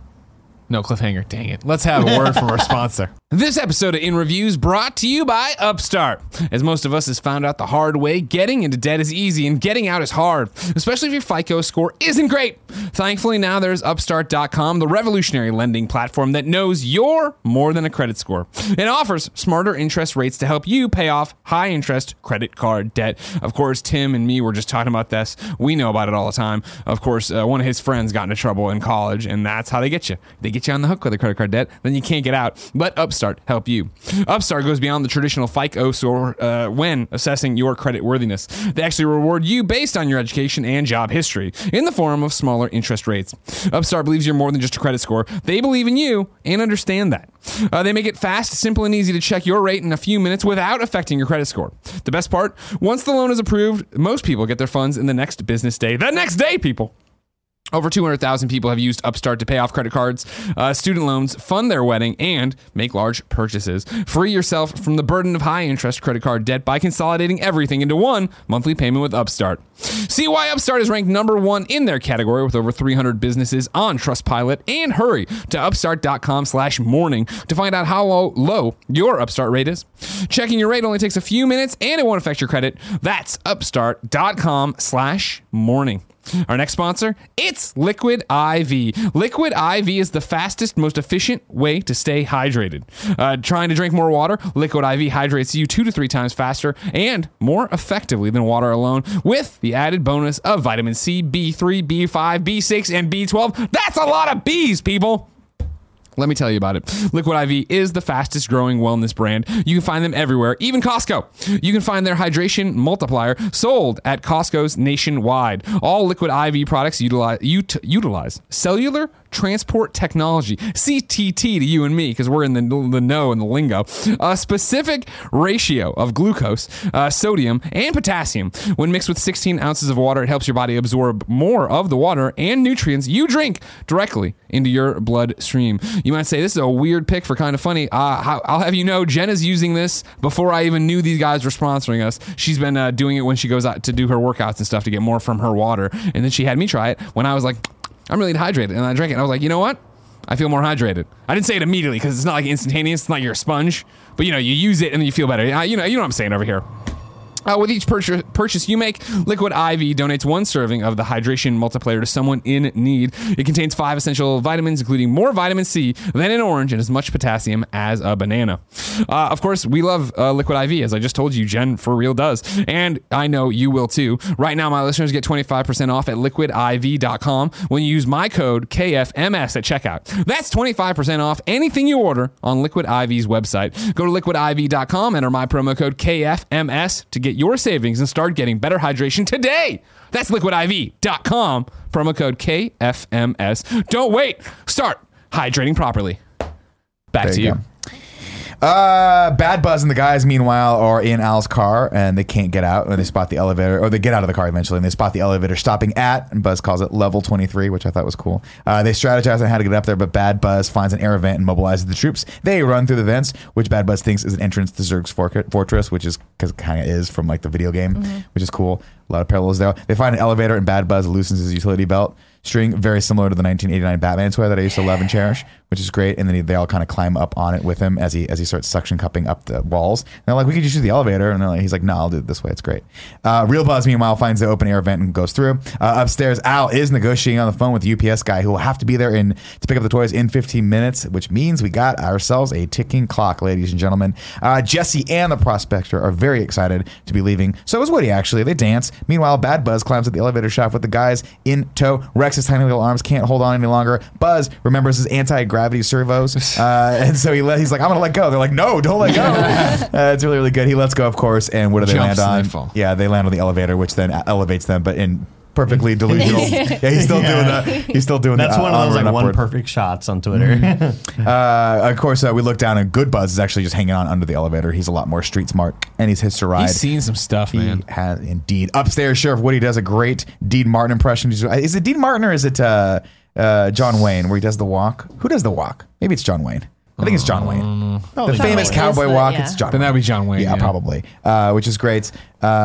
[SPEAKER 1] no cliffhanger. Dang it. Let's have a word from our sponsor. This episode of In Reviews brought to you by Upstart. As most of us has found out the hard way, getting into debt is easy and getting out is hard, especially if your FICO score isn't great. Thankfully, now there's Upstart.com, the revolutionary lending platform that knows you're more than a credit score and offers smarter interest rates to help you pay off high interest credit card debt. Of course, Tim and me were just talking about this. We know about it all the time. Of course, uh, one of his friends got into trouble in college, and that's how they get you. They get you on the hook with a credit card debt, then you can't get out. Let Upstart help you. Upstart goes beyond the traditional FICO score uh, when assessing your credit worthiness. They actually reward you based on your education and job history in the form of smaller interest rates. Upstart believes you're more than just a credit score. They believe in you and understand that. Uh, they make it fast, simple, and easy to check your rate in a few minutes without affecting your credit score. The best part once the loan is approved, most people get their funds in the next business day. The next day, people! Over 200,000 people have used Upstart to pay off credit cards, uh, student loans, fund their wedding, and make large purchases. Free yourself from the burden of high interest credit card debt by consolidating everything into one monthly payment with Upstart. See why Upstart is ranked number one in their category with over 300 businesses on Trustpilot and hurry to upstart.com slash morning to find out how low, low your Upstart rate is. Checking your rate only takes a few minutes and it won't affect your credit. That's upstart.com slash morning. Our next sponsor, it's Liquid IV. Liquid IV is the fastest, most efficient way to stay hydrated. Uh, trying to drink more water, Liquid IV hydrates you two to three times faster and more effectively than water alone, with the added bonus of vitamin C, B3, B5, B6, and B12. That's a lot of B's, people! Let me tell you about it. Liquid IV is the fastest growing wellness brand. You can find them everywhere, even Costco. You can find their hydration multiplier sold at Costco's nationwide. All Liquid IV products utilize, ut- utilize cellular transport technology, CTT to you and me, because we're in the, the know and the lingo, a specific ratio of glucose, uh, sodium, and potassium. When mixed with 16 ounces of water, it helps your body absorb more of the water and nutrients you drink directly into your bloodstream. You might say, this is a weird pick for kind of funny. Uh, how- I'll have you know, Jen is using this before I even knew these guys were sponsoring us. She's been uh, doing it when she goes out to do her workouts and stuff to get more from her water. And then she had me try it when I was like, I'm really dehydrated. And I drank it. And I was like, you know what? I feel more hydrated. I didn't say it immediately because it's not like instantaneous. It's not your sponge. But you know, you use it and you feel better. Uh, You know, you know what I'm saying over here. Uh, with each purchase, purchase you make, Liquid IV donates one serving of the hydration multiplier to someone in need. It contains five essential vitamins, including more vitamin C than an orange and as much potassium as a banana. Uh, of course, we love uh, Liquid IV, as I just told you, Jen for real does. And I know you will too. Right now, my listeners get 25% off at liquidiv.com E when you use my code KFMS at checkout. That's 25% off anything you order on Liquid IV's website. Go to liquidiv.com, enter my promo code KFMS to get your savings and start getting better hydration today. That's liquidiv.com, promo code KFMS. Don't wait, start hydrating properly. Back
[SPEAKER 4] There
[SPEAKER 1] to
[SPEAKER 4] you
[SPEAKER 1] you.
[SPEAKER 4] go. Uh, Bad Buzz and the guys, meanwhile, are in Al's car and they can't get out. Or they spot the elevator, or they get out of the car eventually, and they spot the elevator stopping at, and Buzz calls it level 23, which I thought was cool. Uh, they strategize on how to get up there, but Bad Buzz finds an air vent and mobilizes the troops. They run through the vents, which Bad Buzz thinks is an entrance to Zerg's for- fortress, which is because kind of is from like the video game, which is cool. A lot of parallels there. They find an elevator, and Bad Buzz loosens his utility belt string, very similar to the 1989 Batman toy that I used to love and cherish, which is great. And then they all kind of climb up on it with him as he as he starts suction cupping up the walls. And they're like, "We could just use the elevator," and they're like, "He's like, no, I'll do it this way. It's great." Uh, Real Buzz, meanwhile, finds the open air vent and goes through. Uh, upstairs, Al is negotiating on the phone with the UPS guy who will have to be there in to pick up the toys in 15 minutes, which means we got ourselves a ticking clock, ladies and gentlemen. Uh, Jesse and the prospector are very excited to be leaving. So is Woody. Actually, they dance. Meanwhile, Bad Buzz climbs up the elevator shaft with the guys in tow. Rex's tiny little arms can't hold on any longer. Buzz remembers his anti-gravity servos, uh, and so he let, he's like, "I'm gonna let go." They're like, "No, don't let go." uh, it's really, really good. He lets go, of course. And what do they
[SPEAKER 1] Jumps and
[SPEAKER 4] land on?
[SPEAKER 1] they fall.
[SPEAKER 4] Yeah, they land on the elevator, which then e-, elevates them, but in perfectly delusional. yeah, he's still doing that. He's still doing uh,
[SPEAKER 2] That's
[SPEAKER 4] that.
[SPEAKER 2] one of those like one
[SPEAKER 4] perfect.
[SPEAKER 2] perfect shots on Twitter.
[SPEAKER 4] Uh, of course, uh, we look down and Good Buzz is actually just hanging on under the elevator. He's a lot more street smart and he's his to ride.
[SPEAKER 1] He's seen some stuff,
[SPEAKER 4] He
[SPEAKER 1] man.
[SPEAKER 4] has indeed. Upstairs, Sheriff Woody does a great Dean Martin impression. He's- Is uh, it Dean Martin or is it uh, uh, John Wayne where he does the walk? Who does the walk? Maybe it's John Wayne. I think it's John Wayne. The
[SPEAKER 2] John
[SPEAKER 4] famous
[SPEAKER 3] Oh, Wayne
[SPEAKER 4] cowboy
[SPEAKER 3] is the-
[SPEAKER 4] walk.
[SPEAKER 3] yeah.
[SPEAKER 4] It's John.
[SPEAKER 1] Then that'd
[SPEAKER 4] Wayne.
[SPEAKER 1] be John Wayne.
[SPEAKER 4] yeah, probably. Uh, which is great. Uh,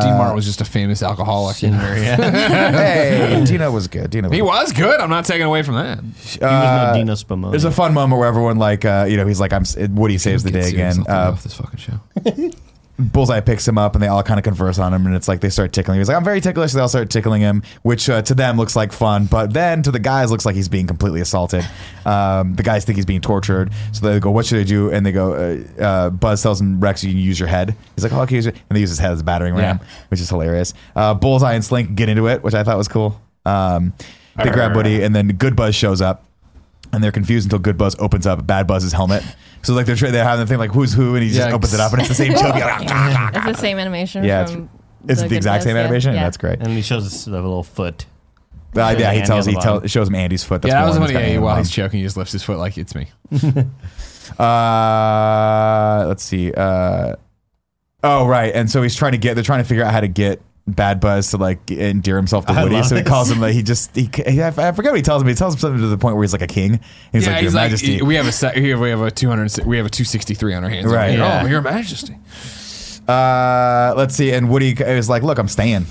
[SPEAKER 1] D Mart was just a famous alcoholic.
[SPEAKER 2] Schindler, yeah.
[SPEAKER 4] hey, Dino was good. Dino was
[SPEAKER 1] He
[SPEAKER 4] good.
[SPEAKER 1] was good. I'm not taking away from that.
[SPEAKER 2] he
[SPEAKER 4] Uh,
[SPEAKER 2] was no Dino Spumoni.
[SPEAKER 4] There's a fun moment where everyone like, uh, you know, he's like, "I'm." s- Woody saves the day again. Uh,
[SPEAKER 1] off this fucking show.
[SPEAKER 4] Bullseye picks him up, and they all kind of converse on him, and it's like they start tickling. him. He's like, "I'm very ticklish." So they all start tickling him, which uh, to them looks like fun, but then to the guys looks like he's being completely assaulted. Um, the guys think he's being tortured, so they go, "What should I do?" And they go, uh, uh, "Buzz tells him Rex, you can use your head." He's like, "Oh, okay." use it." And they use his head as a battering ram,
[SPEAKER 1] Yeah.
[SPEAKER 4] which is hilarious. Uh, Bullseye and Slink get into it, which I thought was cool. Um, they grab Woody, and then Good Buzz shows up and they're confused until Good Buzz opens up Bad Buzz's helmet. So like they're tra- they're having the thing like who's who, and he just
[SPEAKER 1] Yikes.
[SPEAKER 4] opens it up, and it's the same joke.
[SPEAKER 3] It's the same animation.
[SPEAKER 4] Yeah, it's,
[SPEAKER 3] from
[SPEAKER 4] it's the,
[SPEAKER 3] Good
[SPEAKER 4] exact
[SPEAKER 3] Buzz,
[SPEAKER 4] same
[SPEAKER 3] yeah,
[SPEAKER 4] animation. and
[SPEAKER 3] yeah.
[SPEAKER 4] That's great.
[SPEAKER 2] and he shows us the little foot.
[SPEAKER 4] Uh, yeah, he
[SPEAKER 2] Andy
[SPEAKER 4] tells
[SPEAKER 2] on
[SPEAKER 4] he
[SPEAKER 2] the
[SPEAKER 4] tells
[SPEAKER 2] bottom.
[SPEAKER 4] shows him Andy's foot. That's
[SPEAKER 1] Yeah, that was
[SPEAKER 4] the one
[SPEAKER 1] funny.
[SPEAKER 4] that's got
[SPEAKER 1] Yeah,
[SPEAKER 4] Andy
[SPEAKER 1] while
[SPEAKER 4] on
[SPEAKER 1] he's
[SPEAKER 4] the
[SPEAKER 1] choking, he just lifts his foot like it's me.
[SPEAKER 4] bottom. Uh, let's see. Uh, oh right, and so he's trying to get. They're trying to figure out how to get. Bad Buzz to like endear himself to
[SPEAKER 2] I
[SPEAKER 4] Woody,
[SPEAKER 2] love
[SPEAKER 4] so he
[SPEAKER 2] this.
[SPEAKER 4] calls him like he just he I I forget what he tells him. He tells him something to the point where he's like a king. He's
[SPEAKER 1] yeah,
[SPEAKER 4] like,
[SPEAKER 1] he's
[SPEAKER 4] Your
[SPEAKER 1] like,
[SPEAKER 4] Majesty.
[SPEAKER 1] we have a se- here we have a 200, we have a 263 on our hands.
[SPEAKER 4] Right,
[SPEAKER 1] Here.
[SPEAKER 2] yeah.
[SPEAKER 1] Oh, your Majesty.
[SPEAKER 4] Uh, let's see. And Woody is like, "Look, I'm staying."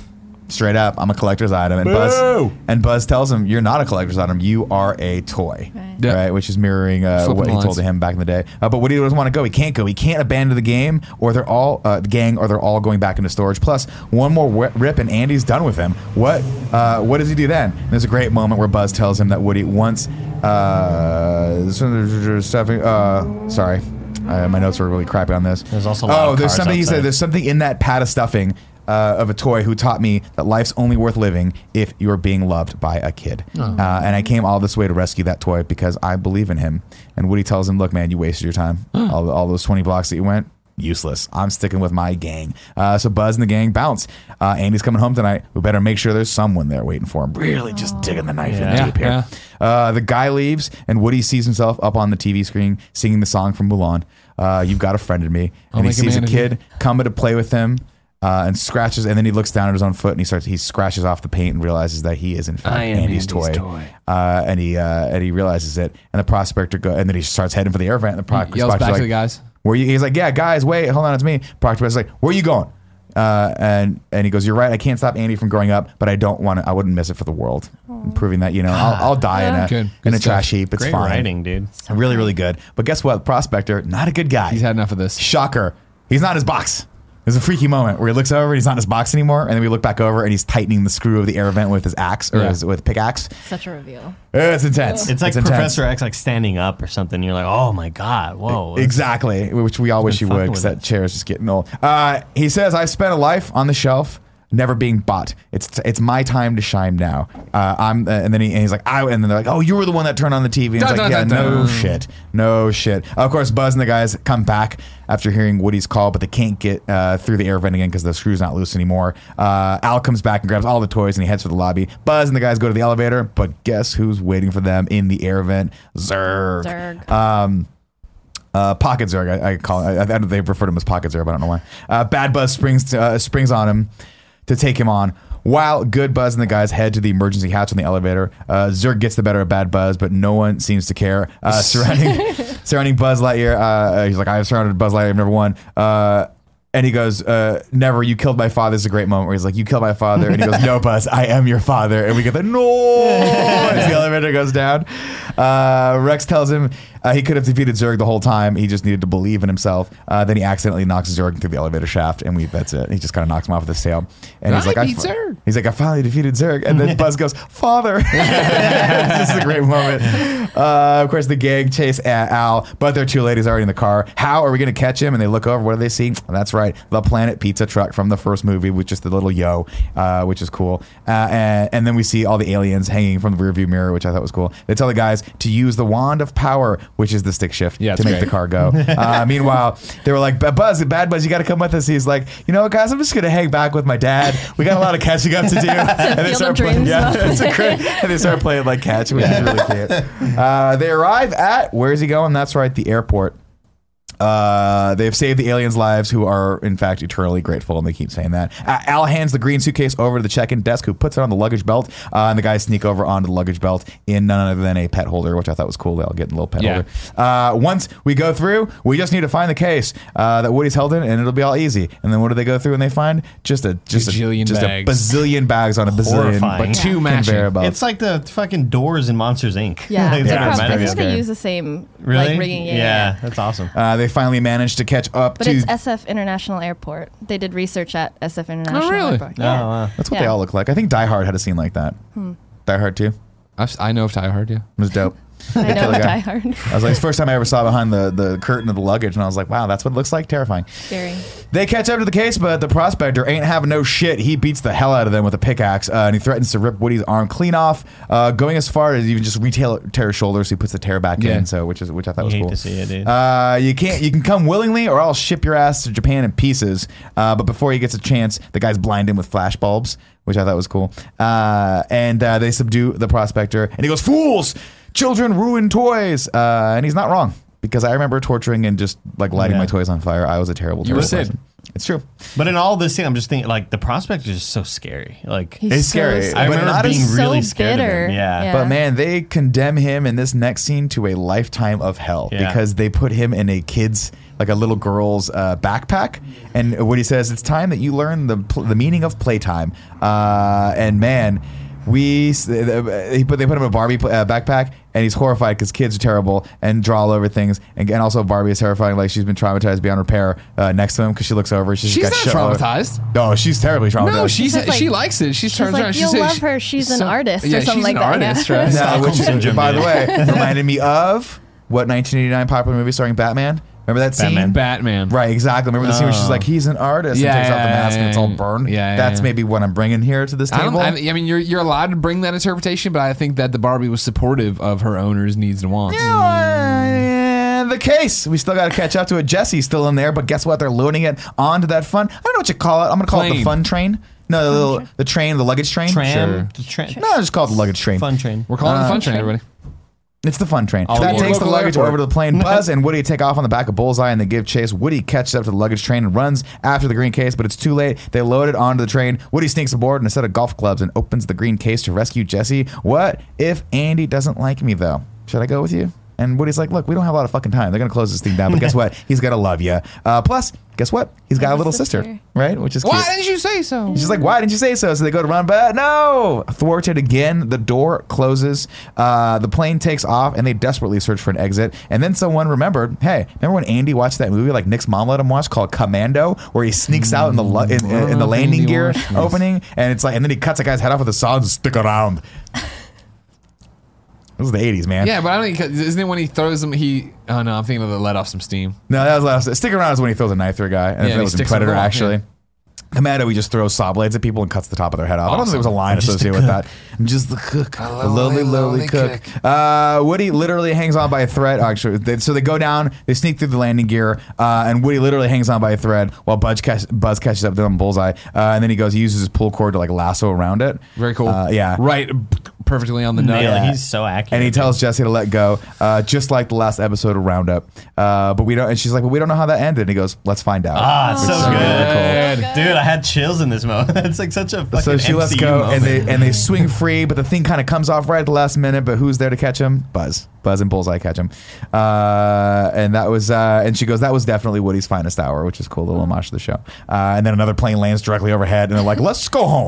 [SPEAKER 4] Straight up, I'm a collector's item, and Buzz
[SPEAKER 1] Boo!
[SPEAKER 4] and Buzz tells him, "You're not a collector's item. You are a toy."
[SPEAKER 3] Right.
[SPEAKER 1] Yeah.
[SPEAKER 4] Right, which is mirroring uh,
[SPEAKER 1] Flipping
[SPEAKER 4] what he
[SPEAKER 1] lines.
[SPEAKER 4] told him back in the day. Uh, but Woody doesn't want to go. He can't go. He can't abandon the game, or they're all uh, the gang, or they're all going back into storage. Plus, one more wh- rip, and Andy's done with him. What? Uh, what does he do then? And there's a great moment where Buzz tells him that Woody once. Uh, uh, sorry, uh, my notes were really crappy on this.
[SPEAKER 2] There's also a lot
[SPEAKER 4] oh,
[SPEAKER 2] of
[SPEAKER 4] there's
[SPEAKER 2] cars
[SPEAKER 4] something he
[SPEAKER 2] outside.
[SPEAKER 4] said. There's something in that pad of stuffing uh, of a toy who taught me that life's only worth living if you're being loved by a kid.
[SPEAKER 1] Oh.
[SPEAKER 4] Uh, and I came all this way to rescue that toy because I believe in him. And Woody tells him, "Look, man, you wasted your time. all, all those 20 blocks that you went." Useless. I'm sticking with my gang. Uh, so Buzz and the gang bounce. Uh, Andy's coming home tonight. We better make sure there's someone there waiting for him. Really, just digging the knife in
[SPEAKER 2] Yeah.
[SPEAKER 4] deep here.
[SPEAKER 1] Yeah.
[SPEAKER 4] Uh, the guy leaves, and Woody sees himself up on the TV screen singing the song from Mulan. Uh, You've got a friend in me,
[SPEAKER 1] I'll
[SPEAKER 4] and he
[SPEAKER 1] make a
[SPEAKER 4] sees a
[SPEAKER 1] man of
[SPEAKER 4] kid coming to play with him, uh, and scratches, and then he looks down at his own foot, and he starts he scratches off the paint and realizes that he is in fact
[SPEAKER 1] I am Andy's
[SPEAKER 4] Andy's, toy,
[SPEAKER 1] toy.
[SPEAKER 4] Uh, and he uh, and he realizes it, and the prospector go, and then he starts heading for the air vent. And the pro-
[SPEAKER 1] He yells
[SPEAKER 4] prospector's
[SPEAKER 1] back to
[SPEAKER 4] like,
[SPEAKER 1] the guys.
[SPEAKER 4] Where you? He's like, yeah, guys, wait, hold on, it's me. Proctor's like, where are you going? Uh, and and he goes, you're right. I can't stop Andy from growing up, but I don't want to. I wouldn't miss it for the world. Proving that you know, I'll, I'll die in a
[SPEAKER 1] Good.
[SPEAKER 4] in
[SPEAKER 1] Good
[SPEAKER 4] a
[SPEAKER 1] stuff.
[SPEAKER 4] trash heap. It's
[SPEAKER 2] Great
[SPEAKER 4] fine.
[SPEAKER 2] writing, dude.
[SPEAKER 4] Really, really good. But guess what? Prospector, not a good guy.
[SPEAKER 1] He's had enough of this.
[SPEAKER 4] Shocker. He's not in his box. There's a freaky moment where he looks over and he's not in his box anymore. And then we look back over and he's tightening the screw of the air vent with his axe or
[SPEAKER 1] Yeah.
[SPEAKER 4] his, with pickaxe.
[SPEAKER 3] Such a reveal.
[SPEAKER 4] It's intense.
[SPEAKER 2] It's like
[SPEAKER 4] intense. E-,
[SPEAKER 2] Professor X like standing up or something. You're like, oh my god, whoa.
[SPEAKER 4] Exactly, which we all wish he
[SPEAKER 2] been
[SPEAKER 4] would
[SPEAKER 2] fucking
[SPEAKER 4] because
[SPEAKER 2] with
[SPEAKER 4] that
[SPEAKER 2] us.
[SPEAKER 4] chair is just getting old. Uh, he says, I spent a life on the shelf. Never being bought. It's it's my time to shine now. Uh, I'm uh, and then he, and he's like I and then they're like oh you were the one that turned on the TV. And it's
[SPEAKER 1] Dun, dun,
[SPEAKER 4] like yeah
[SPEAKER 1] dun,
[SPEAKER 4] no
[SPEAKER 1] dun."
[SPEAKER 4] shit no shit. Of course Buzz and the guys come back after hearing Woody's call, but they can't get uh, through the air vent again because the screw's not loose anymore. Uh, Al comes back and grabs all the toys and he heads for the lobby. Buzz and the guys go to the elevator, but guess who's waiting for them in the air vent? Zerg.
[SPEAKER 3] Zerg.
[SPEAKER 4] Uh, Pocket Zerg, I, I call. I, I, don't- they refer to him as Pocket Zerg. But I don't know why. Uh, Bad Buzz springs to, uh, springs on him to take him on. While Good Buzz and the guys head to the emergency hatch on the elevator, uh, Zerg gets the better of Bad Buzz, but no one seems to care. Uh, surrounding surrounding Buzz Lightyear, uh, uh, he's like, "I've surrounded Buzz Lightyear, I've never won." Uh, and he goes, uh, "Never, you killed my father." Is a great moment where he's like, "You killed my father," and he goes, "No, Buzz, I am your father." And we get the no as the elevator goes down. Uh, Rex tells him uh, he could have defeated Zurg the whole time. He just needed to believe in himself. Uh, then he accidentally knocks Zurg through the elevator shaft, and we that's it. He just kind of knocks him off with his tail. And he's
[SPEAKER 1] I
[SPEAKER 4] like,
[SPEAKER 1] beat
[SPEAKER 4] fi-
[SPEAKER 1] Zurg."
[SPEAKER 4] He's like, "I finally defeated Zurg," and then Buzz goes, "Father." this is a great moment. Uh, of course, the gang chase A- Al, but their two ladies already in the car. How are we going to catch him? And they look over. What do they see? That's right, the Planet Pizza truck from the first movie with just the little yo, uh, which is cool. Uh, and, and then we see all the aliens hanging from the rearview mirror, which I thought was cool. They tell the guys to use the wand of power, which is the stick shift,
[SPEAKER 1] Yeah,
[SPEAKER 4] to
[SPEAKER 1] it's
[SPEAKER 4] make
[SPEAKER 1] great.
[SPEAKER 4] the car go. Uh, meanwhile, they were like, "But Buzz, Bad Buzz, you got to come with us. He's like, you know what, guys, I'm just going to hang back with my dad. We got a lot of catching up to do. and they
[SPEAKER 3] Field of
[SPEAKER 4] start playing-
[SPEAKER 3] Dreams
[SPEAKER 4] yeah,
[SPEAKER 3] moment.
[SPEAKER 4] it's a great- and they start playing like catch, which is really cute. Uh, they arrive at where's he going? That's right, the airport. Uh, they've saved the aliens' lives, who are in fact eternally grateful, and they keep saying that. Uh, Al hands the green suitcase over to the check-in desk, who puts it on the luggage belt, uh, and the guys sneak over onto the luggage belt in none other than a pet holder, which I thought was cool. They all get in a little pet
[SPEAKER 1] Yeah.
[SPEAKER 4] holder. Uh, once we go through, we just need to find the case uh, that Woody's held in, and it'll be all easy. And then what do they go through and they find just a just a
[SPEAKER 1] Bajillion
[SPEAKER 4] just
[SPEAKER 1] bags.
[SPEAKER 4] a bazillion bags on a bazillion,
[SPEAKER 2] Horrifying.
[SPEAKER 1] But two
[SPEAKER 4] conveyor
[SPEAKER 1] matching.
[SPEAKER 4] belts.
[SPEAKER 2] It's like the fucking doors in Monsters Inc.
[SPEAKER 3] Yeah,
[SPEAKER 2] Like,
[SPEAKER 3] they
[SPEAKER 2] that's what it
[SPEAKER 3] prob- I
[SPEAKER 2] reminds me
[SPEAKER 3] think
[SPEAKER 2] of.
[SPEAKER 4] scary.
[SPEAKER 3] they use the same
[SPEAKER 2] Really?
[SPEAKER 3] like rigging. Yeah, yeah, yeah.
[SPEAKER 2] that's awesome.
[SPEAKER 4] Uh, they finally managed to catch up
[SPEAKER 3] But
[SPEAKER 4] to.
[SPEAKER 3] it's SF International Airport. They did research at SF International
[SPEAKER 1] really?
[SPEAKER 3] Airport.
[SPEAKER 2] Oh,
[SPEAKER 3] Yeah.
[SPEAKER 2] wow.
[SPEAKER 4] that's what they
[SPEAKER 3] yeah. Hmm.
[SPEAKER 4] all look like. I think Die Hard had a scene like that. Die Hard 2 It
[SPEAKER 1] I've, I know of Die Hard, yeah.
[SPEAKER 4] was dope.
[SPEAKER 3] I know
[SPEAKER 4] Killer guy.
[SPEAKER 3] Die Hard.
[SPEAKER 4] I was like, it's the first time I ever saw behind the, the curtain of the luggage, and I was like, wow, that's what it looks like. Terrifying.
[SPEAKER 3] Scary.
[SPEAKER 4] They catch up to the case, but the prospector ain't having no shit. He beats the hell out of them with a pickaxe, uh, and he threatens to rip Woody's arm clean off, uh, going as far as even just retail tear his shoulders. He puts the tear back
[SPEAKER 1] Yeah.
[SPEAKER 4] in, so which is which I thought
[SPEAKER 2] You
[SPEAKER 4] was
[SPEAKER 2] hate
[SPEAKER 4] cool.
[SPEAKER 2] to see it, dude.
[SPEAKER 4] Uh, you can't. You can come willingly, or I'll ship your ass to Japan in pieces. Uh, but before he gets a chance, the guy's blinded with flash bulbs, which I thought was cool. Uh, and uh, they subdue the prospector, and he goes, "Fools! Children ruin toys." Uh, and he's not wrong because I remember torturing and just like lighting
[SPEAKER 2] Yeah.
[SPEAKER 4] my toys on fire. I was a terrible,
[SPEAKER 1] were
[SPEAKER 4] terrible
[SPEAKER 1] Sid.
[SPEAKER 4] person. It's true.
[SPEAKER 2] But in all this thing, I'm just thinking like the prospect is just so scary. Like
[SPEAKER 3] He's
[SPEAKER 4] It's
[SPEAKER 3] so
[SPEAKER 4] scary.
[SPEAKER 3] scared.
[SPEAKER 2] I
[SPEAKER 4] but
[SPEAKER 2] remember
[SPEAKER 4] not
[SPEAKER 2] being
[SPEAKER 3] as-
[SPEAKER 2] really
[SPEAKER 3] so
[SPEAKER 2] scared of him.
[SPEAKER 3] bitter.
[SPEAKER 2] Yeah.
[SPEAKER 3] Yeah.
[SPEAKER 4] But man, they condemn him in this next scene to a lifetime of hell
[SPEAKER 2] Yeah.
[SPEAKER 4] because they put him in a kid's, like a little girl's uh, backpack. And what he says, it's time that you learn the pl- the meaning of playtime. Uh, and man, we s- uh, he put they put him in a Barbie pl- uh, backpack, and he's horrified because kids are terrible and draw all over things. And, and also Barbie is terrifying, like she's been traumatized beyond repair uh, next to him because she looks over, she's,
[SPEAKER 1] She's
[SPEAKER 4] got
[SPEAKER 1] not
[SPEAKER 4] shit all over-
[SPEAKER 1] traumatized.
[SPEAKER 4] No, she's terribly traumatized.
[SPEAKER 1] No, she's,
[SPEAKER 3] She's like-
[SPEAKER 1] she likes it. She turns
[SPEAKER 3] like,
[SPEAKER 1] around. she
[SPEAKER 3] "You'll
[SPEAKER 1] says
[SPEAKER 3] love
[SPEAKER 1] she-
[SPEAKER 3] her. She's an artist," or
[SPEAKER 1] yeah,
[SPEAKER 3] something
[SPEAKER 1] she's
[SPEAKER 3] like
[SPEAKER 1] an
[SPEAKER 3] that, yeah.
[SPEAKER 1] Artist, right?
[SPEAKER 4] No,
[SPEAKER 2] Stockholm
[SPEAKER 4] which,
[SPEAKER 2] syndrome,
[SPEAKER 4] by the
[SPEAKER 2] dude.
[SPEAKER 4] way, reminded me of what 1989 popular movie starring Batman? Remember that scene?
[SPEAKER 2] Batman.
[SPEAKER 1] Batman.
[SPEAKER 4] Right, exactly. Remember the scene where she's
[SPEAKER 2] Oh.
[SPEAKER 4] like, he's an artist
[SPEAKER 1] Yeah,
[SPEAKER 4] and takes out
[SPEAKER 1] yeah,
[SPEAKER 4] the mask and it's all
[SPEAKER 1] yeah,
[SPEAKER 4] burned?
[SPEAKER 1] yeah, yeah,
[SPEAKER 4] That's
[SPEAKER 1] yeah.
[SPEAKER 4] maybe what I'm bringing here to this
[SPEAKER 1] I, don't,
[SPEAKER 4] table.
[SPEAKER 1] I mean- I mean, you're you're allowed to bring that interpretation, but I think that the Barbie was supportive of her owner's needs and wants.
[SPEAKER 4] Oh, Yeah, the case. We still got to catch up to it. Jesse's still in there, but guess what? They're loading it onto that fun. I don't know what you call it. I'm going to call it the
[SPEAKER 1] Plane.
[SPEAKER 4] fun train. No, the, little, the train, the luggage train.
[SPEAKER 2] Tram,
[SPEAKER 1] Sure.
[SPEAKER 2] the tra-
[SPEAKER 4] No, I just call it the luggage train.
[SPEAKER 2] fun train.
[SPEAKER 1] We're calling it the fun train, everybody.
[SPEAKER 4] It's the fun train.
[SPEAKER 2] All
[SPEAKER 4] that
[SPEAKER 2] aboard.
[SPEAKER 4] takes the
[SPEAKER 1] Local
[SPEAKER 4] luggage
[SPEAKER 1] airport.
[SPEAKER 4] over to the plane. Buzz and Woody take off on the back of Bullseye and they give chase. Woody catches up to the luggage train and runs after the green case, but it's too late. They load it onto the train. Woody sneaks aboard in a set of golf clubs and opens the green case to rescue Jesse. What if Andy doesn't like me, though? Should I go with you? And Woody's like, look, we don't have a lot of fucking time. They're going to close this thing down, but guess what? He's going to love you. Uh, plus, guess what? He's got a
[SPEAKER 3] Have a
[SPEAKER 4] little sister,
[SPEAKER 3] sister.
[SPEAKER 4] right? Which is cute.
[SPEAKER 1] Why didn't you say so?
[SPEAKER 4] She's like, why didn't you say so? So they go to run, but no! Thwarted again, the door closes, uh, the plane takes off, and they desperately search for an exit. And then someone remembered, hey, remember when Andy watched that movie, like Nick's mom let him watch, called Commando, where he sneaks out in the lu- in, in, in the
[SPEAKER 1] if
[SPEAKER 4] landing
[SPEAKER 1] Mm-hmm. Andy
[SPEAKER 4] gear
[SPEAKER 1] watched this.
[SPEAKER 4] opening, and it's like, and then he cuts a guy's head off with a saw and says, stick around. This is the 80s, man.
[SPEAKER 1] Yeah, but I don't. think- Isn't it when he throws him? He. Oh no, I'm thinking of the let off some steam.
[SPEAKER 4] No, that was last. Stick around is when he throws a knife through a guy, and
[SPEAKER 1] Yeah,
[SPEAKER 4] if
[SPEAKER 1] and
[SPEAKER 4] it
[SPEAKER 1] he
[SPEAKER 4] was in
[SPEAKER 1] sticks him
[SPEAKER 4] Predator
[SPEAKER 1] in the wall,
[SPEAKER 4] actually. Commando, he just throws saw blades at people and cuts the top of their head off. I don't think there was a line
[SPEAKER 2] just
[SPEAKER 4] associated
[SPEAKER 2] the
[SPEAKER 4] with that. I'm just the cook, a
[SPEAKER 1] lowly,
[SPEAKER 4] lowly, lowly
[SPEAKER 1] lowly
[SPEAKER 4] cook. Uh, Woody literally hangs on by a thread. Oh, Actually, they, so they go down, they sneak through the landing gear, uh, and Woody literally hangs on by a thread while Buzz, catch, Buzz catches up to him, bullseye, uh, and then he goes, he uses his pull cord to like lasso around it.
[SPEAKER 1] Very cool.
[SPEAKER 4] Uh, yeah,
[SPEAKER 1] Right, perfectly on the nut.
[SPEAKER 2] Nail it.
[SPEAKER 4] Yeah.
[SPEAKER 2] He's so accurate.
[SPEAKER 4] and he tells Jesse to let go, uh, just like the last episode of Roundup. Uh, but we don't. And she's like, "Well, we don't know how that ended." And he goes, "Let's find out."
[SPEAKER 2] Ah,
[SPEAKER 4] Which
[SPEAKER 2] so
[SPEAKER 4] is
[SPEAKER 2] good.
[SPEAKER 1] really cool.
[SPEAKER 2] Dude, I had chills in this moment. It's like such a fucking
[SPEAKER 4] So she
[SPEAKER 2] MCU
[SPEAKER 4] lets go,
[SPEAKER 2] moment.
[SPEAKER 4] and they and they swing free, but the thing kind of comes off right at the last minute. But who's there to catch him? Buzz, Buzz, and Bullseye catch him. Uh, and that was, uh, and she goes, "That was definitely Woody's finest hour," which is cool, little homage to the show. Uh, and then another plane lands directly overhead, and they're like, "Let's go home."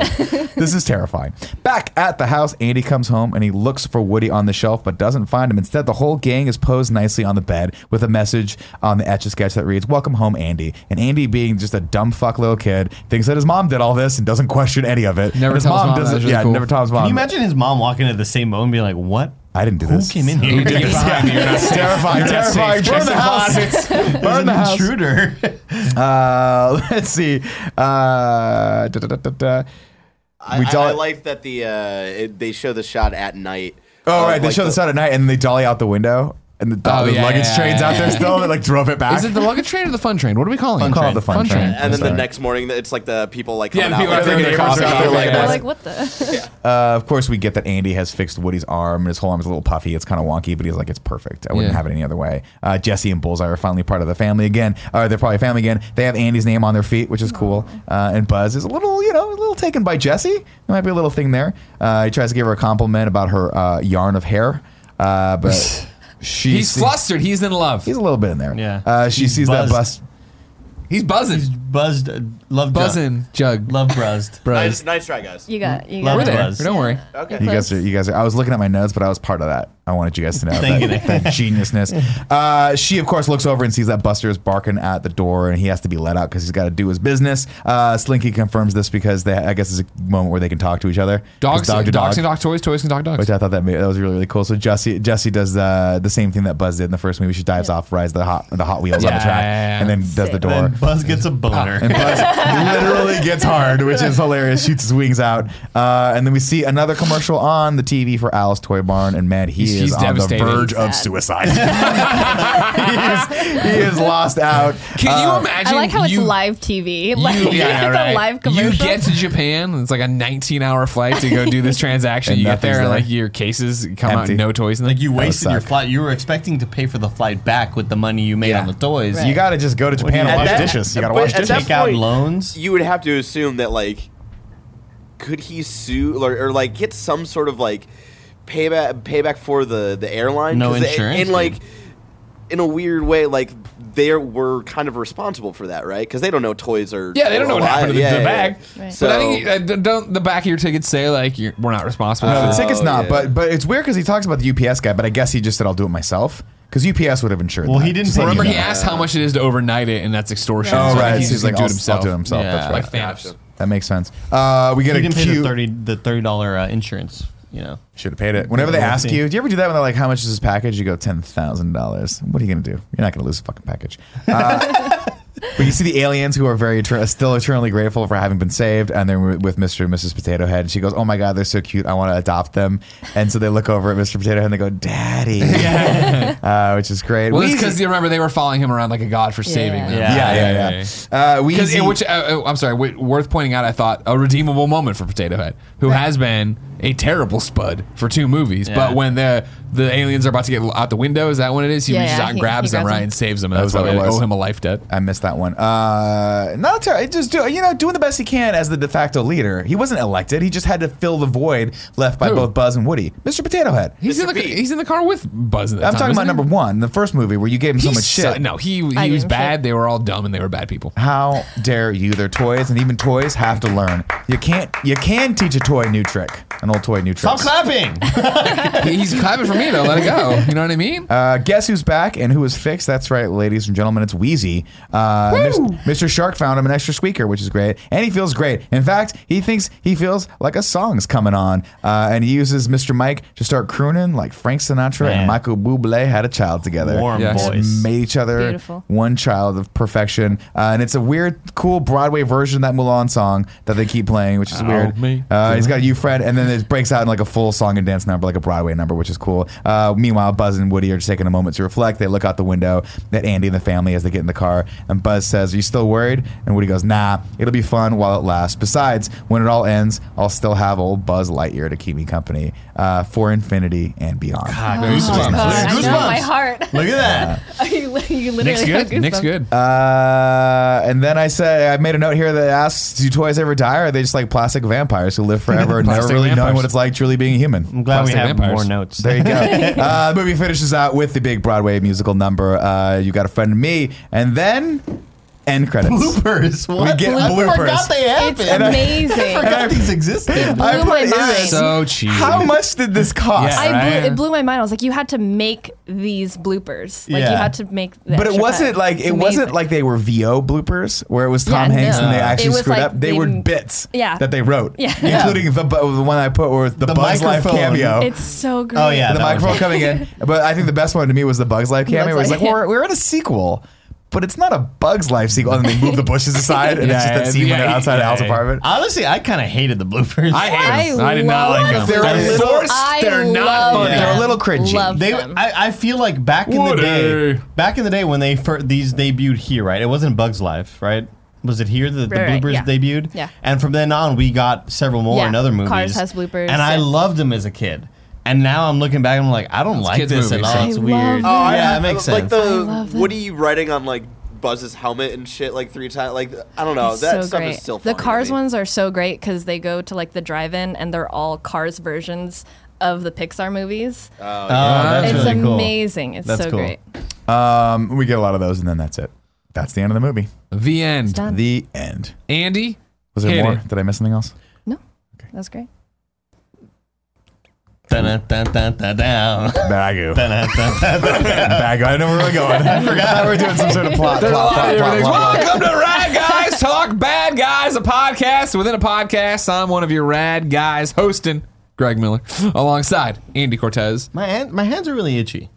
[SPEAKER 4] this is terrifying. Back at the house, Andy comes home and he looks for Woody on the shelf, but doesn't find him. Instead, the whole gang is posed nicely on the bed with a message on the etch a sketch that reads, Welcome home, Andy. And Andy, being just a dumb fuck little kid, thinks that his mom did all this and doesn't question any of it.
[SPEAKER 1] Never
[SPEAKER 4] And his
[SPEAKER 1] tells mom,
[SPEAKER 4] doesn't.
[SPEAKER 1] that's really
[SPEAKER 4] yeah,
[SPEAKER 1] cool.
[SPEAKER 4] never tells mom.
[SPEAKER 2] Can you imagine his mom walking into the same moment and being like, what?
[SPEAKER 4] I didn't do
[SPEAKER 2] Who
[SPEAKER 4] this.
[SPEAKER 2] came in here?
[SPEAKER 1] Who did this?
[SPEAKER 2] Yeah, you're not safe.
[SPEAKER 4] Terrifying,
[SPEAKER 2] You're not
[SPEAKER 4] terrifying.
[SPEAKER 2] safe.
[SPEAKER 4] Burn
[SPEAKER 2] Check
[SPEAKER 4] the
[SPEAKER 2] the
[SPEAKER 4] house.
[SPEAKER 2] closets. There's
[SPEAKER 4] Burn
[SPEAKER 2] an
[SPEAKER 4] the house.
[SPEAKER 2] intruder.
[SPEAKER 4] Uh, let's see. Uh, da, da, da, da, da.
[SPEAKER 5] I,
[SPEAKER 4] We
[SPEAKER 5] I-
[SPEAKER 4] don't-
[SPEAKER 5] I like that the uh, it, they show the shot at night.
[SPEAKER 4] Oh,
[SPEAKER 5] of,
[SPEAKER 4] right. They
[SPEAKER 5] like,
[SPEAKER 4] show this out at night and they dolly out the window. and the, dog-
[SPEAKER 1] Oh,
[SPEAKER 4] the
[SPEAKER 1] yeah,
[SPEAKER 4] luggage
[SPEAKER 1] yeah,
[SPEAKER 4] trains
[SPEAKER 1] yeah,
[SPEAKER 4] out there
[SPEAKER 1] yeah.
[SPEAKER 4] still, and like drove it back.
[SPEAKER 1] Is it the luggage train or the fun train? What are we calling
[SPEAKER 4] Fun
[SPEAKER 1] it?
[SPEAKER 4] train. Called the fun train.
[SPEAKER 5] And then
[SPEAKER 4] Sorry.
[SPEAKER 5] the next morning, it's like the people like
[SPEAKER 1] Yeah,
[SPEAKER 5] coming
[SPEAKER 1] people
[SPEAKER 5] out,
[SPEAKER 1] are drinking
[SPEAKER 5] drinking
[SPEAKER 1] their
[SPEAKER 5] coffee.
[SPEAKER 1] coffee.
[SPEAKER 5] they're like,
[SPEAKER 1] Yeah.
[SPEAKER 3] We're
[SPEAKER 5] "What's
[SPEAKER 3] like, what the?
[SPEAKER 4] Uh, of course, we get that Andy has fixed Woody's arm, and his whole arm is a little puffy. It's kind of wonky, but he's like, it's perfect. I wouldn't
[SPEAKER 1] Yeah.
[SPEAKER 4] have it any other way. Uh, Jesse and Bullseye are finally part of the family again. Uh, they're probably family again. They have Andy's name on their feet, which is cool. Uh, and Buzz is a little, you know, a little taken by Jesse. There might be a little thing there. Uh, he tries to give her a compliment about her uh, yarn of hair, uh, but she
[SPEAKER 1] He's
[SPEAKER 4] see-
[SPEAKER 1] flustered. He's in love.
[SPEAKER 4] He's a little bit in there.
[SPEAKER 2] Yeah.
[SPEAKER 4] Uh, she
[SPEAKER 2] He's
[SPEAKER 4] sees that
[SPEAKER 2] buzzed.
[SPEAKER 4] bust.
[SPEAKER 1] He's buzzing.
[SPEAKER 2] He's buzzed. uh, Love
[SPEAKER 1] buzzing. Jug.
[SPEAKER 2] Jug, love buzzed.
[SPEAKER 1] Bros.
[SPEAKER 5] Nice, nice try, guys.
[SPEAKER 3] You got, you
[SPEAKER 2] Love
[SPEAKER 3] got.
[SPEAKER 1] We're there.
[SPEAKER 2] Buzz.
[SPEAKER 1] Don't worry.
[SPEAKER 5] Okay.
[SPEAKER 4] You guys are, you guys are. I was looking at my notes, but I was part of that. I wanted you guys to know
[SPEAKER 2] Thinking
[SPEAKER 4] that,
[SPEAKER 2] it.
[SPEAKER 4] that geniusness. Uh, she, of course, looks over and sees that Buster is barking at the door, and he has to be let out because he's got to do his business. Uh, Slinky confirms this because they, I guess, it's a moment where they can talk to each other. 'Cause
[SPEAKER 1] Dogs,
[SPEAKER 4] dog to
[SPEAKER 1] dogs
[SPEAKER 4] dog. uh,
[SPEAKER 1] can talk toys. Toys can talk dogs.
[SPEAKER 4] Which I thought that ma- that was really really cool. So Jesse Jesse does uh, the same thing that Buzz did in the first movie. She dives off, rides the hot the Hot Wheels on
[SPEAKER 1] Yeah,
[SPEAKER 4] the track,
[SPEAKER 1] yeah, yeah.
[SPEAKER 4] and then does the
[SPEAKER 3] Sick.
[SPEAKER 4] door. Ah,
[SPEAKER 2] Then Buzz gets a boner.
[SPEAKER 4] And Buzz literally gets hard, which is hilarious. Shoots his wings out, uh, and then we see another commercial on the TV for Al's Toy Barn, and man, he
[SPEAKER 1] He's-
[SPEAKER 4] is
[SPEAKER 1] he's
[SPEAKER 4] on
[SPEAKER 1] devastated.
[SPEAKER 4] the verge of
[SPEAKER 3] Sad.
[SPEAKER 4] suicide. he, is, he is lost out.
[SPEAKER 1] Can you
[SPEAKER 4] Uh,
[SPEAKER 1] imagine?
[SPEAKER 3] I like how it's
[SPEAKER 1] you-
[SPEAKER 3] live TV. Like,
[SPEAKER 1] You, yeah,
[SPEAKER 3] it's
[SPEAKER 1] right.
[SPEAKER 3] a live
[SPEAKER 1] you
[SPEAKER 3] commercial.
[SPEAKER 1] get to Japan, and it's like a 19 hour flight to go do this transaction.
[SPEAKER 4] And
[SPEAKER 1] you get there,
[SPEAKER 4] nothing's
[SPEAKER 1] and
[SPEAKER 4] there.
[SPEAKER 1] like your cases come
[SPEAKER 4] Empty.
[SPEAKER 1] out, no toys in them.
[SPEAKER 2] Like you wasted your
[SPEAKER 4] suck.
[SPEAKER 2] flight. You were expecting to pay for the flight back with the money you made
[SPEAKER 4] Yeah.
[SPEAKER 2] on the toys.
[SPEAKER 3] Right.
[SPEAKER 4] You gotta just go to Japan and
[SPEAKER 2] At
[SPEAKER 4] wash
[SPEAKER 2] that-
[SPEAKER 4] dishes. You gotta
[SPEAKER 5] but
[SPEAKER 4] wash
[SPEAKER 5] at
[SPEAKER 4] dishes.
[SPEAKER 5] that
[SPEAKER 2] take out
[SPEAKER 5] point-
[SPEAKER 2] loans.
[SPEAKER 5] You would have to assume that like, could he sue or, or like get some sort of like payback payback for the the airline?
[SPEAKER 2] No
[SPEAKER 5] 'Cause they-
[SPEAKER 2] insurance,
[SPEAKER 5] And like,
[SPEAKER 2] dude.
[SPEAKER 5] in a weird way, like they were kind of responsible for that, right? Because they don't know toys are
[SPEAKER 1] Yeah, they don't know what
[SPEAKER 5] alive.
[SPEAKER 1] happened to the-
[SPEAKER 5] Yeah,
[SPEAKER 1] the
[SPEAKER 5] yeah,
[SPEAKER 1] bag.
[SPEAKER 5] yeah.
[SPEAKER 3] Right.
[SPEAKER 5] So
[SPEAKER 1] but I think uh, d- don't the back of your tickets say like you're, we're not responsible.
[SPEAKER 4] No,
[SPEAKER 1] for
[SPEAKER 4] Uh, the
[SPEAKER 1] this?
[SPEAKER 4] ticket's not.
[SPEAKER 5] yeah.
[SPEAKER 4] But but it's weird because he talks about the UPS guy, but I guess he just said I'll do it myself because UPS would have insured.
[SPEAKER 2] Well,
[SPEAKER 4] that.
[SPEAKER 2] he didn't
[SPEAKER 4] Just
[SPEAKER 2] pay
[SPEAKER 4] like
[SPEAKER 1] Remember,
[SPEAKER 2] you
[SPEAKER 4] you
[SPEAKER 1] he
[SPEAKER 4] know.
[SPEAKER 2] back.
[SPEAKER 1] asked how much it is to overnight it, and that's extortion.
[SPEAKER 4] Oh
[SPEAKER 1] So I
[SPEAKER 4] right,
[SPEAKER 1] think
[SPEAKER 4] he's,
[SPEAKER 1] he's just
[SPEAKER 4] like
[SPEAKER 1] gonna do it
[SPEAKER 4] I'll,
[SPEAKER 1] himself.
[SPEAKER 4] I'll do it himself.
[SPEAKER 2] Yeah.
[SPEAKER 4] That's right.
[SPEAKER 1] Like Thanos.
[SPEAKER 4] that makes sense. Uh, we get
[SPEAKER 2] He
[SPEAKER 4] a
[SPEAKER 2] didn't pay the
[SPEAKER 4] cute.
[SPEAKER 2] thirty the thirty dollar uh, insurance. You know,
[SPEAKER 4] Should have paid it. Whenever they
[SPEAKER 2] Yeah, we'll
[SPEAKER 4] ask
[SPEAKER 2] see.
[SPEAKER 4] you, do you ever do that when they're like, "How much is this package?" You go ten thousand dollars. What are you gonna do? You're not gonna lose the fucking package. Uh, but you see the aliens who are very eter- still eternally grateful for having been saved, and they're wi- with Mr. and Mrs. Potato Head. She goes, "Oh my god, they're so cute. I want to adopt them." And so they look over at Mr. Potato Head and they go, "Daddy," uh, which is great.
[SPEAKER 1] Well, it's
[SPEAKER 4] Wheezy-
[SPEAKER 1] because you remember they were following him around like a god for saving them.
[SPEAKER 2] Yeah.
[SPEAKER 4] yeah, yeah, yeah. Uh,
[SPEAKER 1] Because
[SPEAKER 4] Wheezy-
[SPEAKER 1] it- which uh, uh, I'm sorry, w- worth pointing out. I thought a redeemable moment for Potato Head, who has been a terrible spud for two movies.
[SPEAKER 2] Yeah.
[SPEAKER 1] But when the the aliens are about to get out the window, is that when it is? He
[SPEAKER 3] Yeah,
[SPEAKER 1] reaches
[SPEAKER 3] yeah,
[SPEAKER 1] out and
[SPEAKER 3] he-
[SPEAKER 1] grabs
[SPEAKER 3] he
[SPEAKER 1] them
[SPEAKER 3] grabs
[SPEAKER 1] right
[SPEAKER 3] him.
[SPEAKER 1] and saves them. And that's
[SPEAKER 4] That
[SPEAKER 1] why
[SPEAKER 4] was
[SPEAKER 1] they
[SPEAKER 4] what it was.
[SPEAKER 1] owe him a life debt.
[SPEAKER 4] I missed that one. Uh, not terrible. Just do you know doing the best he can as the de facto leader. He wasn't elected. He just had to fill the void left by
[SPEAKER 1] Who?
[SPEAKER 4] both Buzz and Woody. Mr. Potato Head.
[SPEAKER 1] He's in
[SPEAKER 5] Mr.
[SPEAKER 1] the
[SPEAKER 5] B.
[SPEAKER 1] he's in the car with Buzz. At that
[SPEAKER 4] I'm
[SPEAKER 1] time,
[SPEAKER 4] talking
[SPEAKER 1] isn't
[SPEAKER 4] about number
[SPEAKER 1] he?
[SPEAKER 4] one, the first movie where you gave him so
[SPEAKER 1] He
[SPEAKER 4] much
[SPEAKER 1] su-
[SPEAKER 4] shit.
[SPEAKER 1] No, he
[SPEAKER 3] I
[SPEAKER 1] he was
[SPEAKER 3] gave him
[SPEAKER 1] bad.
[SPEAKER 3] shit.
[SPEAKER 1] They were all dumb and they were bad people.
[SPEAKER 4] How dare you? They're toys, and even toys have to learn. You can't. You can teach a toy a new trick, an old toy a new trick.
[SPEAKER 2] stop clapping.
[SPEAKER 1] he's clapping for me though. Let it go. You know what I mean?
[SPEAKER 4] Uh, guess who's back and who is fixed? That's right, ladies and gentlemen, it's Wheezy. Uh, mis- Mr. Shark found him an extra squeaker, which is great, and he feels great. In fact, he thinks he feels like a song's coming on, uh, and he uses Mr. Mike to start crooning like Frank Sinatra and
[SPEAKER 2] Man.
[SPEAKER 4] Michael Bublé had a child together.
[SPEAKER 2] Warm
[SPEAKER 1] Yes.
[SPEAKER 2] voice.
[SPEAKER 4] Made each other
[SPEAKER 3] Beautiful.
[SPEAKER 4] one child of perfection, uh, and it's a weird, cool Broadway version of that Mulan song that they keep playing, which is
[SPEAKER 1] Help
[SPEAKER 4] weird.
[SPEAKER 1] me.
[SPEAKER 4] Uh, he's got you, Fred, and then it breaks out in like a full song and dance number, like a Broadway number, which is cool. Uh, meanwhile, Buzz and Woody are just taking a moment to reflect. They look out the window at Andy and the family as they get in the car, and Buzz says, "Are you still worried?" And Woody goes, "Nah, it'll be fun while it lasts. Besides, when it all ends, I'll still have old Buzz Lightyear to keep me company uh, for infinity and beyond."
[SPEAKER 3] Oh,
[SPEAKER 1] Goosebumps.
[SPEAKER 3] God, I know,
[SPEAKER 2] Goosebumps.
[SPEAKER 3] my heart.
[SPEAKER 2] Look at that.
[SPEAKER 3] you literally
[SPEAKER 1] Nick's
[SPEAKER 3] got
[SPEAKER 1] good. Nick's
[SPEAKER 3] goosebumps.
[SPEAKER 1] good.
[SPEAKER 4] Uh, and then I said I made a note here that asks, "Do toys ever die, or are they just like plastic vampires who live forever, and never
[SPEAKER 1] Plastic
[SPEAKER 4] really knowing
[SPEAKER 1] vampires.
[SPEAKER 4] what it's like truly being human?"
[SPEAKER 2] I'm glad we
[SPEAKER 1] Plastic
[SPEAKER 2] have
[SPEAKER 1] vampires.
[SPEAKER 2] more notes.
[SPEAKER 4] There you go. uh, the movie finishes out with the big Broadway musical number, uh, You Got a Friend in Me, and then end credits.
[SPEAKER 2] bloopers. What?
[SPEAKER 4] get
[SPEAKER 2] I
[SPEAKER 4] bloopers.
[SPEAKER 2] forgot they happened.
[SPEAKER 3] It's
[SPEAKER 4] I-
[SPEAKER 2] I
[SPEAKER 3] amazing.
[SPEAKER 2] forgot these existed.
[SPEAKER 4] I
[SPEAKER 3] Blew
[SPEAKER 4] put
[SPEAKER 3] my
[SPEAKER 4] it in
[SPEAKER 3] mind.
[SPEAKER 4] there.
[SPEAKER 1] so cheesy.
[SPEAKER 4] How much did this cost?
[SPEAKER 1] Yeah.
[SPEAKER 3] I
[SPEAKER 1] Right.
[SPEAKER 3] blew, it blew my mind. I was like, you had to make these bloopers. Like you
[SPEAKER 2] Yeah.
[SPEAKER 3] had to make. The
[SPEAKER 4] But it
[SPEAKER 3] extra
[SPEAKER 4] wasn't
[SPEAKER 3] cut.
[SPEAKER 4] like it
[SPEAKER 3] It's
[SPEAKER 4] wasn't
[SPEAKER 3] amazing.
[SPEAKER 4] like they were VO bloopers where it was Tom
[SPEAKER 3] Yeah,
[SPEAKER 4] Hanks
[SPEAKER 3] no.
[SPEAKER 4] and they actually
[SPEAKER 3] It was
[SPEAKER 4] screwed
[SPEAKER 3] like
[SPEAKER 4] up. They
[SPEAKER 3] they-
[SPEAKER 4] were bits
[SPEAKER 3] Yeah.
[SPEAKER 4] that they wrote,
[SPEAKER 3] Yeah.
[SPEAKER 2] Yeah.
[SPEAKER 4] including the bu- the one I put where the,
[SPEAKER 2] The
[SPEAKER 4] Bugs Life
[SPEAKER 2] microphone.
[SPEAKER 4] cameo.
[SPEAKER 3] It's so great.
[SPEAKER 2] Oh, yeah.
[SPEAKER 4] the
[SPEAKER 2] that was
[SPEAKER 4] microphone coming in. But I think the best one to me was the Bugs Life cameo. Where it's
[SPEAKER 3] Bugs
[SPEAKER 4] like
[SPEAKER 3] Life.
[SPEAKER 4] we're, we're in a sequel, but it's not a Bugs Life sequel. And they move the bushes aside, and it's just that
[SPEAKER 1] Yeah,
[SPEAKER 4] scene when they're
[SPEAKER 1] yeah,
[SPEAKER 4] outside Al's
[SPEAKER 1] yeah.
[SPEAKER 4] apartment.
[SPEAKER 2] Honestly, I kind of hated the bloopers.
[SPEAKER 1] I hate them.
[SPEAKER 3] I
[SPEAKER 1] I did not
[SPEAKER 3] love
[SPEAKER 1] like them.
[SPEAKER 4] them. They're a little-
[SPEAKER 1] forced.
[SPEAKER 3] I
[SPEAKER 1] they're not
[SPEAKER 3] love
[SPEAKER 1] funny.
[SPEAKER 3] them.
[SPEAKER 4] They're a little cringy.
[SPEAKER 3] Love
[SPEAKER 2] They,
[SPEAKER 3] them.
[SPEAKER 2] I, I feel like back in
[SPEAKER 1] Woody.
[SPEAKER 2] the day, back in the day when they fir- these debuted here, right? It wasn't Bugs Life, right? Was it here that the
[SPEAKER 3] Right, right,
[SPEAKER 2] bloopers
[SPEAKER 3] yeah.
[SPEAKER 2] debuted?
[SPEAKER 3] Yeah.
[SPEAKER 2] And from then on, we got several more
[SPEAKER 3] Yeah.
[SPEAKER 2] in other movies.
[SPEAKER 3] Cars has bloopers,
[SPEAKER 2] and I
[SPEAKER 3] yeah.
[SPEAKER 2] loved them as a kid. And now I'm looking back, and I'm like, I don't like
[SPEAKER 1] kids'
[SPEAKER 2] this at
[SPEAKER 1] movies.
[SPEAKER 2] all.
[SPEAKER 1] I
[SPEAKER 2] It's
[SPEAKER 3] love
[SPEAKER 2] weird.
[SPEAKER 3] them. Oh, I-
[SPEAKER 2] yeah, it makes
[SPEAKER 5] like
[SPEAKER 2] sense.
[SPEAKER 5] the
[SPEAKER 3] love that.
[SPEAKER 5] Woody riding on like Buzz's helmet and shit like three times. Like I don't know.
[SPEAKER 3] It's
[SPEAKER 5] Oh, that
[SPEAKER 3] so
[SPEAKER 5] stuff
[SPEAKER 3] great.
[SPEAKER 5] is still
[SPEAKER 3] the
[SPEAKER 5] funny to
[SPEAKER 3] Cars
[SPEAKER 5] me.
[SPEAKER 3] ones are so great because they go to like the drive-in and they're all Cars versions of the Pixar movies.
[SPEAKER 2] oh, that's
[SPEAKER 3] it's
[SPEAKER 2] really cool.
[SPEAKER 3] amazing. It's
[SPEAKER 2] That's
[SPEAKER 3] so
[SPEAKER 2] cool.
[SPEAKER 3] great.
[SPEAKER 4] Um, we get a lot of those, and then that's it. That's the end of the movie.
[SPEAKER 1] The end.
[SPEAKER 3] Done.
[SPEAKER 4] The end.
[SPEAKER 1] Andy,
[SPEAKER 4] Was there
[SPEAKER 1] Hit
[SPEAKER 4] more?
[SPEAKER 1] Uh. it.
[SPEAKER 4] Did I miss something else?
[SPEAKER 3] That's great.
[SPEAKER 2] Dun-dun-dun-dun-dun.
[SPEAKER 4] Bagu.
[SPEAKER 2] Dun-dun-dun-dun.
[SPEAKER 4] Bagu. I know where we're going. I forgot we were doing some sort of plot. plot, plot, plot, plot, plot.
[SPEAKER 1] Welcome to Rad Guys Talk Bad Guys, a podcast within a podcast. I'm one of your rad guys hosting Greg Miller alongside Andy Cortez.
[SPEAKER 2] My hand, my hands are really itchy.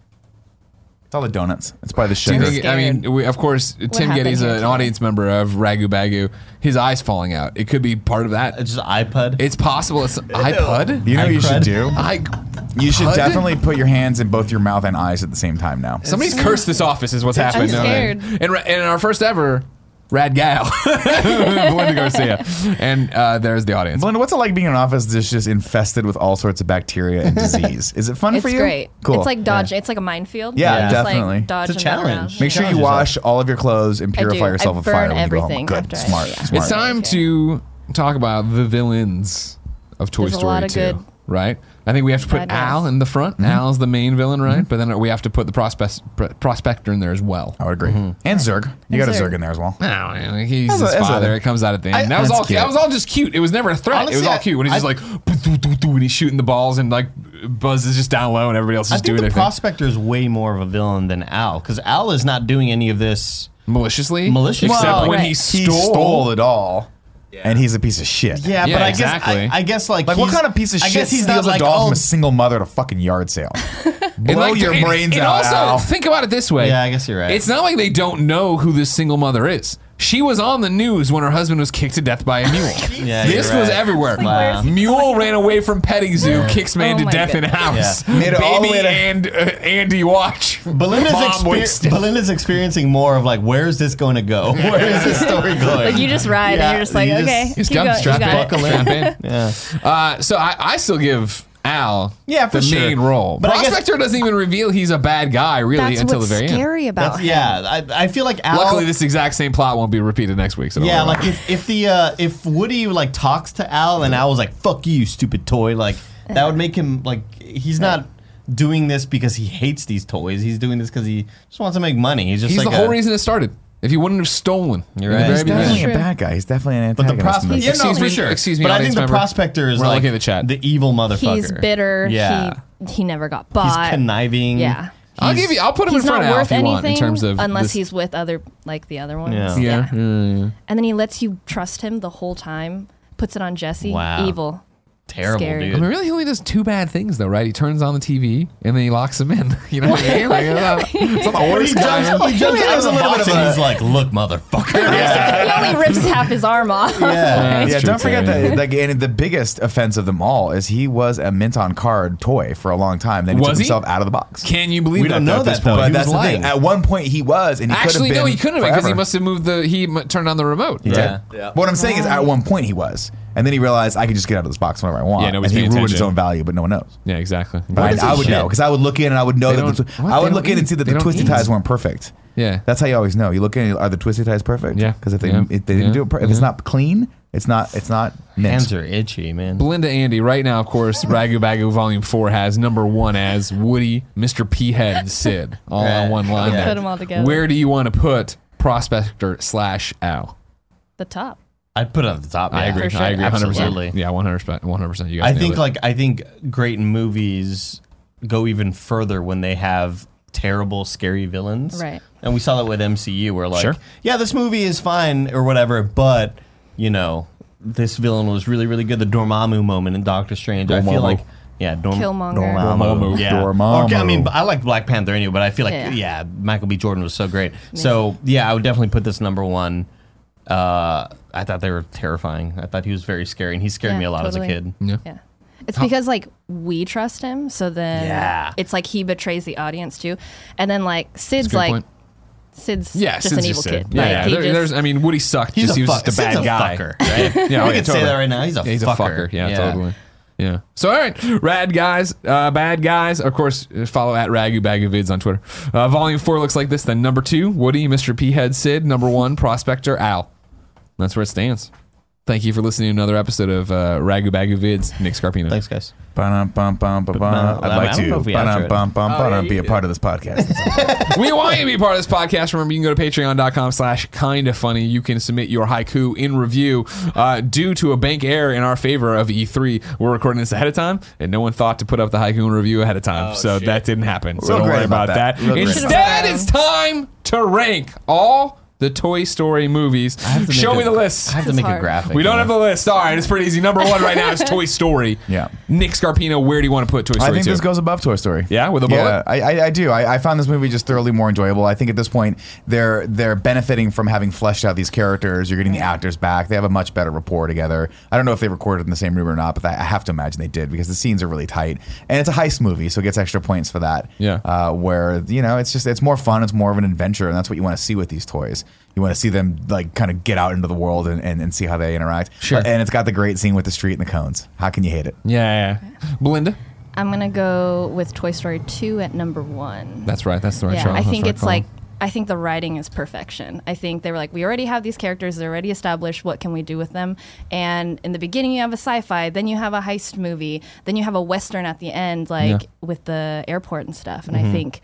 [SPEAKER 4] It's all the donuts. It's by the
[SPEAKER 1] Do you
[SPEAKER 4] sugar.
[SPEAKER 1] think, I mean, we, of course, Tim
[SPEAKER 3] happened
[SPEAKER 1] Getty's
[SPEAKER 3] here
[SPEAKER 1] an
[SPEAKER 3] today?
[SPEAKER 1] audience member of Ragu Bagu. His eye's falling out. It could be part of that.
[SPEAKER 2] It's just iPod.
[SPEAKER 1] It's possible it's iPod.
[SPEAKER 4] You know what you should do?
[SPEAKER 1] I,
[SPEAKER 4] You should
[SPEAKER 1] Pud?
[SPEAKER 4] definitely put your hands in both your mouth and eyes at the same time now.
[SPEAKER 1] Somebody's cursed this office, is what's happened.
[SPEAKER 3] scared.
[SPEAKER 1] And, ra- and our first ever Rad Gal, Belinda Garcia. And uh, there's the audience.
[SPEAKER 4] Belinda, what's it like being in an office that's just infested with all sorts of bacteria and disease? Is it fun
[SPEAKER 3] It's
[SPEAKER 4] for you?
[SPEAKER 3] great.
[SPEAKER 4] Cool.
[SPEAKER 3] It's like dodge. It's like a minefield.
[SPEAKER 4] Yeah,
[SPEAKER 3] You just, like,
[SPEAKER 4] definitely.
[SPEAKER 3] dodge
[SPEAKER 2] It's a
[SPEAKER 3] and run around.
[SPEAKER 2] challenge.
[SPEAKER 4] Make sure you
[SPEAKER 2] Challenges
[SPEAKER 4] wash all of your clothes and purify
[SPEAKER 3] do. I
[SPEAKER 4] yourself with
[SPEAKER 3] burn
[SPEAKER 4] fire. when you go home.
[SPEAKER 3] everything
[SPEAKER 4] Good,
[SPEAKER 3] after I-
[SPEAKER 4] smart,
[SPEAKER 3] yeah.
[SPEAKER 4] smart.
[SPEAKER 1] It's time to talk about the villains of Toy
[SPEAKER 3] There's a
[SPEAKER 1] Story
[SPEAKER 3] lot of
[SPEAKER 1] 2.
[SPEAKER 3] good
[SPEAKER 1] right? I think we have to put
[SPEAKER 3] bad guys.
[SPEAKER 1] Al in the front. Al's the main villain, right? But then we have to put the prospect, pr- prospector in there as well.
[SPEAKER 4] I would agree. And Zerg, you got a
[SPEAKER 3] Zurg.
[SPEAKER 4] Zerg in there as well.
[SPEAKER 1] Oh, man, he's his
[SPEAKER 4] That's a- that's a-
[SPEAKER 1] father. it comes out at the end.
[SPEAKER 4] I-
[SPEAKER 1] that was
[SPEAKER 4] that's
[SPEAKER 1] all.
[SPEAKER 4] cute.
[SPEAKER 1] That was all just cute. It was never a threat. it was
[SPEAKER 2] Honestly,
[SPEAKER 1] all
[SPEAKER 2] I-
[SPEAKER 1] cute. When he's just
[SPEAKER 2] I-
[SPEAKER 1] like, "Boo, doo, doo, doo," and he's shooting the balls, and like Buzz is just down low, and everybody else is
[SPEAKER 2] I
[SPEAKER 1] doing
[SPEAKER 2] think the
[SPEAKER 1] their thing
[SPEAKER 2] prospector is way more of a villain than Al because Al is not doing any of this.
[SPEAKER 1] maliciously.
[SPEAKER 2] Maliciously.
[SPEAKER 1] except
[SPEAKER 2] Well,
[SPEAKER 1] when
[SPEAKER 3] right.
[SPEAKER 1] he
[SPEAKER 3] He
[SPEAKER 1] stole.
[SPEAKER 4] He stole it all, and he's a piece of shit.
[SPEAKER 2] Yeah,
[SPEAKER 1] Yeah,
[SPEAKER 2] but I
[SPEAKER 1] exactly.
[SPEAKER 2] guess I, I guess like
[SPEAKER 4] Like what
[SPEAKER 2] he's-
[SPEAKER 4] kind of piece of
[SPEAKER 2] I
[SPEAKER 4] shit
[SPEAKER 2] guess he's
[SPEAKER 4] steals
[SPEAKER 2] not like
[SPEAKER 4] a doll
[SPEAKER 2] oh,
[SPEAKER 4] from a single mother at a fucking yard sale? Blow
[SPEAKER 1] And, like,
[SPEAKER 4] your
[SPEAKER 1] and-
[SPEAKER 4] brains
[SPEAKER 1] and
[SPEAKER 4] out.
[SPEAKER 1] also,
[SPEAKER 4] Al.
[SPEAKER 1] think about it this way.
[SPEAKER 2] Yeah, I guess you're right.
[SPEAKER 1] It's not like they don't know who this single mother is. She was on the news when her husband was kicked to death by a mule.
[SPEAKER 2] Yeah, you're
[SPEAKER 1] this was
[SPEAKER 2] right.
[SPEAKER 1] everywhere.
[SPEAKER 2] where's Wow. he
[SPEAKER 1] Mule ran away from petting zoo, kicks man
[SPEAKER 3] Oh
[SPEAKER 1] to
[SPEAKER 3] my
[SPEAKER 1] death in house.
[SPEAKER 2] Yeah.
[SPEAKER 4] Made it all the
[SPEAKER 1] Baby
[SPEAKER 4] way to-
[SPEAKER 1] and uh, Andy watch.
[SPEAKER 2] Belinda's,
[SPEAKER 1] Mom
[SPEAKER 2] exper-
[SPEAKER 1] wasted.
[SPEAKER 2] Belinda's experiencing more of like where is this going to go? Where is this story going?
[SPEAKER 3] Like you just ride
[SPEAKER 2] Yeah,
[SPEAKER 3] and you're just like,
[SPEAKER 2] you just-
[SPEAKER 3] okay,
[SPEAKER 1] He's
[SPEAKER 3] keep going.
[SPEAKER 1] got
[SPEAKER 3] You
[SPEAKER 1] strap
[SPEAKER 3] got
[SPEAKER 1] in.
[SPEAKER 3] it.
[SPEAKER 1] Strap in.
[SPEAKER 2] yeah.
[SPEAKER 1] Uh, so I, I still give Al
[SPEAKER 4] Yeah, for
[SPEAKER 1] the
[SPEAKER 4] sure.
[SPEAKER 1] main role. But
[SPEAKER 2] But I guess-
[SPEAKER 1] Prospector doesn't even reveal he's a bad guy really
[SPEAKER 3] That's
[SPEAKER 1] until
[SPEAKER 3] what's
[SPEAKER 1] the very end.
[SPEAKER 3] scary about
[SPEAKER 2] That's,
[SPEAKER 3] him.
[SPEAKER 2] yeah, I, I feel like Al.
[SPEAKER 1] Luckily, this exact same plot won't be repeated next week. So don't
[SPEAKER 2] yeah,
[SPEAKER 1] worry about
[SPEAKER 2] like if, if the uh, if Woody like talks to Al and Al was like "fuck you, stupid toy," like that would make him like he's not doing this because he hates these toys. He's doing this because he just wants to make money. He's just
[SPEAKER 1] He's
[SPEAKER 2] like
[SPEAKER 1] the whole
[SPEAKER 2] a-
[SPEAKER 1] reason it started. If he wouldn't have stolen,
[SPEAKER 2] You're
[SPEAKER 1] in
[SPEAKER 2] right.
[SPEAKER 1] the
[SPEAKER 2] He's
[SPEAKER 1] very beginning.
[SPEAKER 4] definitely
[SPEAKER 3] True.
[SPEAKER 4] a bad guy. He's definitely an
[SPEAKER 2] But the
[SPEAKER 4] antagonist. in
[SPEAKER 2] prospect,
[SPEAKER 4] this.
[SPEAKER 2] yeah, no,
[SPEAKER 1] Excuse
[SPEAKER 2] for
[SPEAKER 1] me-
[SPEAKER 2] sure.
[SPEAKER 1] excuse me,
[SPEAKER 2] But I
[SPEAKER 1] audience
[SPEAKER 2] think the
[SPEAKER 1] member.
[SPEAKER 2] prospector is
[SPEAKER 1] We're
[SPEAKER 2] like
[SPEAKER 1] looking at the chat.
[SPEAKER 2] the evil motherfucker.
[SPEAKER 3] He's bitter.
[SPEAKER 2] Yeah.
[SPEAKER 3] He he never got
[SPEAKER 2] He's
[SPEAKER 3] bought.
[SPEAKER 2] conniving.
[SPEAKER 3] Yeah.
[SPEAKER 1] I'll give you. I'll put him in
[SPEAKER 3] He's
[SPEAKER 1] front
[SPEAKER 3] not
[SPEAKER 1] of Al if
[SPEAKER 3] worth
[SPEAKER 1] you
[SPEAKER 3] anything
[SPEAKER 1] want in terms of
[SPEAKER 3] unless
[SPEAKER 1] this-
[SPEAKER 3] he's with other like the other ones.
[SPEAKER 2] Yeah.
[SPEAKER 1] Yeah.
[SPEAKER 3] And then he lets you trust him the whole time. Puts it on Jesse.
[SPEAKER 2] Wow.
[SPEAKER 3] Evil.
[SPEAKER 2] Terrible
[SPEAKER 3] Scary.
[SPEAKER 1] I
[SPEAKER 2] dude.
[SPEAKER 1] mean, really, he only does two bad things though, right? He turns on the TV and then he locks him in. You know what I mean? Like, uh, it's not- it's not the
[SPEAKER 2] Or he
[SPEAKER 1] worst guy.
[SPEAKER 2] jumps, he jumps out
[SPEAKER 4] there's
[SPEAKER 2] of the
[SPEAKER 4] a little
[SPEAKER 2] box
[SPEAKER 4] bit of
[SPEAKER 2] and
[SPEAKER 4] a-
[SPEAKER 2] he's like, "Look, motherfucker."
[SPEAKER 3] he only rips half his arm off.
[SPEAKER 2] yeah.
[SPEAKER 4] yeah,
[SPEAKER 1] That's
[SPEAKER 4] don't
[SPEAKER 1] true,
[SPEAKER 4] forget
[SPEAKER 1] too.
[SPEAKER 4] that. Like, and the biggest offense of them all is he was a mint on card toy for a long time. Then he
[SPEAKER 1] Was
[SPEAKER 4] took
[SPEAKER 1] he?
[SPEAKER 4] himself out of the box.
[SPEAKER 1] Can you believe
[SPEAKER 2] We
[SPEAKER 1] that?
[SPEAKER 2] don't
[SPEAKER 1] though,
[SPEAKER 2] know
[SPEAKER 1] at this
[SPEAKER 2] that, though.
[SPEAKER 1] point?
[SPEAKER 4] but
[SPEAKER 2] he
[SPEAKER 4] that's
[SPEAKER 2] was
[SPEAKER 4] the
[SPEAKER 2] lying.
[SPEAKER 4] thing. At one point, he was, and he
[SPEAKER 1] Actually,
[SPEAKER 4] could have been
[SPEAKER 1] no, he couldn't have because he
[SPEAKER 4] forever.
[SPEAKER 1] must have moved the. He m- turned on the remote.
[SPEAKER 2] Yeah.
[SPEAKER 1] right?
[SPEAKER 5] Yeah.
[SPEAKER 4] What I'm saying is, at one point, he was, and then he realized I could just get out of this box whenever I want.
[SPEAKER 1] Yeah, nobody's
[SPEAKER 4] and he
[SPEAKER 1] paying
[SPEAKER 4] ruined his
[SPEAKER 1] attention.
[SPEAKER 4] own value, but no one knows.
[SPEAKER 1] Yeah, exactly.
[SPEAKER 4] But I, I would
[SPEAKER 2] shit?
[SPEAKER 4] know because I would look in and I would know
[SPEAKER 1] They
[SPEAKER 4] that the,
[SPEAKER 1] don't-
[SPEAKER 4] twi-
[SPEAKER 1] what?
[SPEAKER 4] I
[SPEAKER 1] They
[SPEAKER 4] would
[SPEAKER 1] don't
[SPEAKER 4] look in
[SPEAKER 1] eat.
[SPEAKER 4] and see that
[SPEAKER 1] They
[SPEAKER 4] the
[SPEAKER 1] don't
[SPEAKER 4] twisty
[SPEAKER 1] eat.
[SPEAKER 4] ties weren't perfect.
[SPEAKER 1] Yeah.
[SPEAKER 4] That's how you always know. You look in, are the twisty ties perfect?
[SPEAKER 1] Yeah.
[SPEAKER 4] Because if they
[SPEAKER 1] Yeah.
[SPEAKER 4] if they didn't
[SPEAKER 1] Yeah. Mm-hmm.
[SPEAKER 4] do it, per- if it's not clean, it's not it's not mint.
[SPEAKER 2] Hands are itchy, man.
[SPEAKER 1] Belinda Andy, right now, of course, Ragu Bagu Volume 4 has number one as Woody, Mr. P Head, and Sid. All on
[SPEAKER 2] Right.
[SPEAKER 1] one line.
[SPEAKER 2] Yeah.
[SPEAKER 1] there.
[SPEAKER 3] Put 'em all together.
[SPEAKER 1] Where do you want to put Prospector slash Al?
[SPEAKER 3] The top.
[SPEAKER 2] I'd put it on the top. man.
[SPEAKER 3] agree. For sure. I agree
[SPEAKER 1] 100%.
[SPEAKER 2] Absolutely.
[SPEAKER 1] Yeah, 100%. 100%. You guys
[SPEAKER 2] I
[SPEAKER 1] nailed
[SPEAKER 2] think
[SPEAKER 1] it.
[SPEAKER 2] like I think great movies go even further when they have terrible, scary villains.
[SPEAKER 3] Right.
[SPEAKER 2] And we saw that with MCU where like
[SPEAKER 1] Sure.
[SPEAKER 2] yeah, this movie is fine or whatever, but you know, this villain was really, really good. The Dormammu moment in Doctor Strange. I feel
[SPEAKER 1] Dormammu.
[SPEAKER 2] like Yeah, Dorm-
[SPEAKER 3] Killmonger.
[SPEAKER 4] Dormammu.
[SPEAKER 2] Yeah.
[SPEAKER 4] Dormammu.
[SPEAKER 2] Okay, I mean, but I like Black Panther anyway, but I feel like yeah,
[SPEAKER 3] Yeah.
[SPEAKER 2] Michael B. Jordan was so great. So yeah, I would definitely put this number one. Uh, I thought they were terrifying. I thought he was very scary, and he scared
[SPEAKER 3] Yeah,
[SPEAKER 2] me a lot as
[SPEAKER 3] totally.
[SPEAKER 2] a kid.
[SPEAKER 3] Yeah. It's because like we trust him, so then
[SPEAKER 2] Yeah.
[SPEAKER 3] it's like he betrays the audience too. And then like Sid's
[SPEAKER 1] Good
[SPEAKER 3] like
[SPEAKER 1] point.
[SPEAKER 3] Sid's
[SPEAKER 1] Yeah,
[SPEAKER 3] just
[SPEAKER 1] Sid's
[SPEAKER 3] an evil
[SPEAKER 1] Sid.
[SPEAKER 3] kid.
[SPEAKER 1] Yeah,
[SPEAKER 3] like
[SPEAKER 1] yeah.
[SPEAKER 3] he
[SPEAKER 1] There-
[SPEAKER 3] just,
[SPEAKER 1] there's, I mean, Woody sucked.
[SPEAKER 2] He's
[SPEAKER 1] just,
[SPEAKER 2] a
[SPEAKER 1] he was
[SPEAKER 2] fuck-
[SPEAKER 1] just a bad
[SPEAKER 2] Sid's a
[SPEAKER 1] guy.
[SPEAKER 2] fucker, right?
[SPEAKER 1] Yeah,
[SPEAKER 2] we
[SPEAKER 1] yeah,
[SPEAKER 2] can say
[SPEAKER 1] totally.
[SPEAKER 2] that right now. He's a
[SPEAKER 1] He's
[SPEAKER 2] fucker.
[SPEAKER 1] a fucker. Yeah, totally. Yeah. So all right, rad guys, uh, bad guys. Of course, uh, follow at Ragu Bagu Vids on Twitter. Uh, volume four looks like this. Then number two, Woody, Mr. P Head, Sid. Number one, Prospector Al. And that's where it stands. Thank you for listening to another episode of uh, Ragu Bagu Vids. Nick Scarpino.
[SPEAKER 2] Thanks, guys.
[SPEAKER 4] Ba-dum, bum, bum, ba-bum.
[SPEAKER 2] Ba-bum.
[SPEAKER 4] I'd
[SPEAKER 2] I
[SPEAKER 4] like
[SPEAKER 2] don't know
[SPEAKER 4] to
[SPEAKER 2] if we
[SPEAKER 4] ba-dum,
[SPEAKER 2] outro it.
[SPEAKER 4] bum,
[SPEAKER 1] Oh,
[SPEAKER 4] bum, ba-dum, be a part of this podcast.
[SPEAKER 1] we want you to be part of this podcast. Remember, you can go to patreon.com slash kind of funny. You can submit your haiku in review. Uh, due to a bank error in our favor of E3, we're recording this ahead of time, and no one thought to put up the haiku in review ahead of time. so that didn't happen. So
[SPEAKER 4] Real
[SPEAKER 1] don't
[SPEAKER 4] great
[SPEAKER 1] worry about,
[SPEAKER 4] about that.
[SPEAKER 1] that.
[SPEAKER 4] Real great
[SPEAKER 1] Instead,
[SPEAKER 3] about
[SPEAKER 1] it's time to rank all the Toy Story movies.
[SPEAKER 2] to
[SPEAKER 1] Show
[SPEAKER 2] make
[SPEAKER 1] me
[SPEAKER 2] a-
[SPEAKER 1] the list.
[SPEAKER 2] I have to
[SPEAKER 3] It's
[SPEAKER 2] make a
[SPEAKER 3] hard.
[SPEAKER 2] graphic.
[SPEAKER 1] We don't
[SPEAKER 2] you
[SPEAKER 1] have
[SPEAKER 2] know?
[SPEAKER 1] the list. All right, it's pretty easy. Number one right now is Toy Story.
[SPEAKER 4] Yeah.
[SPEAKER 1] Nick Scarpino, where do you want to put Toy Story
[SPEAKER 4] I think
[SPEAKER 1] 2?
[SPEAKER 4] this goes above Toy Story.
[SPEAKER 1] Yeah, with a bullet?
[SPEAKER 4] Yeah, I, I, I do. I, I found this movie just thoroughly more enjoyable. I think at this point they're they're benefiting from having fleshed out these characters. You're getting the actors back. They have a much better rapport together. I don't know if they recorded in the same room or not, but I I have to imagine they did because the scenes are really tight. And it's a heist movie, so it gets extra points for that.
[SPEAKER 1] Yeah.
[SPEAKER 4] Uh, where you know it's just it's more fun. It's more of an adventure, and that's what you want to see with these toys. You want to see them like kind of get out into the world and, and, and see how they interact.
[SPEAKER 2] Sure.
[SPEAKER 4] And it's got the great scene with the street and the cones. How can you hate it?
[SPEAKER 1] yeah, yeah, yeah. Belinda?
[SPEAKER 3] I'm gonna go with Toy Story two at number one.
[SPEAKER 1] That's right. That's the right
[SPEAKER 3] yeah,
[SPEAKER 1] Charles.
[SPEAKER 3] I
[SPEAKER 1] That's
[SPEAKER 3] think
[SPEAKER 1] the right
[SPEAKER 3] it's
[SPEAKER 1] column.
[SPEAKER 3] like I think the writing is perfection. I think they were like, we already have these characters; they're already established. What can we do with them? And in the beginning, you have a sci-fi, then you have a heist movie, then you have a western at the end, like
[SPEAKER 1] Yeah. Mm-hmm.
[SPEAKER 3] with the airport and stuff. And I think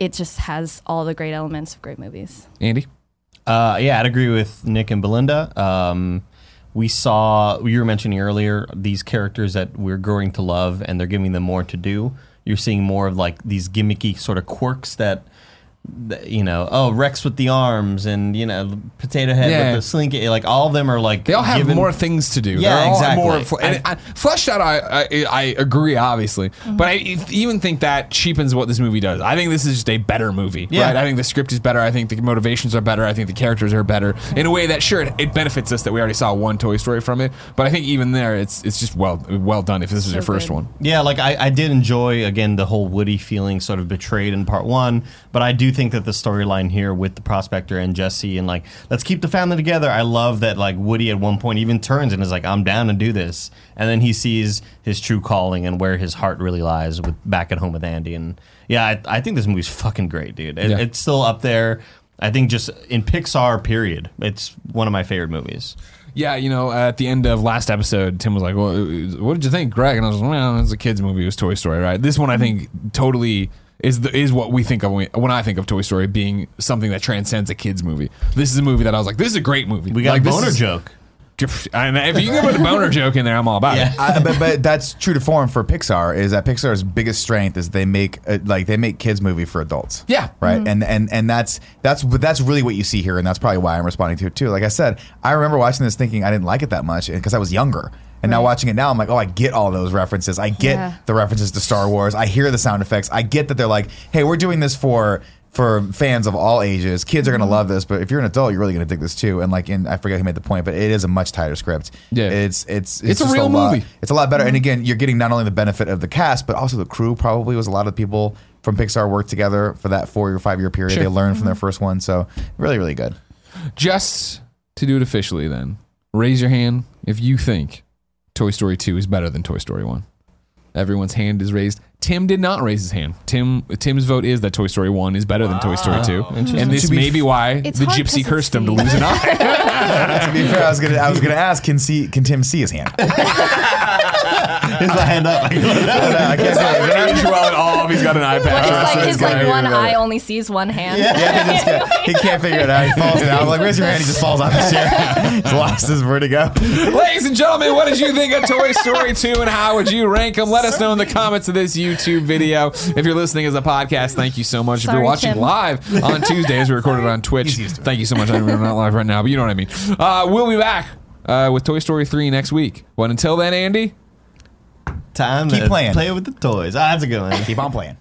[SPEAKER 3] it just has all the great elements of great movies.
[SPEAKER 1] Andy.
[SPEAKER 2] Uh, yeah, I'd agree with Nick and Belinda. Um, we saw you were mentioning earlier these characters that we're growing to love, and they're giving them more to do. You're seeing more of like these gimmicky sort of quirks that, that, you know, oh Rex with the arms, and you know Potato Head
[SPEAKER 1] Yeah.
[SPEAKER 2] with the slinky. Like all of them are like
[SPEAKER 1] They all have
[SPEAKER 2] given-
[SPEAKER 1] more things to do.
[SPEAKER 2] Yeah,
[SPEAKER 1] They're all
[SPEAKER 2] exactly.
[SPEAKER 1] More fl- and I, fleshed out, I, I I agree, obviously,
[SPEAKER 2] Mm-hmm.
[SPEAKER 1] but I e- even think that cheapens what this movie does. I think this is just a better movie.
[SPEAKER 2] Yeah.
[SPEAKER 1] Right? I think the script is better. I think the motivations are better. I think the characters are better in a way that sure it, it benefits us that we already saw one Toy Story from it, but I think even there it's it's just well well done if this is your first
[SPEAKER 3] good.
[SPEAKER 1] one.
[SPEAKER 2] Yeah, like I, I did enjoy again the whole Woody feeling sort of betrayed in part one, but I do think that the storyline here with the prospector and Jesse and like let's keep the family together. I love that like Woody at one point even turns and is like I'm down to do this, and then he sees his true calling and where his heart really lies with back at home with Andy. And yeah, I, I think this movie's fucking great, dude. It,
[SPEAKER 1] Yeah.
[SPEAKER 2] It's still up there. I think just in Pixar period, it's one of my favorite movies.
[SPEAKER 1] Yeah, you know, at the end of last episode, Tim was like, "Well, uh, what did you think, Greg?" And I was like, "Well, it's a kids' movie. It was Toy Story, right?" This
[SPEAKER 2] Mm-hmm.
[SPEAKER 1] one, I think, totally is the, is what we think of when, when I think of Toy Story being something that transcends a kids' movie. This is a movie that I was like, "This is a great movie."
[SPEAKER 2] We got
[SPEAKER 1] like,
[SPEAKER 2] a
[SPEAKER 1] this
[SPEAKER 2] boner
[SPEAKER 1] is-
[SPEAKER 2] joke.
[SPEAKER 1] And if you can put a boner joke in there, I'm all about
[SPEAKER 2] Yeah.
[SPEAKER 1] it.
[SPEAKER 4] I, but, but that's true to form for Pixar is that Pixar's biggest strength is they make uh, like they make kids movie for adults.
[SPEAKER 1] Yeah.
[SPEAKER 4] right.
[SPEAKER 3] Mm-hmm.
[SPEAKER 4] And and and that's that's but that's really what you see here, and that's probably why I'm responding to it too. Like I said, I remember watching this thinking I didn't like it that much because I was younger. And now
[SPEAKER 3] Right.
[SPEAKER 4] watching it now, I'm like, oh, I get all those references. I get
[SPEAKER 3] Yeah.
[SPEAKER 4] the references to Star Wars. I hear the sound effects. I get that they're like, hey, we're doing this for for fans of all ages. Kids are
[SPEAKER 3] Mm-hmm.
[SPEAKER 4] gonna love this, but if you're an adult, you're really gonna dig this too. And like, in I forget who made the point, but it is a much tighter script.
[SPEAKER 1] Yeah.
[SPEAKER 4] it's it's
[SPEAKER 1] It's a
[SPEAKER 4] just
[SPEAKER 1] real
[SPEAKER 4] lot-
[SPEAKER 1] movie. Mm-hmm.
[SPEAKER 4] it's a lot better. And again, you're getting not only the benefit of the cast, but also the crew. Probably was a lot of people from Pixar worked together for that four or five year period.
[SPEAKER 1] Sure. Mm-hmm.
[SPEAKER 4] They learned from their first one, so really, really good.
[SPEAKER 1] Just to do it officially, then raise your hand if you think Toy Story 2 is better than Toy Story 1. Everyone's hand is raised. Tim did not raise his hand. Tim Tim's vote is that Toy Story 1 is better than Toy Story 2. And this
[SPEAKER 4] To be
[SPEAKER 1] may be why
[SPEAKER 3] It's
[SPEAKER 1] the
[SPEAKER 3] hard 'cause
[SPEAKER 1] gypsy
[SPEAKER 3] it's
[SPEAKER 1] cursed him to
[SPEAKER 3] Steve.
[SPEAKER 1] lose an eye.
[SPEAKER 4] to be fair, I was gonna I was gonna ask, can see can Tim see his hand? I
[SPEAKER 2] Here's my hand up.
[SPEAKER 4] don't know, I can't say. Is it not-
[SPEAKER 1] well at all if he's got an iPad.
[SPEAKER 3] It's like
[SPEAKER 4] it's
[SPEAKER 3] his
[SPEAKER 4] gotta
[SPEAKER 3] like
[SPEAKER 4] be
[SPEAKER 3] one
[SPEAKER 4] better.
[SPEAKER 3] eye only sees one hand.
[SPEAKER 4] Yeah, he, just can't, he can't figure it out. He falls down. I'm like, raise your hand. He just falls off the chair. He's lost his vertigo.
[SPEAKER 1] Ladies and gentlemen, what did you think of Toy Story 2 and how would you rank them? Let us know in the comments of this YouTube video. If you're listening as a podcast, thank you so much. if
[SPEAKER 3] Sorry,
[SPEAKER 1] you're watching
[SPEAKER 3] Tim.
[SPEAKER 1] live on Tuesdays, we recorded on Twitch. Thank you so much. I know we're not live right now, but you know what I mean. Uh, we'll be back uh, with Toy Story 3 next week. But until then, Andy,
[SPEAKER 2] Time
[SPEAKER 4] Keep
[SPEAKER 2] to
[SPEAKER 4] playing.
[SPEAKER 2] Play with the toys. Ah, that's a good one.
[SPEAKER 4] Keep on playing.